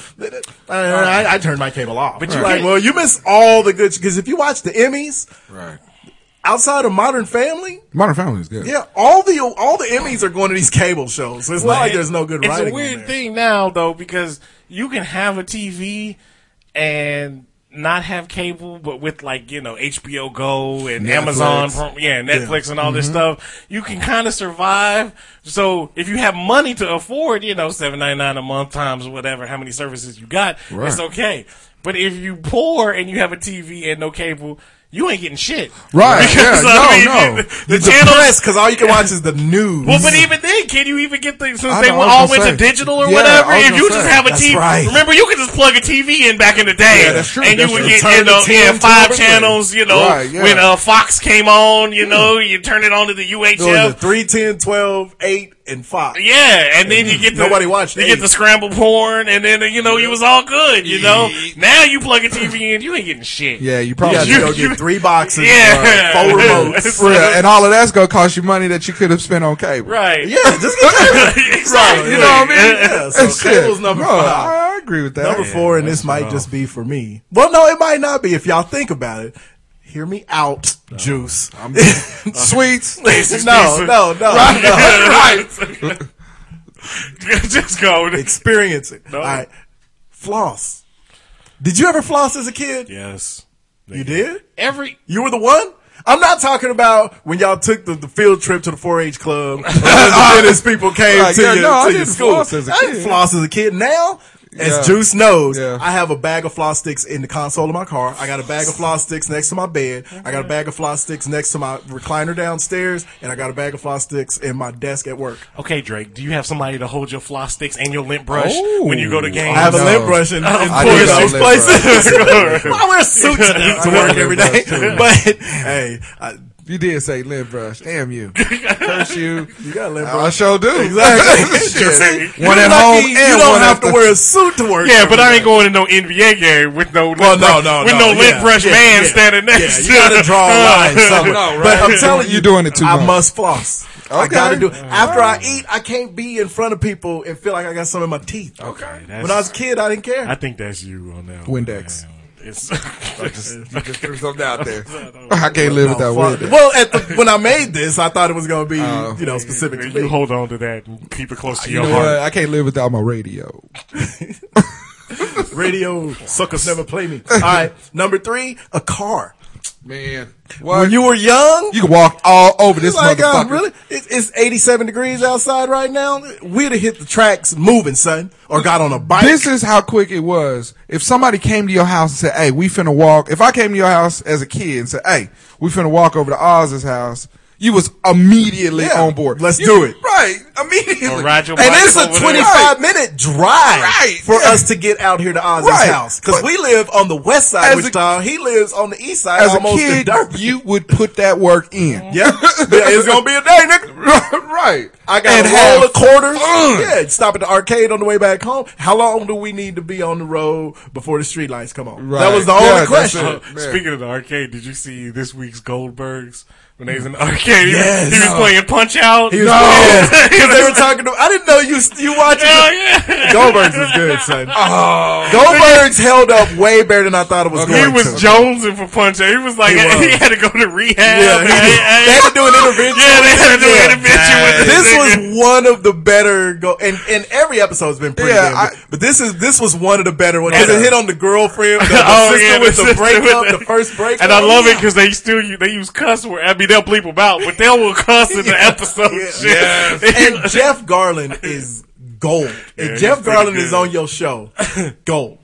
Speaker 6: I, I, I turned my cable off. But
Speaker 7: you
Speaker 6: you're like,
Speaker 7: can't-
Speaker 6: well, you miss all the good because if you watch the Emmys,
Speaker 1: Right.
Speaker 6: outside of Modern Family,
Speaker 1: Modern Family is good.
Speaker 6: yeah, all the all the Emmys are going to these cable shows. So it's not like there's no good
Speaker 7: It's
Speaker 6: writing.
Speaker 7: a
Speaker 6: on
Speaker 7: weird
Speaker 6: there.
Speaker 7: thing now though because you can have a TV and not have cable, but with like you know HBO Go and Amazon, Pro- yeah, Netflix and all this stuff, you can kind of survive. So if you have money to afford, you know, seven ninety nine a month times whatever how many services you got,
Speaker 1: Right.
Speaker 7: it's okay. But if you poor and you have a TV and no cable, you ain't getting shit.
Speaker 1: Right,
Speaker 7: Because,
Speaker 1: yeah,
Speaker 7: I
Speaker 1: no,
Speaker 7: mean,
Speaker 1: no.
Speaker 7: The, the channels
Speaker 6: Depressed because all you can watch is the news.
Speaker 7: well, but even then, can you even get the since
Speaker 1: I
Speaker 7: they
Speaker 1: know, I was
Speaker 7: all
Speaker 1: gonna
Speaker 7: went to
Speaker 1: say.
Speaker 7: digital or
Speaker 1: Yeah,
Speaker 7: whatever?
Speaker 1: I was
Speaker 7: If
Speaker 1: gonna
Speaker 7: you just
Speaker 1: say.
Speaker 7: have a
Speaker 6: That's
Speaker 7: TV,
Speaker 6: right.
Speaker 7: remember you could just plug a TV in back in the day,
Speaker 1: Yeah, that's true,
Speaker 7: and you
Speaker 1: that's
Speaker 7: would
Speaker 1: true.
Speaker 7: get
Speaker 6: Turn
Speaker 7: you know
Speaker 6: the
Speaker 7: yeah,
Speaker 6: 10
Speaker 7: five
Speaker 6: to
Speaker 7: channels. You know
Speaker 1: Right, yeah. Hmm.
Speaker 7: when uh, Fox came on, you know you turn it on to the
Speaker 6: Doing the
Speaker 7: UHF.
Speaker 6: 3, 10, 12, 8, in Fox.
Speaker 7: Yeah, and then you get the,
Speaker 6: Nobody watched
Speaker 7: You
Speaker 6: eight.
Speaker 7: get the scramble porn, and then you know you was all good. You know
Speaker 1: Yeah.
Speaker 7: now you plug a TV in, you ain't getting shit.
Speaker 1: Yeah, you
Speaker 6: You
Speaker 1: probably Oh,
Speaker 6: got to go
Speaker 7: you-
Speaker 6: get three boxes,
Speaker 7: Yeah.
Speaker 6: uh, four remotes.
Speaker 1: For real, and all of that's gonna cost you money that you could have spent on cable.
Speaker 7: right.
Speaker 6: Yeah, just get that.
Speaker 7: exactly.
Speaker 1: You know what I mean?
Speaker 6: Yeah, so
Speaker 1: Shit.
Speaker 6: cable's number
Speaker 1: Bro,
Speaker 6: five.
Speaker 1: I agree with that.
Speaker 6: Number four, and this might just be for me. Well, no, it might not be if y'all think about it. Hear me out, Juice.
Speaker 1: Sweets.
Speaker 6: no, no, no, no.
Speaker 7: Just go.
Speaker 6: Experience it. All right. Floss. Did you ever floss as a kid?
Speaker 7: Yes.
Speaker 6: You did?
Speaker 7: Every
Speaker 6: You were the one? I'm not talking about when y'all took the, the field trip to the 4-H club. and the Venice people came
Speaker 1: Like,
Speaker 6: to
Speaker 1: yeah,
Speaker 6: your,
Speaker 1: no, I
Speaker 6: to your
Speaker 1: didn't
Speaker 6: school.
Speaker 1: floss as a
Speaker 6: I didn't
Speaker 1: kid.
Speaker 6: floss as a kid. Now, as
Speaker 1: Yeah.
Speaker 6: Juice knows,
Speaker 1: Yeah.
Speaker 6: I have a bag of floss sticks in the console of my car. I got a bag of floss sticks next to my bed. I got a bag of floss sticks next to my recliner downstairs, and I got a bag of floss sticks in my desk at work.
Speaker 7: okay, Drake. Do you have somebody to hold your floss sticks and your lint brush
Speaker 1: Oh.
Speaker 7: when you go to games?
Speaker 6: I have a
Speaker 1: no.
Speaker 6: lint brush in, in
Speaker 1: I
Speaker 6: four
Speaker 1: do
Speaker 6: of
Speaker 1: have
Speaker 6: those
Speaker 1: lint
Speaker 6: places. I wear suits to
Speaker 1: I
Speaker 6: work
Speaker 1: do
Speaker 6: every
Speaker 1: have
Speaker 6: day.
Speaker 1: lint brush, too.
Speaker 6: But hey, I,
Speaker 1: You did say lint brush. Damn you. Curse you.
Speaker 6: you got a lint brush.
Speaker 1: I sure do.
Speaker 6: Exactly.
Speaker 1: Shit.
Speaker 6: You're
Speaker 1: One at
Speaker 6: lucky
Speaker 1: home and
Speaker 6: you don't
Speaker 1: one
Speaker 6: have
Speaker 1: at
Speaker 6: to
Speaker 1: the-
Speaker 6: wear a suit to work.
Speaker 7: yeah, but I ain't going to no NBA game with no lint
Speaker 6: Well, no,
Speaker 7: brush,
Speaker 6: no,
Speaker 7: with
Speaker 6: no,
Speaker 7: no, lint
Speaker 6: yeah,
Speaker 7: brush
Speaker 6: yeah,
Speaker 7: man
Speaker 6: yeah,
Speaker 7: standing
Speaker 6: Yeah,
Speaker 7: next.
Speaker 6: you gotta draw a line somewhere.
Speaker 1: No, right.
Speaker 6: But uh, I'm telling you,
Speaker 1: You're doing it too
Speaker 6: I
Speaker 1: much.
Speaker 6: must floss. I
Speaker 1: Okay.
Speaker 6: gotta do it. After I eat, I can't be in front of people and feel like I got some in my teeth.
Speaker 7: Okay, that's-
Speaker 6: When I was a kid, I didn't care.
Speaker 7: I think that's you on that.
Speaker 1: Windex.
Speaker 7: One. It's
Speaker 1: Just threw something out there. I can't live
Speaker 6: No,
Speaker 1: without
Speaker 6: Oh, fuck.
Speaker 1: that.
Speaker 6: well, at the, when I made this, I thought it was gonna be
Speaker 1: Oh.
Speaker 6: you know specific to
Speaker 7: you
Speaker 6: me.
Speaker 7: hold on to that and keep it close to
Speaker 1: You
Speaker 7: your
Speaker 1: know
Speaker 7: heart.
Speaker 1: what? I can't live without my radio.
Speaker 6: Radio suckers never play me. All right, number three, a car.
Speaker 1: Man. What?
Speaker 6: When
Speaker 1: you,
Speaker 6: you were young,
Speaker 1: you can walk all over this
Speaker 6: like, uh,
Speaker 1: motherfucker.
Speaker 6: really? It, it's 87 degrees outside right now. We'd have hit the tracks moving, son, or got on a bike.
Speaker 1: This is how quick it was. If somebody came to your house and said, "Hey, we finna walk," if I came to your house as a kid and said, "Hey, we finna walk over to Oz's house," you was immediately
Speaker 6: Yeah,
Speaker 1: on board.
Speaker 6: let's
Speaker 1: You-
Speaker 6: do it.
Speaker 1: right immediately.
Speaker 7: Or ride your
Speaker 6: and
Speaker 7: bike
Speaker 6: it's a
Speaker 7: over there.
Speaker 6: 25
Speaker 1: Right.
Speaker 6: minute drive
Speaker 1: Right,
Speaker 6: for
Speaker 1: yeah.
Speaker 6: us to get out here to Ozzy's
Speaker 1: Right.
Speaker 6: house. Because
Speaker 1: But-
Speaker 6: we live on the west side of
Speaker 1: As a-
Speaker 6: Wichita. he lives on the east side,
Speaker 1: As a
Speaker 6: almost in
Speaker 1: kid,
Speaker 6: Durban.
Speaker 1: you would put that work in.
Speaker 6: yeah. yeah, it's going to be a day, nigga.
Speaker 1: right.
Speaker 6: I got
Speaker 1: And
Speaker 6: a
Speaker 1: have Oh,
Speaker 6: roll of quarters.
Speaker 1: fun.
Speaker 6: Yeah, stop at the arcade on the way back home. How long do we need to be on the road before the streetlights come on? That
Speaker 1: Right.
Speaker 6: was the
Speaker 1: Yeah,
Speaker 6: only
Speaker 1: that's
Speaker 6: question.
Speaker 1: it.
Speaker 7: Uh, speaking of the arcade, did you see this week's Goldbergs when they was in the arcade?
Speaker 6: Yes.
Speaker 7: he was
Speaker 6: No.
Speaker 7: playing Punch Out.
Speaker 6: He was pissed 'cause they were talking to. I didn't know you you watching.
Speaker 7: Hell yeah.
Speaker 6: Goldberg's was good, son. Goldberg's held up way better than I thought it was
Speaker 7: Oh. He
Speaker 6: going
Speaker 7: was
Speaker 6: to.
Speaker 7: jonesing for Punch Out. He was like,
Speaker 6: He
Speaker 7: he,
Speaker 6: was.
Speaker 7: had to go to rehab.
Speaker 6: yeah,
Speaker 7: and-
Speaker 6: he- they had to do an intervention.
Speaker 7: yeah, they had to do
Speaker 6: Yeah.
Speaker 7: an intervention with
Speaker 6: This
Speaker 7: nigga.
Speaker 6: was one of the better go, and, and every episode's been pretty
Speaker 1: Yeah,
Speaker 6: damn good.
Speaker 1: I-
Speaker 6: but this is this was one of the better ones because
Speaker 7: And,
Speaker 6: it
Speaker 7: uh,
Speaker 6: hit on the girlfriend, the, the
Speaker 7: Oh,
Speaker 6: sister
Speaker 7: yeah, the
Speaker 6: with the,
Speaker 7: sister with
Speaker 6: breakup,
Speaker 7: the-
Speaker 6: the first breakup,
Speaker 7: And I love it because they still u- they use cuss word. I mean, they'll bleep them out, but they will cuss in the episode. Shit.
Speaker 6: Oh, and Jeff Garland is gold. If
Speaker 7: he's
Speaker 6: Jeff
Speaker 7: pretty
Speaker 6: Garland is
Speaker 7: good.
Speaker 6: on your show, gold.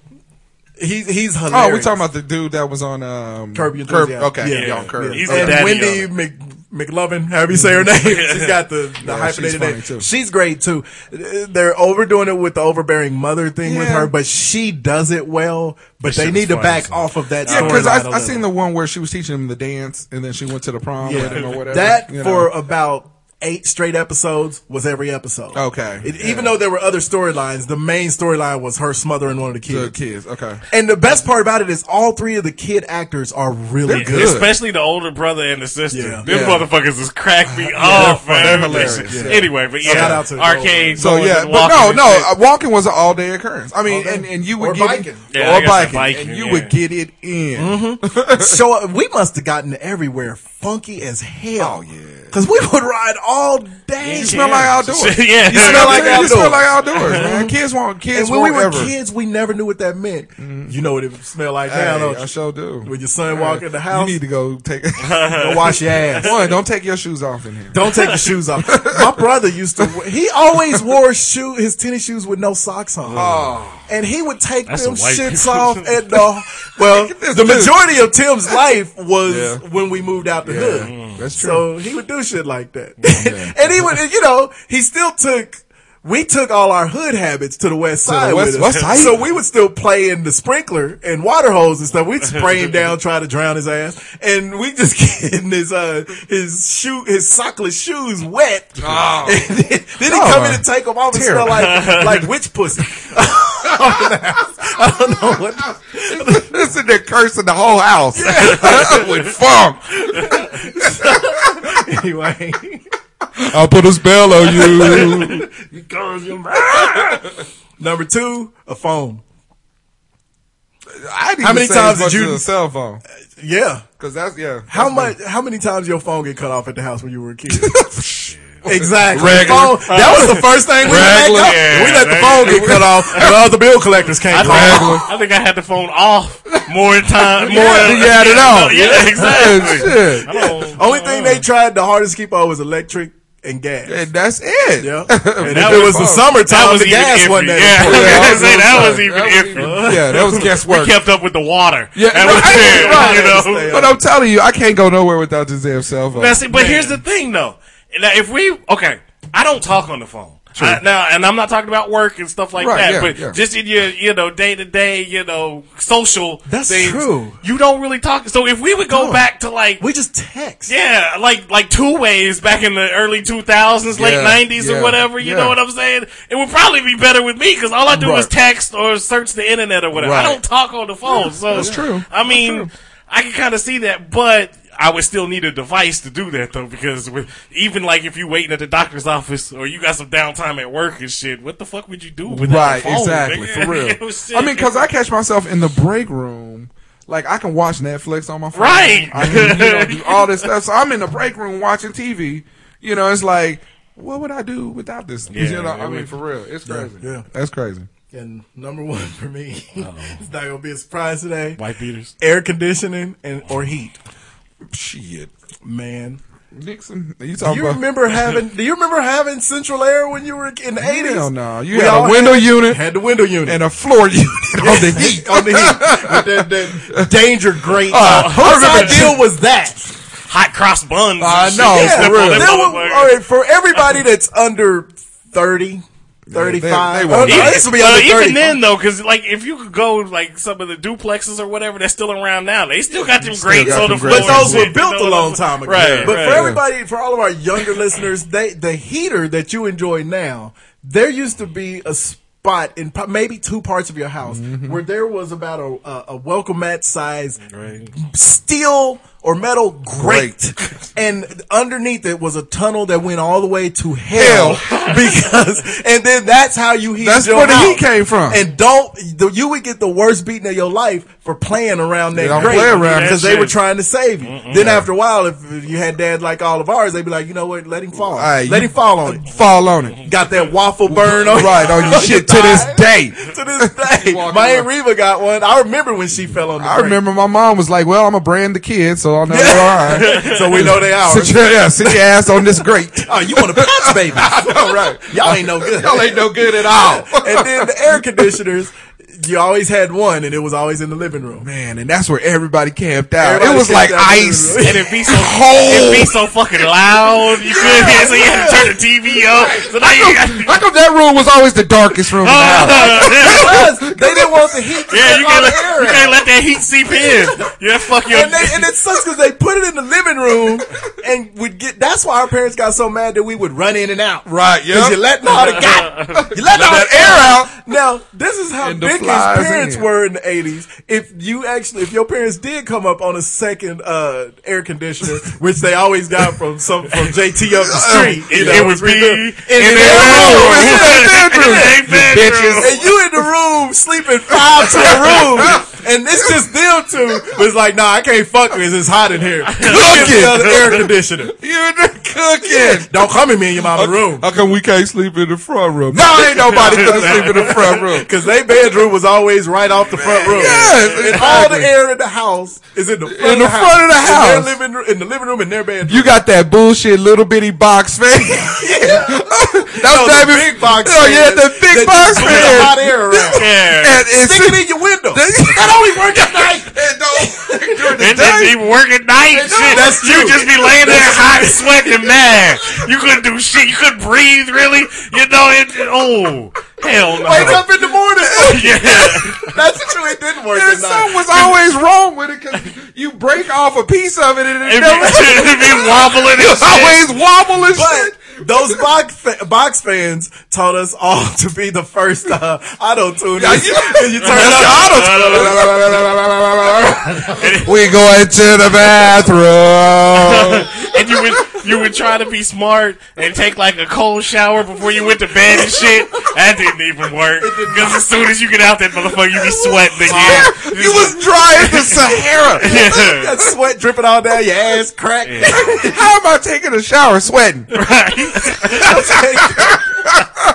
Speaker 6: He's he's hilarious.
Speaker 1: Oh, we talking about the dude that was on um,
Speaker 6: Curb Your Enthusiasm.
Speaker 1: okay,
Speaker 6: Yeah.
Speaker 1: yeah, on Curb.
Speaker 7: Yeah, he's
Speaker 1: Okay.
Speaker 7: the
Speaker 6: and
Speaker 7: daddy
Speaker 6: Wendy
Speaker 7: of it.
Speaker 6: Mc, McLovin, however you say her name, she's got the, the
Speaker 1: Yeah,
Speaker 6: hyphenated
Speaker 1: she's funny,
Speaker 6: name.
Speaker 1: too.
Speaker 6: She's great too. They're overdoing it with the overbearing mother thing with
Speaker 1: Yeah.
Speaker 6: her, but she does it well. But
Speaker 7: shit
Speaker 6: they
Speaker 7: was
Speaker 6: need to
Speaker 7: funny as
Speaker 6: back
Speaker 7: hell.
Speaker 6: off of that.
Speaker 1: Yeah,
Speaker 6: storyline
Speaker 1: because
Speaker 6: a
Speaker 1: I, I
Speaker 6: little.
Speaker 1: seen the one where she was teaching him the dance, and then she went to the prom with him or whatever.
Speaker 6: That
Speaker 1: you know.
Speaker 6: for about eight straight episodes was every episode.
Speaker 1: Okay.
Speaker 6: It,
Speaker 1: Yeah.
Speaker 6: Even though there were other storylines, the main storyline was her smothering one of the
Speaker 1: the
Speaker 6: kids.
Speaker 1: kids. Okay,
Speaker 6: And the best part about it is all three of the kid actors are really
Speaker 1: They're
Speaker 6: good.
Speaker 1: good.
Speaker 7: Especially the older brother and the sister.
Speaker 6: Yeah.
Speaker 7: Them
Speaker 1: Yeah.
Speaker 7: motherfuckers is crack me off,
Speaker 1: fun.
Speaker 7: man.
Speaker 1: They're hilarious, yeah.
Speaker 7: Anyway, but yeah,
Speaker 6: Shout out to
Speaker 7: arcade.
Speaker 1: so
Speaker 7: going
Speaker 1: yeah,
Speaker 7: and
Speaker 1: but
Speaker 7: walking
Speaker 1: no,
Speaker 7: and
Speaker 1: no,
Speaker 7: shit.
Speaker 1: uh, walking was an all day occurrence. I mean,
Speaker 6: All day.
Speaker 1: and, and you
Speaker 6: Or
Speaker 1: would get
Speaker 6: biking. Mm-hmm.
Speaker 1: It,
Speaker 7: Yeah, I
Speaker 1: or
Speaker 7: guess
Speaker 1: biking,
Speaker 7: the biking,
Speaker 1: and you
Speaker 7: yeah.
Speaker 1: would get it in.
Speaker 6: show up. uh, We must have gotten everywhere funky as hell.
Speaker 1: Oh, yeah.
Speaker 6: Cause we would ride all day.
Speaker 1: You smell like outdoors.
Speaker 7: Yeah.
Speaker 1: you smell like
Speaker 6: Yeah.
Speaker 1: outdoors. You smell like outdoors, man. Kids want
Speaker 6: and
Speaker 1: kids
Speaker 6: when we
Speaker 1: want
Speaker 6: were
Speaker 1: ever.
Speaker 6: kids, we never knew what that meant. You know what it smelled like
Speaker 1: Mm-hmm. Hey,
Speaker 6: now, don't
Speaker 1: I
Speaker 6: you?
Speaker 1: sure do.
Speaker 6: When your son walk in the house,
Speaker 1: you need to go take
Speaker 6: go wash your ass.
Speaker 1: one. Don't take your shoes off in here.
Speaker 6: Don't take your shoes off. My brother used to. He always wore shoe his tennis shoes with no socks on.
Speaker 1: Oh.
Speaker 6: And he would take
Speaker 7: That's
Speaker 6: them
Speaker 7: a white
Speaker 6: shits
Speaker 7: people.
Speaker 6: off at the. Well,
Speaker 1: this
Speaker 6: the
Speaker 1: dude.
Speaker 6: majority of Tim's life was
Speaker 1: Yeah. Mm.
Speaker 6: when we moved out the hood.
Speaker 1: That's true.
Speaker 6: So he would do shit like that. and he would, you know, he still took we took all our hood habits to the west side. with
Speaker 1: west-
Speaker 6: us.
Speaker 1: west side?
Speaker 6: So we would still play in the sprinkler and water hose and stuff. We'd spray him down, try to drown his ass. And we just getting his, uh, his shoe, his sockless shoes wet.
Speaker 1: Oh.
Speaker 6: And then, then he
Speaker 1: Oh,
Speaker 6: come in
Speaker 1: my.
Speaker 6: and take them off and
Speaker 1: Terrible.
Speaker 6: smell like, like witch pussy. I don't know what.
Speaker 1: This is the cursing the whole house with funk.
Speaker 6: Anyway.
Speaker 1: I'll put a spell on you.
Speaker 6: Number two, a phone.
Speaker 1: I didn't
Speaker 6: How many
Speaker 1: say
Speaker 6: times
Speaker 1: as much
Speaker 6: did you-
Speaker 1: as a cell phone?
Speaker 6: Yeah.
Speaker 1: Because that's yeah.
Speaker 6: How
Speaker 1: that's
Speaker 6: much? How many times your phone get cut off at the house when you were a kid? exactly.
Speaker 1: Regular.
Speaker 6: Phone- that was the first thing we let
Speaker 1: Regular.
Speaker 6: go.
Speaker 7: Yeah,
Speaker 6: we let the phone get cut off. Well, the bill collectors came.
Speaker 7: I
Speaker 6: along.
Speaker 7: think, I think I had the phone off more time. More
Speaker 1: Yeah, you had it
Speaker 7: No,
Speaker 1: on.
Speaker 7: Yeah, exactly.
Speaker 1: Shit.
Speaker 7: I don't-
Speaker 6: Only thing
Speaker 1: Uh.
Speaker 6: they tried the hardest to keep on was electric and gas. Yeah.
Speaker 1: And that's it.
Speaker 6: And if
Speaker 7: that
Speaker 6: it was
Speaker 7: was
Speaker 6: the
Speaker 1: fun.
Speaker 7: that
Speaker 6: summertime,
Speaker 7: was
Speaker 6: the
Speaker 7: even
Speaker 6: gas
Speaker 7: iffy.
Speaker 6: wasn't
Speaker 7: Yeah,
Speaker 6: that
Speaker 7: I
Speaker 6: important.
Speaker 7: was gonna say that
Speaker 1: That
Speaker 7: was
Speaker 1: was
Speaker 7: even
Speaker 1: was even-
Speaker 7: iffy.
Speaker 1: yeah, that was
Speaker 7: We
Speaker 1: guesswork.
Speaker 7: kept up with the water.
Speaker 1: Yeah,
Speaker 7: that
Speaker 1: right, right.
Speaker 7: was it. You know.
Speaker 1: But I'm telling you, I can't go nowhere without this damn cell phone.
Speaker 7: Now, see, but here's the thing, though. Now, if we okay, I don't talk on the phone. I, now, and I'm not talking about work and stuff like
Speaker 1: Right,
Speaker 7: that,
Speaker 1: yeah,
Speaker 7: but
Speaker 1: yeah.
Speaker 7: just in your you know day to day you know social.
Speaker 6: That's
Speaker 7: things,
Speaker 6: true.
Speaker 7: You don't really talk. So if we would go
Speaker 6: No.
Speaker 7: back to like
Speaker 6: We just text.
Speaker 7: yeah, like like two ways back in the early 2000s, late
Speaker 1: Yeah,
Speaker 7: 90s
Speaker 1: yeah,
Speaker 7: or whatever. You
Speaker 1: yeah.
Speaker 7: know what I'm saying? It would probably be better with me because all I do is
Speaker 1: Right.
Speaker 7: text or search the internet or whatever.
Speaker 1: Right.
Speaker 7: I don't talk on the phone. so
Speaker 1: that's true.
Speaker 7: I mean, I can kind of see that, but. I would still need a device to do that though, because with, even like if you waiting at the doctor's office or you got some downtime at work and shit, what the fuck would you do with
Speaker 1: right,
Speaker 7: that phone,
Speaker 1: exactly,
Speaker 7: nigga?
Speaker 1: for real.
Speaker 7: You know, shit.
Speaker 1: I mean, because I catch myself in the break room. Like I can watch Netflix on my phone.
Speaker 7: Right.
Speaker 1: I can you know, do all this stuff. So I'm in the break room watching TV. You know, it's like, what would I do without this? you
Speaker 7: Yeah,
Speaker 1: know,
Speaker 7: it
Speaker 1: I mean,
Speaker 7: would-
Speaker 1: for real, it's crazy.
Speaker 6: yeah.
Speaker 1: that's crazy.
Speaker 6: And number one for me, it's not gonna be a surprise today.
Speaker 7: white beaters.
Speaker 6: Air conditioning and or heat.
Speaker 1: Shit,
Speaker 6: Man,
Speaker 1: Nixon, you
Speaker 6: do
Speaker 1: talking
Speaker 6: you
Speaker 1: about?
Speaker 6: remember having? Do you remember having central air when you were in the eighties?
Speaker 1: Hell no, you had a window unit
Speaker 6: Had the window unit.
Speaker 1: and a floor unit on the heat.
Speaker 7: Oh,
Speaker 6: on the heat. With that, that danger grate.
Speaker 1: Uh,
Speaker 6: whose
Speaker 1: I remember-
Speaker 6: idea was that?
Speaker 7: Hot cross buns. and
Speaker 1: I
Speaker 7: shit.
Speaker 1: know,
Speaker 7: You
Speaker 1: for
Speaker 7: step on
Speaker 1: real. They
Speaker 7: that
Speaker 6: That was-
Speaker 7: motherfucker.
Speaker 6: all right, for everybody that's under 30, 35.
Speaker 1: they
Speaker 6: oh,
Speaker 1: won't
Speaker 6: no,
Speaker 1: know.
Speaker 6: it used to be under
Speaker 7: uh,
Speaker 6: 30.
Speaker 7: even then though, because like if you could go like some of the duplexes or whatever that's still around now, they still got them grates
Speaker 1: got
Speaker 7: on the
Speaker 1: them
Speaker 7: floor.
Speaker 1: grates.
Speaker 6: but those
Speaker 7: and
Speaker 6: were
Speaker 7: shit,
Speaker 6: built
Speaker 7: you know
Speaker 6: a
Speaker 7: what I'm
Speaker 6: long
Speaker 7: saying?
Speaker 6: time ago.
Speaker 7: Right,
Speaker 6: but
Speaker 7: right.
Speaker 6: for everybody, for all of our younger listeners, they the heater that you enjoy now, there used to be a spot in po- maybe two parts of your house where there was about a a, a welcome mat size steel or metal grate, and underneath it was a tunnel that went all the way to hell, because and then that's how you heat.
Speaker 1: That's
Speaker 6: your
Speaker 1: where the
Speaker 6: house.
Speaker 1: heat came from.
Speaker 6: And don't the, you would get the worst beating of your life for playing around that
Speaker 1: don't
Speaker 6: grate
Speaker 1: play around
Speaker 6: because
Speaker 7: that
Speaker 6: they were
Speaker 7: shit.
Speaker 6: trying to save you. Then after a while, if you had dad like all of ours, they'd be like, you know what, let him fall,
Speaker 1: All right,
Speaker 6: let
Speaker 1: you-
Speaker 6: him fall on it.
Speaker 1: Fall on it.
Speaker 6: Got that waffle burn on
Speaker 1: Right on your shit to this
Speaker 6: thigh.
Speaker 1: day.
Speaker 6: To this day,
Speaker 1: Walking
Speaker 6: my aunt
Speaker 1: around.
Speaker 6: Reva got one. I remember when she fell on the.
Speaker 1: I
Speaker 6: grate.
Speaker 1: remember my mom was like, "Well, I'm a brand the kid, so I know they're all right."
Speaker 6: so we know they are.
Speaker 1: Sit your, yeah, sit your ass on this grate.
Speaker 6: Oh, you want to punch babies?
Speaker 1: know, right.
Speaker 6: Y'all ain't no good.
Speaker 1: Y'all ain't no good at all.
Speaker 6: and then the air conditioners, you always had one, and it was always in the living room.
Speaker 1: Man, and that's where everybody camped out.
Speaker 6: Everybody
Speaker 1: it was like
Speaker 6: camped out.
Speaker 1: ice.
Speaker 7: And it'd be so
Speaker 1: Cold.
Speaker 7: it'd be so fucking loud. You couldn't hear, so you had to turn the TV up. So now you got.
Speaker 1: How come that room was always the darkest room in the house?
Speaker 7: yeah,
Speaker 6: Because they didn't want the heat to
Speaker 7: yeah,
Speaker 6: get
Speaker 7: you
Speaker 6: all the
Speaker 7: can't, let,
Speaker 6: air
Speaker 7: you
Speaker 6: out.
Speaker 7: can't let that heat seep in. Yeah, fuck your.
Speaker 6: and, they, and it sucks because they put it in the living room and would get. That's why our parents got so mad that we would run in and out.
Speaker 1: Right, yeah.
Speaker 6: Because you're letting all the got, you letting all
Speaker 1: that
Speaker 6: the air out. Now this is how
Speaker 1: And the
Speaker 6: big his
Speaker 1: flies
Speaker 6: parents
Speaker 1: in.
Speaker 6: were in the eighties. If you actually, if your parents did come up on a second uh, air conditioner, which they always got from some from JT up the street, you
Speaker 7: Uh, it,
Speaker 6: know,
Speaker 7: it would be in,
Speaker 6: in
Speaker 7: their
Speaker 6: their
Speaker 7: room.
Speaker 1: room. It's in their
Speaker 7: In their
Speaker 1: bedroom. You
Speaker 7: bedroom.
Speaker 1: bitches.
Speaker 6: and you in the room sleeping five to a room, and it's just them two. It's like, nah, I can't fuck with this. It's hot in here. Cook the other air conditioner.
Speaker 1: You're in there cooking.
Speaker 6: Don't come in me in your mama room.
Speaker 1: How come we can't sleep in the front room? No, ain't nobody gonna sleep in the front room.
Speaker 6: Cause they bedroom was always right off the front room.
Speaker 1: Yes,
Speaker 6: and all the
Speaker 1: exactly.
Speaker 6: air in the house is in the front,
Speaker 1: In the
Speaker 6: of, the
Speaker 1: front of the
Speaker 6: house. In
Speaker 1: house.
Speaker 6: their living room, in the living room, in their bedroom.
Speaker 1: You got that bullshit little bitty box fan. That
Speaker 6: No,
Speaker 1: was
Speaker 6: the
Speaker 1: David.
Speaker 6: big box
Speaker 1: Oh yeah,
Speaker 6: fan
Speaker 1: the big
Speaker 6: that
Speaker 1: box
Speaker 6: just blew the
Speaker 1: fan.
Speaker 6: hot air around.
Speaker 7: Yeah.
Speaker 1: And, and
Speaker 6: Stick it in your window. still.
Speaker 1: That only work at night. And no, during the
Speaker 7: And
Speaker 1: day.
Speaker 7: then even work at night.
Speaker 1: They do.
Speaker 7: Shit,
Speaker 1: That's
Speaker 7: you
Speaker 1: true.
Speaker 7: just be laying there hot, sweating, mad. You couldn't do shit. You couldn't breathe, really. You know it. Oh, hell no.
Speaker 6: Wake up in the morning.
Speaker 7: Yeah.
Speaker 6: That's true. It didn't work at
Speaker 1: And
Speaker 6: night.
Speaker 1: something was always wrong with it because you break off a piece of it and it
Speaker 7: It'd be,
Speaker 1: never.
Speaker 7: it'd be wobbling and
Speaker 1: It's
Speaker 7: shit.
Speaker 1: always wobble and shit.
Speaker 6: But those box fa- box fans taught us all to be the first uh, auto tuners.
Speaker 1: Yeah, you-
Speaker 6: and you turn
Speaker 1: That's
Speaker 6: up.
Speaker 1: we going to the bathroom.
Speaker 7: and you would you would try to be smart and take like a cold shower before you went to bed and shit. That didn't even work because as soon as you get out that motherfucker, you be sweating again.
Speaker 1: you was dry as the Sahara.
Speaker 7: Yeah.
Speaker 6: That sweat dripping all down your ass crack.
Speaker 1: How am I taking a shower sweating?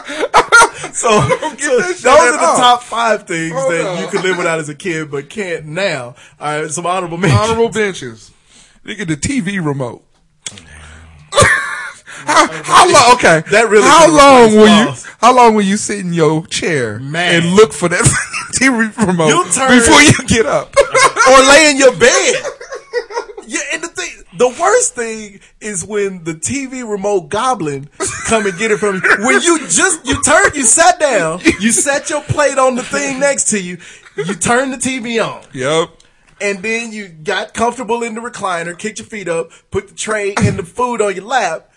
Speaker 6: So, so
Speaker 1: that
Speaker 6: those
Speaker 1: shit
Speaker 6: are the
Speaker 1: at all.
Speaker 6: top five things
Speaker 1: Hold
Speaker 6: that
Speaker 1: on.
Speaker 6: you could live without as a kid, but can't now. All right, some honorable mentions.
Speaker 1: Honorable benches. Look at the TV remote. how, how long? Okay,
Speaker 6: That really
Speaker 1: How
Speaker 6: could've
Speaker 1: long
Speaker 6: replaced
Speaker 1: will
Speaker 6: walls.
Speaker 1: you? How long will you sit in your chair
Speaker 6: Man.
Speaker 1: and look for that TV remote
Speaker 6: You turn-
Speaker 1: before you get up?
Speaker 6: or lay in your bed. Yeah, and the thing, the worst thing is when the TV remote goblin come and get it from you. When you just you turn, you sat down, you set your plate on the thing next to you, you turn the TV on,
Speaker 1: yep.
Speaker 6: and then you got comfortable in the recliner, kicked your feet up, put the tray and the food on your lap.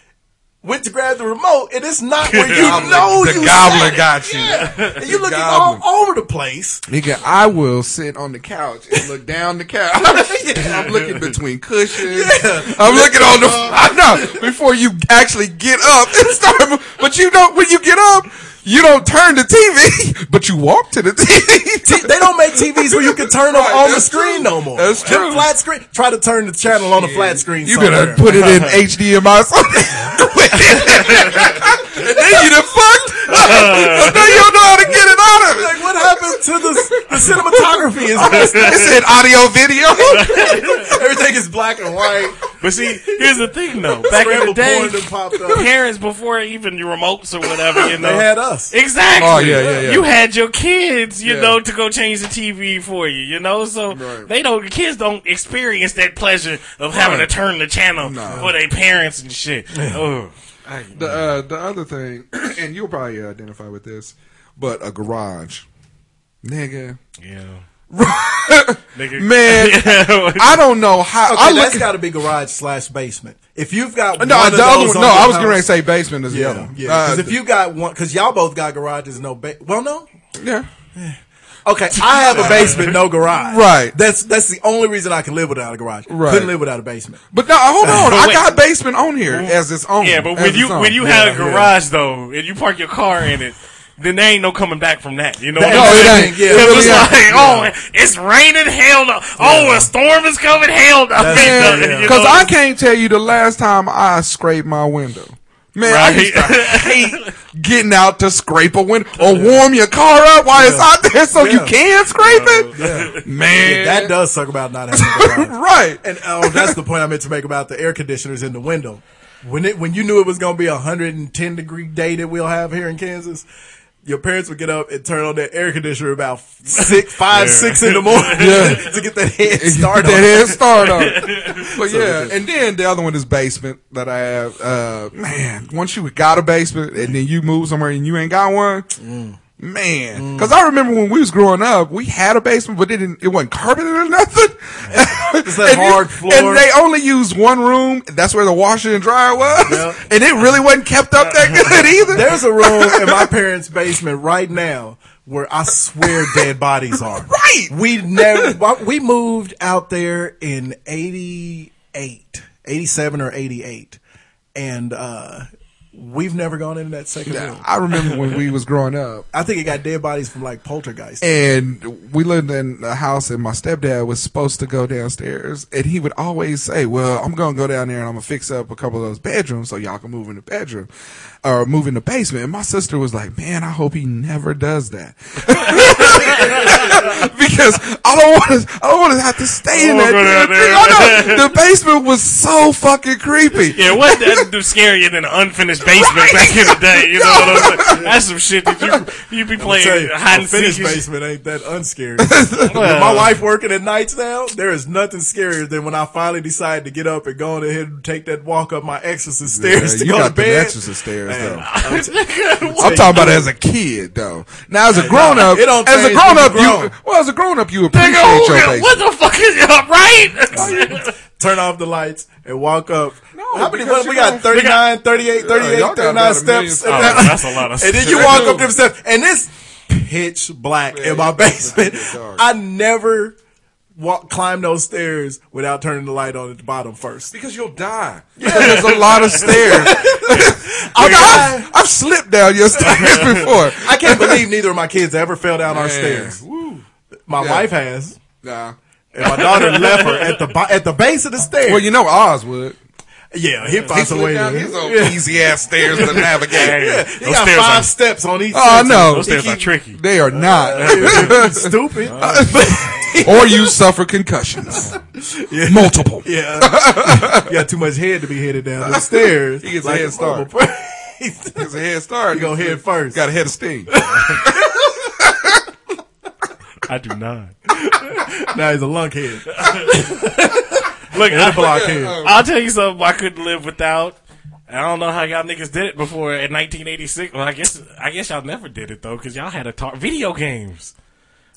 Speaker 6: Went to grab the remote, and it's not where you
Speaker 1: Goblin-
Speaker 6: know
Speaker 1: the
Speaker 6: you sat
Speaker 1: goblin
Speaker 6: it.
Speaker 1: got you.
Speaker 6: Yeah. And you're looking
Speaker 1: goblin.
Speaker 6: all over the place.
Speaker 1: Nigga, I will sit on the couch and look down the couch. I'm looking between cushions. I'm looking on the. I know before you actually get up and start. mo- But you don't. When you get up, you don't turn the TV, but you walk to the TV.
Speaker 6: They don't make TVs where you can turn them
Speaker 1: Right,
Speaker 6: on the
Speaker 1: that's
Speaker 6: screen
Speaker 1: true.
Speaker 6: no more.
Speaker 1: That's
Speaker 6: Them
Speaker 1: true.
Speaker 6: flat screen. Try to turn the channel on a flat screen.
Speaker 1: You
Speaker 6: somewhere.
Speaker 1: better put it in HDMI. something. and then you done fucked. up. now you don't know how to get it out of it.
Speaker 6: Like what happened to the the cinematography? Is messed up.
Speaker 1: It said audio video.
Speaker 6: everything is black and white?
Speaker 7: But see, here's the thing though. Back in the
Speaker 6: Scrambled
Speaker 7: day,
Speaker 6: porn done popped up.
Speaker 7: parents before even your remotes or whatever, you know,
Speaker 6: They had us.
Speaker 7: Exactly.
Speaker 1: Oh, yeah, yeah, yeah.
Speaker 7: You had your kids, you
Speaker 1: Yeah.
Speaker 7: know, to go change the TV for you, you know. So
Speaker 1: Right.
Speaker 7: they don't. Kids don't experience that pleasure of having to turn the channel for their parents and shit. Oh, Ugh.
Speaker 1: The uh, the other thing, and you'll probably uh, identify with this, but a garage, nigga,
Speaker 7: Yeah. Nigga.
Speaker 1: man, I don't know how.
Speaker 6: Okay,
Speaker 1: I look
Speaker 6: that's
Speaker 1: at-
Speaker 6: got to be garage slash basement. If you've got
Speaker 1: no,
Speaker 6: one of
Speaker 1: the other
Speaker 6: those
Speaker 1: one.
Speaker 6: on your
Speaker 1: No, I was
Speaker 6: house-
Speaker 1: going to say basement is the other
Speaker 6: yeah,
Speaker 1: one.
Speaker 6: yeah.
Speaker 1: Uh,
Speaker 6: Because if you got one, because y'all both got garages, no ba- well, no.
Speaker 1: yeah,
Speaker 6: Okay, I have a basement, no garage.
Speaker 1: Right.
Speaker 6: That's that's the only reason I can live without a garage.
Speaker 1: Right.
Speaker 6: Couldn't live without a basement.
Speaker 1: but no, hold
Speaker 6: Uh,
Speaker 1: on, I
Speaker 7: wait.
Speaker 1: got basement on here as its own.
Speaker 7: Yeah, but
Speaker 1: as
Speaker 7: when you
Speaker 1: its own.
Speaker 7: when you have a garage though, and you park your car in it. Then there ain't no coming back from that, you know.
Speaker 6: That-
Speaker 7: what I'm
Speaker 6: no, it
Speaker 7: saying?
Speaker 6: ain't. Yeah, it
Speaker 7: 'Cause
Speaker 6: really
Speaker 7: it's
Speaker 1: ain't.
Speaker 7: like, oh, it's raining, hell no. Oh, a storm is coming, hell no.
Speaker 1: Man,
Speaker 7: You know,
Speaker 1: Cause I
Speaker 7: it's-
Speaker 1: can't tell you the last time I scraped my window. Man, I used to hate getting out to scrape a window or warm your car up while it's out there so you
Speaker 6: Yeah.
Speaker 1: can scrape it. Man,
Speaker 6: That does suck about not having a garage.
Speaker 1: right.
Speaker 6: And oh, that's the point I meant to make about the air conditioners in the window. When it when you knew it was going to be a hundred and ten degree day that we'll have here in Kansas, your parents would get up and turn on that air conditioner about six, five, six in the morning to get that head start.
Speaker 1: that
Speaker 6: on.
Speaker 1: head start on. But yeah, and then the other one is basement that I have. Uh, man, once you got a basement and then you move somewhere and you ain't got one, man.
Speaker 6: Mm.
Speaker 1: Because I remember when we was growing up, we had a basement, but it didn't. It wasn't carpeted or nothing.
Speaker 6: It's that
Speaker 1: you-
Speaker 6: hard floor.
Speaker 1: and they only used one room. That's where the washer and dryer was,
Speaker 6: Yeah.
Speaker 1: and it really wasn't kept up that good either.
Speaker 6: There's a room in my parents' basement right now where I swear dead bodies are.
Speaker 1: Right.
Speaker 6: We never we moved out there in 88, 87 or 88 and uh we've never gone into that second room.
Speaker 1: I remember when we was growing up,
Speaker 6: I think it got dead bodies from like poltergeist.
Speaker 1: and we lived in a house and my stepdad was supposed to go downstairs and he would always say well i'm gonna go down there and i'm gonna fix up a couple of those bedrooms so y'all can move in the bedroom or move in the basement and my sister was like man i hope he never does that because i don't want to i don't want to have to stay in
Speaker 7: I
Speaker 1: that
Speaker 7: won't go down
Speaker 1: damn
Speaker 7: there.
Speaker 1: thing. I know, the basement was so fucking creepy
Speaker 7: Yeah, what that do scarier than an unfinished basement back in the day. You know what I'm saying? That's some shit that you you be
Speaker 6: I'll
Speaker 7: playing
Speaker 6: tell you,
Speaker 7: hide
Speaker 6: a
Speaker 7: and
Speaker 6: finished
Speaker 7: seek.
Speaker 6: basement ain't that unscary. With my wife working at nights now, there is nothing scarier than when I finally decide to get up and go on ahead and take that walk up my exorcist stairs to
Speaker 1: you
Speaker 6: go
Speaker 1: got
Speaker 6: to
Speaker 1: the
Speaker 6: bed.
Speaker 1: exorcist stairs
Speaker 6: Man,
Speaker 1: though.
Speaker 6: I'm t-
Speaker 1: I'm talking about as a kid though. Now as a grown up,
Speaker 6: it don't
Speaker 1: as a
Speaker 6: change
Speaker 1: grown up,
Speaker 6: when you
Speaker 1: you
Speaker 6: grown.
Speaker 1: well as a grown up, you appreciate
Speaker 7: Nigga, who-
Speaker 1: your basement.
Speaker 7: what the fuck is y'all
Speaker 6: Oh,
Speaker 7: right?
Speaker 6: turn off the lights and walk up.
Speaker 1: No,
Speaker 6: How many, what,
Speaker 1: because you
Speaker 6: we
Speaker 1: know-
Speaker 6: got 39, 38, 38,
Speaker 1: y'all
Speaker 6: 39
Speaker 1: got about a million
Speaker 6: steps.
Speaker 1: steps.
Speaker 7: Oh, that's a lot of
Speaker 6: and then
Speaker 7: steps.
Speaker 6: you walk
Speaker 1: Dude.
Speaker 6: up them steps, and it's pitch black
Speaker 1: Yeah,
Speaker 6: in my
Speaker 1: you-
Speaker 6: basement.
Speaker 1: it's dark.
Speaker 6: I never walk climb those stairs without turning the light on at the bottom first.
Speaker 1: Because you'll die. There's a lot of stairs.
Speaker 6: I'll die.
Speaker 1: I've, I've slipped down your stairs before.
Speaker 6: I can't believe neither of my kids ever fell down our stairs.
Speaker 1: Woo.
Speaker 6: My
Speaker 1: Yeah.
Speaker 6: wife has,
Speaker 1: Nah.
Speaker 6: and my daughter left her at the bo- at the base of the stairs.
Speaker 1: Well, you know Oz would.
Speaker 6: yeah, he
Speaker 1: He
Speaker 6: finds a
Speaker 1: slid
Speaker 6: way.
Speaker 1: down
Speaker 6: to-
Speaker 1: his old
Speaker 6: Yeah.
Speaker 1: easy ass stairs to navigate.
Speaker 7: Yeah,
Speaker 6: He
Speaker 7: those
Speaker 6: got
Speaker 7: stairs
Speaker 6: five
Speaker 7: are-
Speaker 6: steps on each.
Speaker 1: Oh
Speaker 6: set.
Speaker 1: no,
Speaker 7: Those stairs are tricky.
Speaker 1: they are not.
Speaker 6: stupid.
Speaker 1: or you suffer concussions, multiple.
Speaker 6: yeah, you got too much head to be headed down the stairs.
Speaker 1: He gets a head start.
Speaker 6: he's
Speaker 1: It's a head start.
Speaker 6: You go head first.
Speaker 1: Got a head of steam.
Speaker 7: I do not.
Speaker 6: now he's a lunkhead.
Speaker 7: Look,
Speaker 6: He's a
Speaker 7: I,
Speaker 6: blockhead.
Speaker 7: I'll tell you something I couldn't live without. And I don't know how y'all niggas did it before in 1986. Well, I guess I guess y'all never did it though, because y'all had a tar- video games.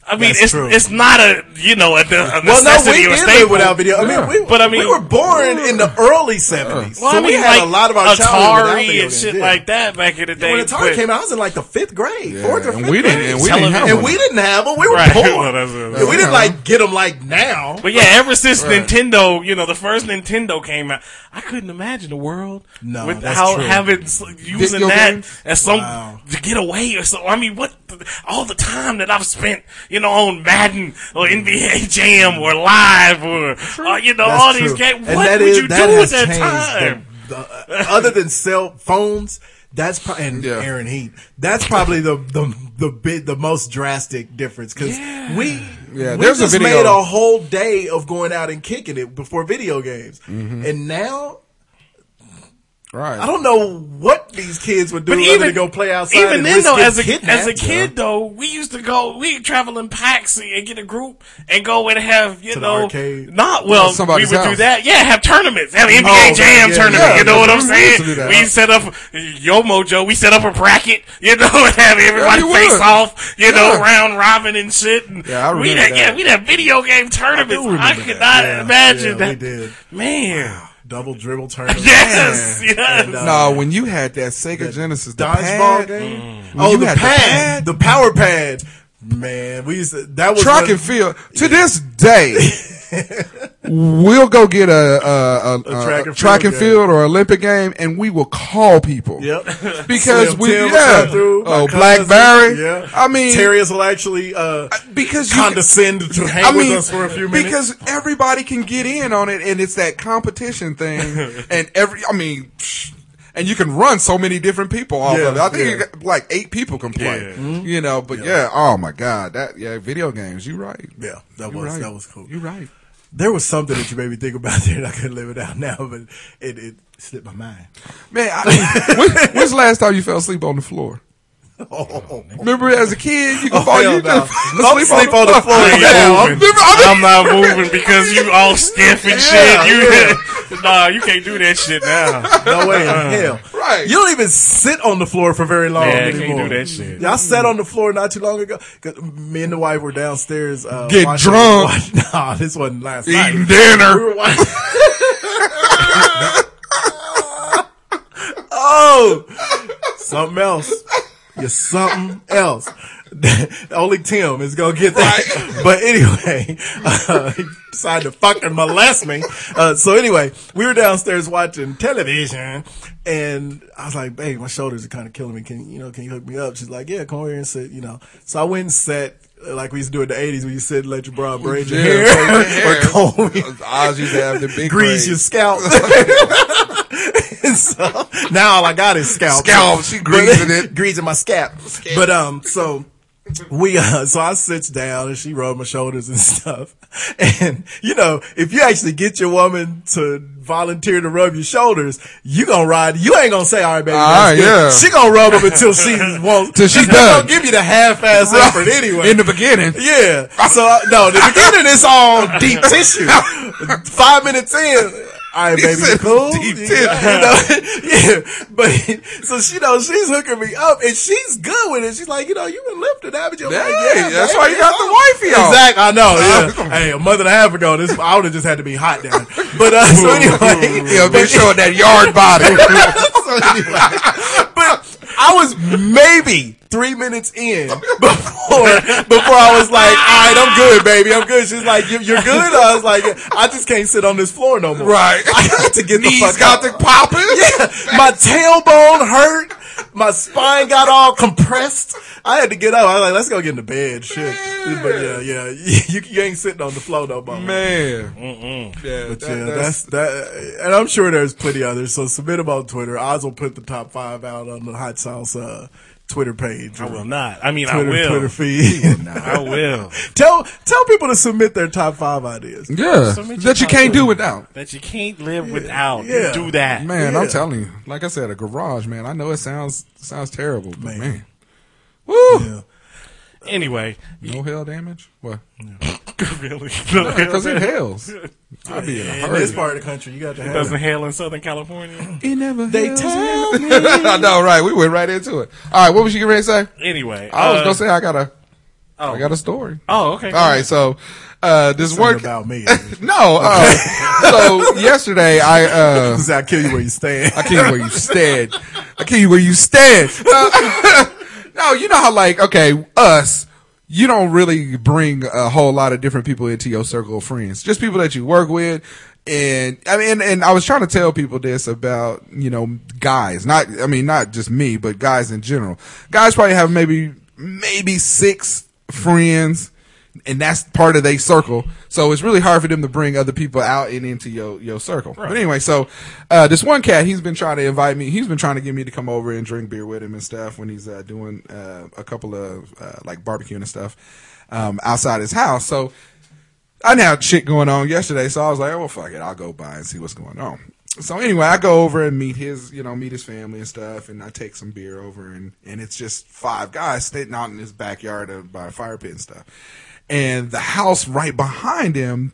Speaker 7: I mean,
Speaker 6: That's
Speaker 7: it's
Speaker 6: true.
Speaker 7: it's not a you know a, a
Speaker 6: Well, no, we
Speaker 7: necessity or
Speaker 6: did live
Speaker 7: staple.
Speaker 6: without video. I mean, we,
Speaker 7: But I mean- uh,
Speaker 6: we were born in the early seventies,
Speaker 7: Well,
Speaker 6: so
Speaker 7: I mean,
Speaker 6: we had
Speaker 7: like
Speaker 6: a lot of our childhood without
Speaker 7: Atari
Speaker 6: video
Speaker 7: and
Speaker 6: games,
Speaker 7: shit
Speaker 6: yeah.
Speaker 7: like that back in the day.
Speaker 6: When Atari
Speaker 7: but-
Speaker 6: came out, I was in like the fifth grade, fourth or fifth
Speaker 1: and we
Speaker 6: grade.
Speaker 1: didn't. And we didn't have
Speaker 6: And
Speaker 1: one.
Speaker 6: we didn't have them. We were
Speaker 7: Right.
Speaker 6: poor.
Speaker 7: Well, that's-
Speaker 6: And
Speaker 7: that's-
Speaker 6: we didn't like get them like now.
Speaker 7: But yeah, ever since Nintendo, you know, the first Nintendo came out, I couldn't imagine the world
Speaker 6: No,
Speaker 7: without
Speaker 6: that's true.
Speaker 7: having s- using
Speaker 1: Video
Speaker 7: that
Speaker 1: games?
Speaker 7: as some
Speaker 6: Wow.
Speaker 7: to get away or so. I mean, what the, all the time that I've spent, you know, on Madden or NBA Jam or Live or uh, you know
Speaker 6: That's
Speaker 7: all
Speaker 6: true.
Speaker 7: these games.
Speaker 6: And
Speaker 7: What
Speaker 6: that
Speaker 7: would
Speaker 6: is-
Speaker 7: you do
Speaker 6: has
Speaker 7: at that
Speaker 6: changed
Speaker 7: time?
Speaker 6: the- the- uh, other than cell phones, that's probably and
Speaker 1: Yeah.
Speaker 6: Aaron Heat. That's probably the the the big the most drastic difference because we
Speaker 1: Yeah,
Speaker 6: we
Speaker 1: there's a
Speaker 6: just
Speaker 1: video.
Speaker 6: made a whole day of going out and kicking it before video games,
Speaker 1: Mm-hmm.
Speaker 6: and now
Speaker 1: Right.
Speaker 6: I don't know what these kids would do
Speaker 7: But
Speaker 6: other
Speaker 7: even
Speaker 6: than go play outside.
Speaker 7: Even
Speaker 6: and
Speaker 7: then,
Speaker 6: risk
Speaker 7: though,
Speaker 6: getting
Speaker 7: as a,
Speaker 6: kidnapped.
Speaker 7: as a kid, though, we used to go, we travel in packs and get a group and go and have, you
Speaker 6: To the
Speaker 7: know,
Speaker 6: arcade.
Speaker 7: not, well, we
Speaker 1: somebody's
Speaker 7: would do
Speaker 1: house.
Speaker 7: that. Yeah, have tournaments, have NBA
Speaker 6: man,
Speaker 7: Jam
Speaker 6: yeah,
Speaker 7: tournament.
Speaker 1: yeah.
Speaker 7: you know what I'm
Speaker 1: We used to do
Speaker 7: saying?
Speaker 1: that.
Speaker 7: We set up, Yo Mojo, we set up a bracket, you know, and have everybody
Speaker 1: you
Speaker 7: face
Speaker 1: would.
Speaker 7: off, you know,
Speaker 1: Yeah.
Speaker 7: round robin and shit. And
Speaker 1: Yeah, I
Speaker 7: we
Speaker 1: remember
Speaker 7: had,
Speaker 1: that.
Speaker 7: Yeah, we had video game tournaments. I,
Speaker 6: remember
Speaker 7: could
Speaker 6: that.
Speaker 7: not
Speaker 6: Yeah,
Speaker 7: imagine
Speaker 6: yeah, we
Speaker 7: that.
Speaker 6: did.
Speaker 7: Man.
Speaker 6: double dribble tournament.
Speaker 7: Yes, yes.
Speaker 6: And, uh,
Speaker 1: No, when you had that Sega Genesis, the
Speaker 6: dodgeball
Speaker 1: pad,
Speaker 6: game.
Speaker 1: When
Speaker 6: Oh,
Speaker 1: you
Speaker 6: the
Speaker 1: had
Speaker 6: pad,
Speaker 1: the pad.
Speaker 6: the power pad. Man, we used to, that was
Speaker 1: track
Speaker 6: when-
Speaker 1: and field to this day. we'll go get a, a, a, a-
Speaker 6: track
Speaker 1: track,
Speaker 6: and field game.
Speaker 1: and field or Olympic game, and we will call people.
Speaker 6: Yep.
Speaker 1: Because
Speaker 6: Slim
Speaker 1: we,
Speaker 6: Tim would
Speaker 1: yeah,
Speaker 6: come through, my
Speaker 1: oh,
Speaker 6: cousin,
Speaker 1: Blackberry.
Speaker 6: Yeah,
Speaker 1: I mean,
Speaker 6: Terrius will actually uh,
Speaker 1: because you,
Speaker 6: condescend to hang
Speaker 1: I
Speaker 6: with
Speaker 1: mean,
Speaker 6: us for a few minutes.
Speaker 1: because everybody can get in on it, and it's that competition thing, and every, I mean. psh, And you can run so many different people off
Speaker 6: Yeah,
Speaker 1: of it. I think
Speaker 6: yeah.
Speaker 1: you got, like eight people can play.
Speaker 7: Yeah.
Speaker 1: You know, but yeah. oh my god, that yeah, video games. You right?
Speaker 6: yeah, that
Speaker 1: You
Speaker 6: was
Speaker 1: right.
Speaker 6: that was cool.
Speaker 1: You right?
Speaker 6: There was something that you made me think about there, and I couldn't live it out now, but it, it slipped my mind.
Speaker 1: Man, I, when, when's the last time you fell asleep on the floor?
Speaker 6: Oh,
Speaker 1: Remember as a kid, you could fall,
Speaker 6: hell
Speaker 1: you
Speaker 6: no.
Speaker 1: could
Speaker 6: Don't sleep on the floor.
Speaker 7: I ain't
Speaker 6: Oh, Yeah, I'm-
Speaker 7: moving.
Speaker 1: remember- I mean-
Speaker 7: I'm not moving because you all stiff and
Speaker 6: Yeah,
Speaker 7: shit. You, nah, you can't do that shit now.
Speaker 6: no way in hell!
Speaker 1: Right.
Speaker 6: You don't even sit on the floor for very long
Speaker 7: Yeah, you
Speaker 6: anymore.
Speaker 7: can't do that shit.
Speaker 6: Yeah, I sat on the floor not too long ago. 'cause Me and the wife were downstairs. Uh,
Speaker 1: Get
Speaker 6: watching-
Speaker 1: drunk.
Speaker 6: watch- nah, this wasn't last night.
Speaker 1: Eating dinner.
Speaker 6: We were watching. oh, something else. You're something else. Only Tim is gonna get that. But anyway, uh, he decided to fucking molest me. Uh, so anyway, we were downstairs watching television, and I was like, "Babe, my shoulders are kind of killing me. Can you know? Can you hook me up?" She's like, "Yeah, come over here and sit." You know. So I went and sat. uh, Like we used to do in the 80s when you sit and let your bra braid your
Speaker 1: Yeah,
Speaker 6: hair,
Speaker 1: braid your
Speaker 6: or
Speaker 1: hair.
Speaker 6: comb your
Speaker 1: Oz used to have the big
Speaker 6: grease
Speaker 1: braids.
Speaker 6: your scalp. And so now all I got is scalp.
Speaker 1: Scalp, she
Speaker 6: But-
Speaker 1: greasing it.
Speaker 6: greasing my scalp. But um, so we uh, so I sits down and she rubbed my shoulders and stuff. And you know, if you actually get your woman to volunteer to rub your shoulders, you gonna ride. You ain't gonna say, "All right, baby,
Speaker 1: Ah,
Speaker 6: that's good."
Speaker 1: yeah.
Speaker 6: She gonna rub them until she wants.
Speaker 1: Till she's
Speaker 6: just gonna
Speaker 1: done.
Speaker 6: give you the half-ass effort anyway.
Speaker 1: In the beginning,
Speaker 6: Yeah. So I- no, the beginning is all deep tissue. Five minutes in. All right, baby, you
Speaker 1: said
Speaker 6: cool.
Speaker 1: deep
Speaker 6: You
Speaker 1: tissue.
Speaker 6: know, yeah, but so she knows she's hooking me up, and she's good with it. She's like, you know, you been lifted, haven't you? I'm like,
Speaker 1: Hey,
Speaker 6: yeah,
Speaker 1: that's
Speaker 6: baby,
Speaker 1: why you
Speaker 6: it's
Speaker 1: got the
Speaker 6: on.
Speaker 1: wifey on.
Speaker 6: Exactly, I know.
Speaker 1: Uh,
Speaker 6: Yeah. hey, a month and a half ago, this I would have just had to be hot down. But uh, so anyway,
Speaker 1: yeah, be showing that yard body.
Speaker 6: so anyway, but I was maybe three minutes in before before I was like, all right, I'm good, baby, I'm good. She's like, you, you're good. I was like, I just can't sit on this floor no more.
Speaker 1: Right.
Speaker 6: I got to get
Speaker 1: Knees
Speaker 6: the fuck
Speaker 1: got
Speaker 6: out.
Speaker 1: to popping.
Speaker 6: Yeah, my tailbone hurt. My spine got all compressed. I had to get up. I was like, let's go get in the bed. Shit. But yeah, yeah, you, you ain't sitting on the floor no more.
Speaker 1: Man. Yeah, that-
Speaker 6: Yeah, that's, that, and I'm sure there's plenty others. So submit them on Twitter. Oz will put the top five out on the Hot Sauce uh, Twitter page.
Speaker 7: I will not. I mean,
Speaker 6: Twitter,
Speaker 7: I will.
Speaker 6: Twitter feed.
Speaker 7: I will.
Speaker 6: tell tell people to submit their top five ideas.
Speaker 1: yeah.
Speaker 7: So many
Speaker 1: that you
Speaker 7: times
Speaker 1: can't do
Speaker 7: I-
Speaker 1: without.
Speaker 7: That you can't live without.
Speaker 6: Yeah.
Speaker 7: You do that.
Speaker 1: Man,
Speaker 6: Yeah.
Speaker 1: I'm telling you. Like I said, a garage, man. I know it sounds sounds terrible, but
Speaker 6: Man.
Speaker 1: man. Woo!
Speaker 7: Anyway,
Speaker 1: No hail damage? What?
Speaker 7: really,
Speaker 1: Because it hails. I'd be in a
Speaker 6: In this
Speaker 1: hurry.
Speaker 6: part of the country, you got to have
Speaker 7: doesn't
Speaker 6: it.
Speaker 7: hail in Southern California.
Speaker 1: It never
Speaker 6: They
Speaker 1: hails.
Speaker 6: tell me.
Speaker 1: I know, right? We went right into it. All right, what was you getting ready to say?
Speaker 7: Anyway,
Speaker 1: I was
Speaker 7: uh,
Speaker 1: gonna say I got a, I
Speaker 7: Oh.
Speaker 1: got a story.
Speaker 7: Oh, okay.
Speaker 1: All right, so uh, this
Speaker 6: Work
Speaker 1: work.
Speaker 6: about me.
Speaker 1: No, uh, so yesterday I uh,
Speaker 6: Because I kill you where you stand.
Speaker 1: I kill you where you stand. I kill you where you stand. Uh, no, you know how like okay, us. You don't really bring a whole lot of different people into your circle of friends, just people that you work with. And I mean, and, I was trying to tell people this about you know guys, not I mean not just me, but guys in general. Guys probably have maybe maybe six friends, and that's part of their circle. So it's really hard for them to bring other people out and into your your circle. But anyway, so uh, this one cat, he's been trying to invite me. He's been trying to get me to come over and drink beer with him and stuff when he's uh, doing uh, a couple of uh, like barbecue and stuff um, outside his house. So I had shit going on yesterday, so I was like, oh, well, fuck it. I'll go by and see what's going on. So anyway, I go over and meet his, you know, meet his family and stuff, and I take some beer over, and, and it's just five guys sitting out in his backyard uh, by a fire pit and stuff. And the house right behind him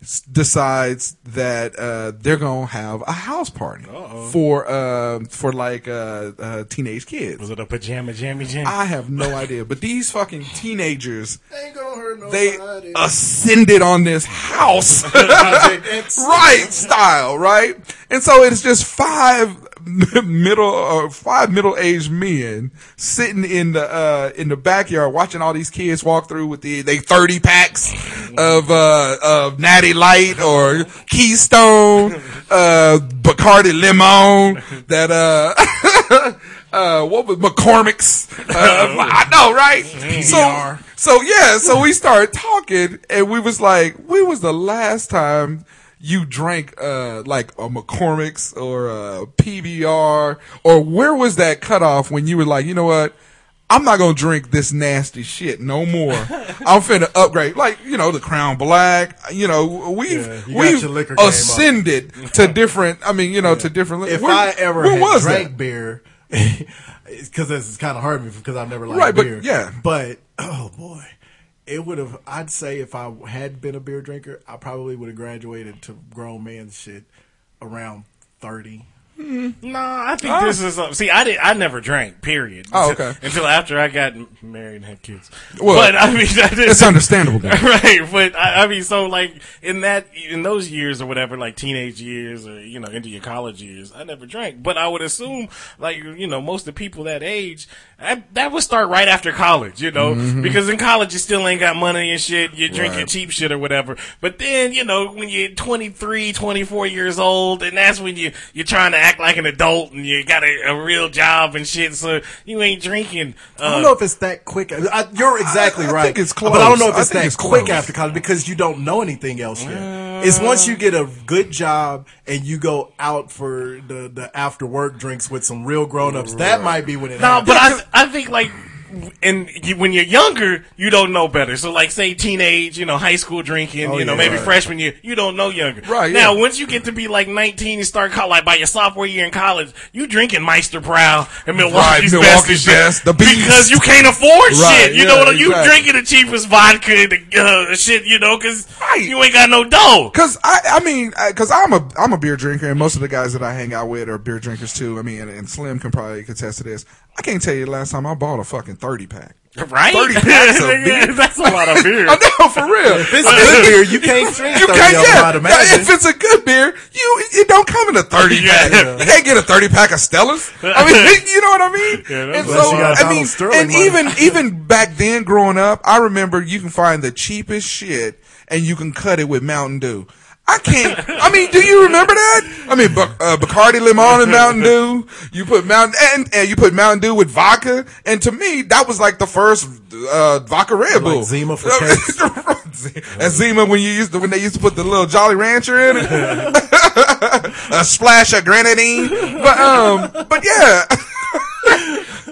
Speaker 1: s- decides that uh, they're going to have a house party for uh, for like uh, uh, teenage kids.
Speaker 7: Was it a pajama jammy jam?
Speaker 1: I have no idea, but these fucking teenagers
Speaker 6: ain't gonna hurt
Speaker 1: they ascended on this house right style right and so it's just five middle uh, five middle-aged men sitting in the uh in the backyard watching all these kids walk through with the they 30 packs of uh of natty light or keystone uh bacardi limon that uh uh, what was McCormick's? Uh, I know, right?
Speaker 6: Mm-hmm.
Speaker 1: So, so yeah, so we started talking, and we was like, "When was the last time you drank uh, like a McCormick's or a PBR, or where was that cutoff when you were like, you know what?" I'm not gonna drink this nasty shit no more. I'm finna upgrade, like you know, the Crown Black. You know, we've
Speaker 6: you got your
Speaker 1: we've
Speaker 6: liquor game up.
Speaker 1: ascended to different. I mean, you know, to different.
Speaker 6: if
Speaker 1: where-
Speaker 6: I ever
Speaker 1: where
Speaker 6: had
Speaker 1: was that?
Speaker 6: drank beer, because this is kind of hard because I've never liked
Speaker 1: Right, but-
Speaker 6: beer.
Speaker 1: yeah.
Speaker 6: but oh boy, it would have. I'd say if I had been a beer drinker, I probably would have graduated to grown man shit around thirty.
Speaker 7: Nah, I think this is. Uh, see, I did. I never drank. Period.
Speaker 1: Oh, okay.
Speaker 7: Until after I got m- married and had kids.
Speaker 1: Well,
Speaker 7: but I mean, I didn't,
Speaker 1: It's understandable. Then.
Speaker 7: right? But I, I mean, so like in that in those years or whatever, like teenage years or you know into your college years, I never drank. But I would assume, like you know, most of the people that age, I, that would start right after college, you know, because in college you still ain't got money and shit. You're drinking
Speaker 1: Right.
Speaker 7: cheap shit or whatever. But then you know when you're 23, 24 years old, and that's when you you're trying to act like an adult and you got a, a real job and shit. So you ain't drinking. Uh,
Speaker 6: I don't know if it's that quick. I, you're exactly
Speaker 1: I
Speaker 6: right.
Speaker 1: think it's
Speaker 6: But I don't know if
Speaker 1: close. I
Speaker 6: it's
Speaker 1: think
Speaker 6: that
Speaker 1: it's
Speaker 6: quick
Speaker 1: close.
Speaker 6: after college because you don't know anything else yet. it's once you get a good job and you go out for the, the after work drinks with some real grown ups. That might be when it.
Speaker 7: No,
Speaker 6: happens.
Speaker 7: but I I think like and you, when you're younger, you don't know better. So, like, say teenage, you know, high school drinking,
Speaker 6: Oh,
Speaker 7: you know,
Speaker 6: yeah,
Speaker 7: maybe
Speaker 6: right.
Speaker 7: freshman year, you don't know younger.
Speaker 1: Right,
Speaker 7: Now,
Speaker 1: yeah.
Speaker 7: once you get to be like 19 and start college, like by your sophomore year in college, you drinking Meister Prowl and Milwaukee's
Speaker 1: Milwaukee's Best, the Beast.
Speaker 7: Because you can't afford
Speaker 1: Right,
Speaker 7: shit. You
Speaker 1: yeah,
Speaker 7: know what? You
Speaker 1: exactly.
Speaker 7: drinking the cheapest vodka and the uh, shit, you know, because
Speaker 1: Right.
Speaker 7: you ain't got no dough.
Speaker 1: Cause I, I mean, I- cause I'm a, I'm a beer drinker, and most of the guys that I hang out with are beer drinkers too. I mean, and, and Slim can probably contest to this. I can't tell you the last time I bought a fucking thirty pack.
Speaker 7: Right?
Speaker 1: 30 packs of
Speaker 7: Yeah,
Speaker 1: beer.
Speaker 7: That's a lot of beer.
Speaker 1: I know for real.
Speaker 6: This good beer, you can't drink
Speaker 1: You
Speaker 6: 30
Speaker 1: can't
Speaker 6: of them, I'd
Speaker 1: yeah.
Speaker 6: imagine.
Speaker 1: If it's a good beer, you it- it don't come in a thirty
Speaker 7: Yeah.
Speaker 1: pack. You can't get a thirty pack of Stellas. I mean, you know what I mean.
Speaker 7: Yeah, that's
Speaker 1: and
Speaker 6: Unless
Speaker 1: so
Speaker 6: you got
Speaker 1: I
Speaker 6: Donald
Speaker 1: mean,
Speaker 6: Sterling
Speaker 1: and
Speaker 6: money.
Speaker 1: even even back then, growing up, I remember you can find the cheapest shit and you can cut it with Mountain Dew. I can't. I mean, do you remember that? I mean, Bac- uh, Bacardi Limon and Mountain Dew. You put Mountain and, and you put Mountain Dew with vodka, and to me, that was like the first uh, vodka Red Bull.
Speaker 6: Zima for cakes.
Speaker 1: That's Zima when you used to when they used to put the little Jolly Rancher in it, a splash of grenadine. But um, but yeah.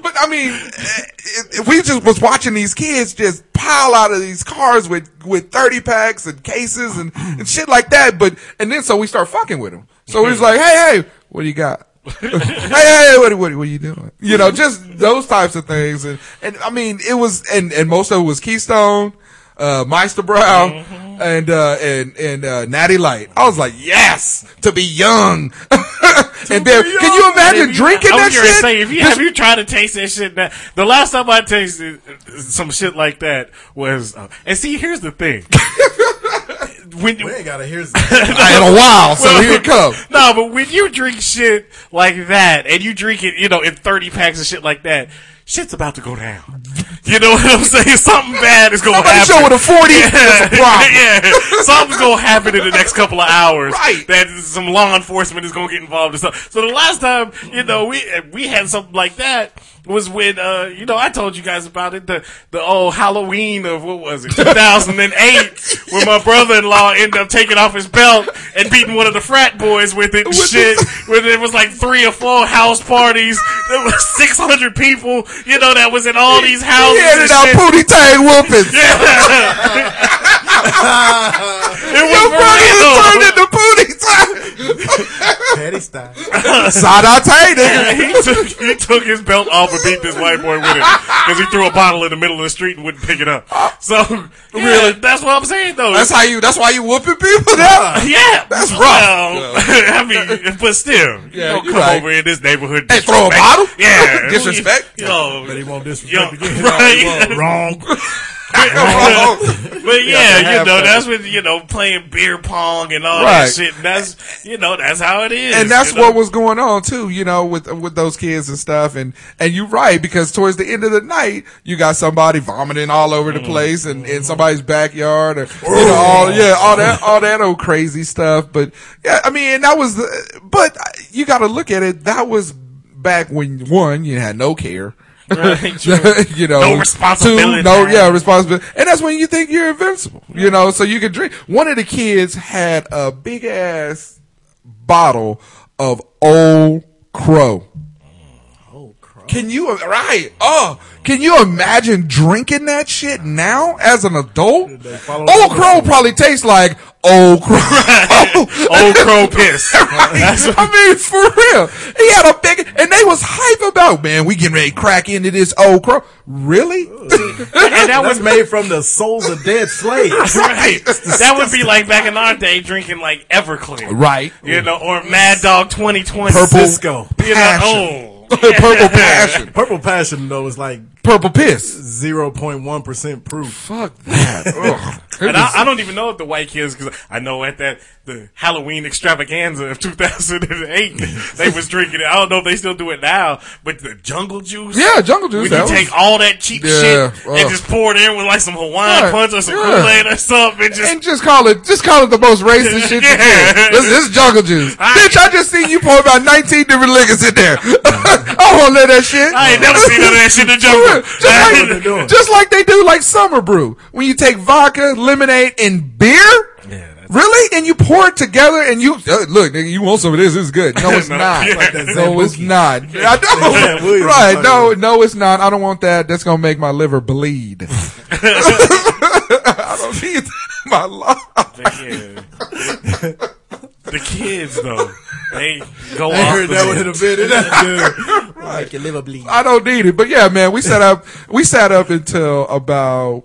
Speaker 1: But I mean, it, it- we just was watching these kids just pile out of these cars with, with 30 packs and cases and, and shit like that. But, and then so we start fucking with them. So we was like, hey, hey, what do you got? hey, hey, what, what, what are you doing? You know, just those types of things. And, and I mean, it was, and, and most of it was Keystone, uh, Meister Brown,
Speaker 6: Mm-hmm.
Speaker 1: and, uh, and, and, uh, Natty Light. I was like, yes, to be young.
Speaker 6: be
Speaker 1: and then, can
Speaker 6: young.
Speaker 1: you imagine
Speaker 7: If you-
Speaker 1: drinking
Speaker 7: I was
Speaker 1: that
Speaker 7: gonna
Speaker 1: shit?
Speaker 7: Say, if you have you tried to taste that shit now, the last time I tasted uh, some shit like that was, uh, and see, here's the thing. when
Speaker 6: We ain't gotta hear.
Speaker 1: I had a while, so here it comes.
Speaker 7: no, but when you drink shit like that, and you drink it, you know, in thirty packs of shit like that, shit's about to go down. You know what I'm saying? Something bad is gonna
Speaker 1: Somebody
Speaker 7: happen.
Speaker 1: show with a 40,
Speaker 7: yeah.
Speaker 1: that's a problem.
Speaker 7: yeah. something's gonna happen in the next couple of hours.
Speaker 1: Right.
Speaker 7: That some law enforcement is gonna get involved and stuff. So the last time, you know, we we had something like that was when uh you know I told you guys about it the the old Halloween of what was it 2008 when my brother-in-law ended up taking off his belt and beating one of the frat boys with it and shit when it was like three or four house parties there was 600 people you know that was in all these
Speaker 1: He
Speaker 7: houses and
Speaker 1: handed out
Speaker 7: shit.
Speaker 1: booty tang whoopings.
Speaker 7: It was
Speaker 1: Your
Speaker 7: for
Speaker 1: brother
Speaker 7: real.
Speaker 1: just turned into booty tang.
Speaker 6: Petty style.
Speaker 1: Side tay, nigga.
Speaker 7: he took he took his belt off and beat this white boy with it because he threw a bottle in the middle of the street and wouldn't pick it up. So really, that's what I'm saying though.
Speaker 1: That's how you, that's why you whooping people now.
Speaker 7: yeah,
Speaker 1: That's rough.
Speaker 7: Well, I mean, but still, you
Speaker 1: Yeah,
Speaker 7: don't
Speaker 1: you're
Speaker 7: come
Speaker 1: right.
Speaker 7: over in this neighborhood.
Speaker 1: Hey, throw a
Speaker 7: disrespect.
Speaker 1: bottle?
Speaker 7: Yeah,
Speaker 1: Disrespect?
Speaker 7: You know,
Speaker 6: But he won't
Speaker 7: yo,
Speaker 6: disrespect again.
Speaker 7: right?
Speaker 6: Wrong.
Speaker 7: But yeah,
Speaker 1: they
Speaker 7: you
Speaker 1: have
Speaker 7: know,
Speaker 1: fun.
Speaker 7: that's when you know playing beer pong and all that
Speaker 1: Right.
Speaker 7: shit. And that's you know, that's how it is.
Speaker 1: and that's
Speaker 7: you know?
Speaker 1: what was going on too, you know, with with those kids and stuff. And and you're right because towards the end of the night, you got somebody vomiting all over
Speaker 7: Mm-hmm.
Speaker 1: the place and in somebody's backyard or you know, all yeah, all that all that old crazy stuff. But yeah, I mean, and that was the. But you got to look at it. That was back when one you had no care. you know,
Speaker 7: No responsibility.
Speaker 1: two, no, yeah, responsibility, and that's when you think you're invincible. You know, so you can drink. One of the kids had a big ass bottle of Old Crow.
Speaker 7: Mm,
Speaker 1: Can you right? Oh, can you imagine drinking that shit now as an adult?
Speaker 6: follow
Speaker 1: Old
Speaker 6: the-
Speaker 1: Crow probably tastes like Old Crow.
Speaker 7: old crow piss.
Speaker 1: Right? I mean, for real. He had a big, and they was hype about, man, we getting ready to crack into this old crow. Really?
Speaker 7: And that
Speaker 6: That was
Speaker 7: was
Speaker 6: made from the souls of dead slaves.
Speaker 7: right. That would be like back in our day drinking like Everclear,
Speaker 1: right.
Speaker 7: You know, or Mad Dog Twenty Twenty.
Speaker 1: Purple
Speaker 6: Cisco.
Speaker 7: You know,
Speaker 1: passion.
Speaker 7: oh.
Speaker 1: Purple passion.
Speaker 6: Purple Passion though is like
Speaker 1: Purple piss.
Speaker 6: zero point one percent proof.
Speaker 1: Fuck that. Ugh.
Speaker 7: And I, I don't even know if the white kids, because I know at that the Halloween extravaganza of 2008, they was drinking it. I don't know if they still do it now, but the jungle juice.
Speaker 1: Yeah, jungle juice,
Speaker 7: When you
Speaker 1: that was-
Speaker 7: take all that cheap
Speaker 1: Yeah,
Speaker 7: shit and
Speaker 1: ugh.
Speaker 7: just pour it in with like some Hawaiian
Speaker 1: Right,
Speaker 7: punch or some
Speaker 1: yeah.
Speaker 7: Kool-Aid or something, and just
Speaker 1: and just call it, just call it the most racist shit you
Speaker 7: Yeah.
Speaker 1: can. This, this is jungle juice.
Speaker 7: I-
Speaker 1: Bitch, I just seen you pour about 19 different liquors in there. I won't let that shit.
Speaker 7: I ain't never seen none of that shit in the jungle.
Speaker 1: Just
Speaker 7: I
Speaker 1: like,
Speaker 7: ain't-
Speaker 6: they doing.
Speaker 1: just like they do like summer brew. When you take vodka, lemonade, and beer, Really? And you pour it together and you uh, look, nigga, you want some of this? It's good. No, it's
Speaker 7: No,
Speaker 1: not.
Speaker 7: yeah. Like
Speaker 6: that
Speaker 1: no,
Speaker 6: Zambuki.
Speaker 1: it's not. I
Speaker 6: Sam
Speaker 1: know,
Speaker 6: Williams
Speaker 1: right?
Speaker 6: is
Speaker 1: No,
Speaker 6: funny.
Speaker 1: no, it's not. I don't want that. That's gonna make my liver bleed. I don't need that in my life.
Speaker 7: The kid. the kids though, they go
Speaker 6: I heard
Speaker 7: off.
Speaker 6: that one in a minute.
Speaker 8: Make your liver bleed.
Speaker 1: I don't need it. But yeah, man, we sat up. We sat up until about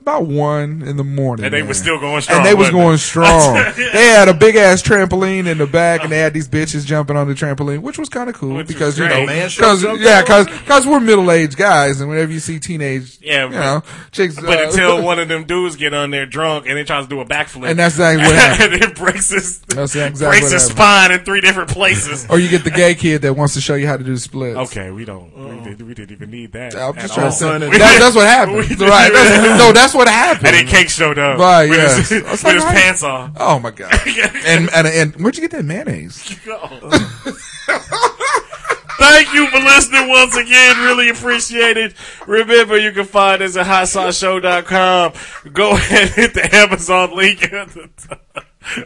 Speaker 1: about one in the morning,
Speaker 7: And they
Speaker 1: man.
Speaker 7: were still going strong.
Speaker 1: and they was
Speaker 7: wasn't
Speaker 1: going strong. they had a big ass trampoline in the back, and they had these bitches jumping on the trampoline, which was kind of cool
Speaker 7: Which was
Speaker 1: because you know,
Speaker 7: great. Man
Speaker 6: should've
Speaker 1: because
Speaker 6: jumped
Speaker 1: yeah,
Speaker 6: on.
Speaker 1: because we're middle aged guys, and whenever you see teenage,
Speaker 7: Yeah,
Speaker 1: you
Speaker 7: but-
Speaker 1: know, chicks,
Speaker 7: But
Speaker 1: uh,
Speaker 7: until one of them dudes get on there drunk and then tries to do a backflip,
Speaker 1: And that's exactly what happened.
Speaker 7: and it breaks his
Speaker 1: That's exactly
Speaker 7: breaks
Speaker 1: what
Speaker 7: his
Speaker 1: happened.
Speaker 7: spine in three different places.
Speaker 1: or you get the gay kid that wants to show you how to do splits.
Speaker 7: Okay, we don't. We, did, we didn't even need that.
Speaker 1: Oh. I'm
Speaker 7: at
Speaker 1: just trying
Speaker 7: all.
Speaker 1: to say
Speaker 6: We-
Speaker 1: that, that's what happened.
Speaker 7: we didn't
Speaker 1: right?
Speaker 7: even-
Speaker 1: That's, no, that's what
Speaker 7: And then
Speaker 1: happened.
Speaker 7: Cake showed up
Speaker 1: Right,
Speaker 7: with
Speaker 1: yes.
Speaker 7: his,
Speaker 1: I was
Speaker 7: with
Speaker 1: like,
Speaker 7: his
Speaker 1: right.
Speaker 7: pants off.
Speaker 1: Oh my god! and, and and where'd you get that mayonnaise?
Speaker 7: Thank you for listening once again. Really appreciate it. Remember, you can find us at hotsauceshow.com. Go ahead and hit the Amazon link at the top.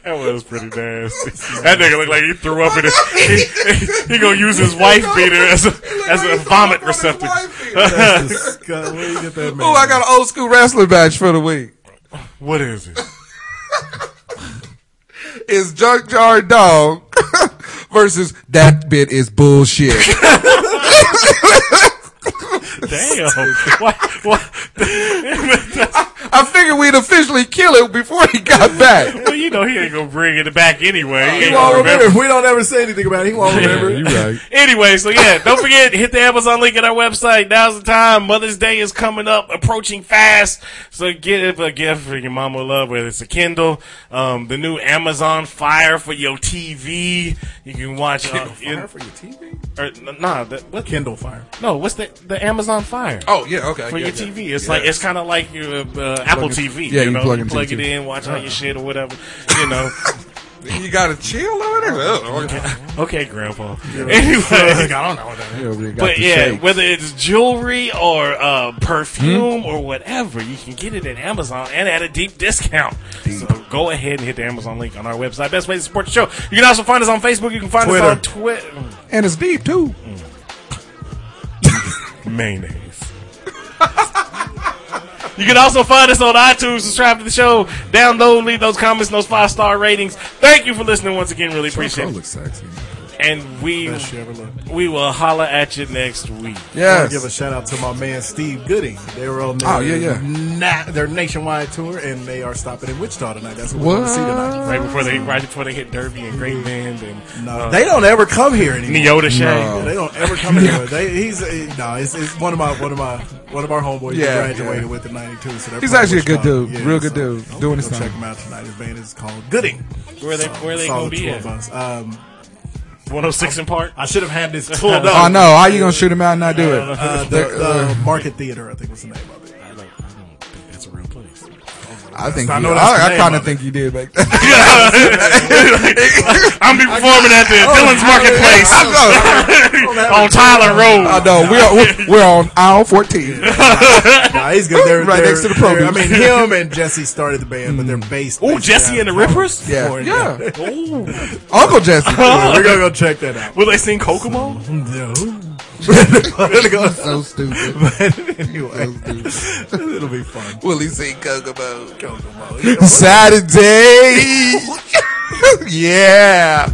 Speaker 7: That was pretty nasty. That nigga looked like he threw up in his. He, he, he gonna use his wife beater as a, as a vomit receptacle.
Speaker 6: God, where you get that man?
Speaker 1: Oh, I got an old school wrestling match for the week.
Speaker 7: What is it?
Speaker 1: is Junk Jar Dog versus that bit is bullshit.
Speaker 7: Damn. Why, why,
Speaker 1: I figured we'd officially kill it before he got back.
Speaker 7: well, you know he ain't gonna bring it back anyway. He
Speaker 6: He
Speaker 7: ain't
Speaker 6: won't
Speaker 7: gonna
Speaker 6: remember.
Speaker 7: remember.
Speaker 6: If we don't ever say anything about it, he won't remember.
Speaker 1: right.
Speaker 7: Anyway, so yeah, don't forget hit the Amazon link at our website. Now's the time. Mother's Day is coming up, approaching fast. So get a gift for your mama love, whether it's a Kindle, um, the new Amazon Fire for your TV. You can watch. Uh, it,
Speaker 6: for your TV?
Speaker 7: or, n- nah, the, what,
Speaker 6: Kindle Fire.
Speaker 7: no, what's the the Amazon Fire?
Speaker 1: Oh yeah, okay.
Speaker 7: For
Speaker 1: yeah,
Speaker 7: your
Speaker 1: yeah.
Speaker 7: TV, it's like it's kind of like your uh, Apple TV.
Speaker 1: yeah,
Speaker 7: you
Speaker 1: you
Speaker 7: know,
Speaker 1: plug
Speaker 7: you
Speaker 1: into
Speaker 7: plug it
Speaker 1: your
Speaker 7: in, watch all your shit or whatever. You know,
Speaker 1: You gotta chill over there. Oh, okay.
Speaker 7: okay, Grandpa. Anyway,
Speaker 6: I don't know what that is.
Speaker 1: Yeah, we got
Speaker 7: But
Speaker 1: the
Speaker 7: yeah,
Speaker 1: shake.
Speaker 7: whether it's jewelry or uh, perfume or whatever, you can get it at Amazon and at a deep discount. So go ahead and hit the Amazon link on our website. Best way to support the show. You can also find us on Facebook. You can find us on Twitter.
Speaker 1: and it's deep too.
Speaker 7: Mayonnaise. you can also find us on iTunes. Subscribe to the show. Download. Leave those comments. Those five star ratings. Thank you for listening once again. Really appreciate it.
Speaker 1: looks sexy.
Speaker 7: And we
Speaker 6: Best you ever looked.
Speaker 7: we will holler at you next week.
Speaker 6: I want to give a
Speaker 1: Yes.
Speaker 6: shout out to my man Steve Gooding. They were on their,
Speaker 1: Oh, yeah, yeah.
Speaker 6: Na- their nationwide tour, and they are stopping in Wichita tonight. That's what, we're going
Speaker 1: What?
Speaker 6: to see tonight.
Speaker 7: Right before they right before they hit Derby and Great Band and uh,
Speaker 6: No, they don't ever come here anymore.
Speaker 7: Neota Shay.
Speaker 6: Yeah, They don't ever come anywhere. They, he's eh, no, it's, it's one of my one of my one of our homeboys who
Speaker 1: Yeah,
Speaker 6: graduated
Speaker 1: yeah.
Speaker 6: with in '92. So they're
Speaker 1: He's
Speaker 6: from
Speaker 1: actually a good
Speaker 6: Wichita.
Speaker 1: dude. Real good dude. Doing his
Speaker 6: go
Speaker 1: thing.
Speaker 6: Check him out tonight. His band is called Gooding.
Speaker 7: Where they where they
Speaker 6: Saw
Speaker 7: gonna
Speaker 6: the
Speaker 7: be
Speaker 6: two
Speaker 7: at?
Speaker 6: of us. Um,
Speaker 7: 106 in Park.
Speaker 6: I should have had this pulled up.
Speaker 1: Oh no, how you gonna shoot him out and not do it?
Speaker 6: Uh, the, the Market Theater, I think, was the name of it.
Speaker 7: That's a real place.
Speaker 1: I think
Speaker 6: I
Speaker 1: you-
Speaker 6: know that's
Speaker 1: I,
Speaker 6: the
Speaker 1: I
Speaker 6: name
Speaker 1: kind
Speaker 6: of
Speaker 1: of
Speaker 6: it.
Speaker 1: think you did back then.
Speaker 7: I'm be performing at the Dillon's Marketplace on Tyler
Speaker 1: I
Speaker 7: Road.
Speaker 1: know we're we're, we're on aisle fourteen.
Speaker 6: Nah, he's good. They're,
Speaker 1: Right
Speaker 6: they're-
Speaker 1: next to the Mm. produce.
Speaker 6: they're- I mean, him and Jesse started the band, but they're based.
Speaker 7: Ooh, Jesse and the Rippers.
Speaker 1: Yeah,
Speaker 6: Or-
Speaker 1: yeah. Uncle Jesse.
Speaker 6: Yeah, we're gonna go check that out.
Speaker 7: Will they sing Kokomo?
Speaker 6: No.
Speaker 1: so stupid.
Speaker 6: anyway, it'll be fun.
Speaker 1: Willie sing Kokomo.
Speaker 6: Go, go, go.
Speaker 1: Saturday. yeah.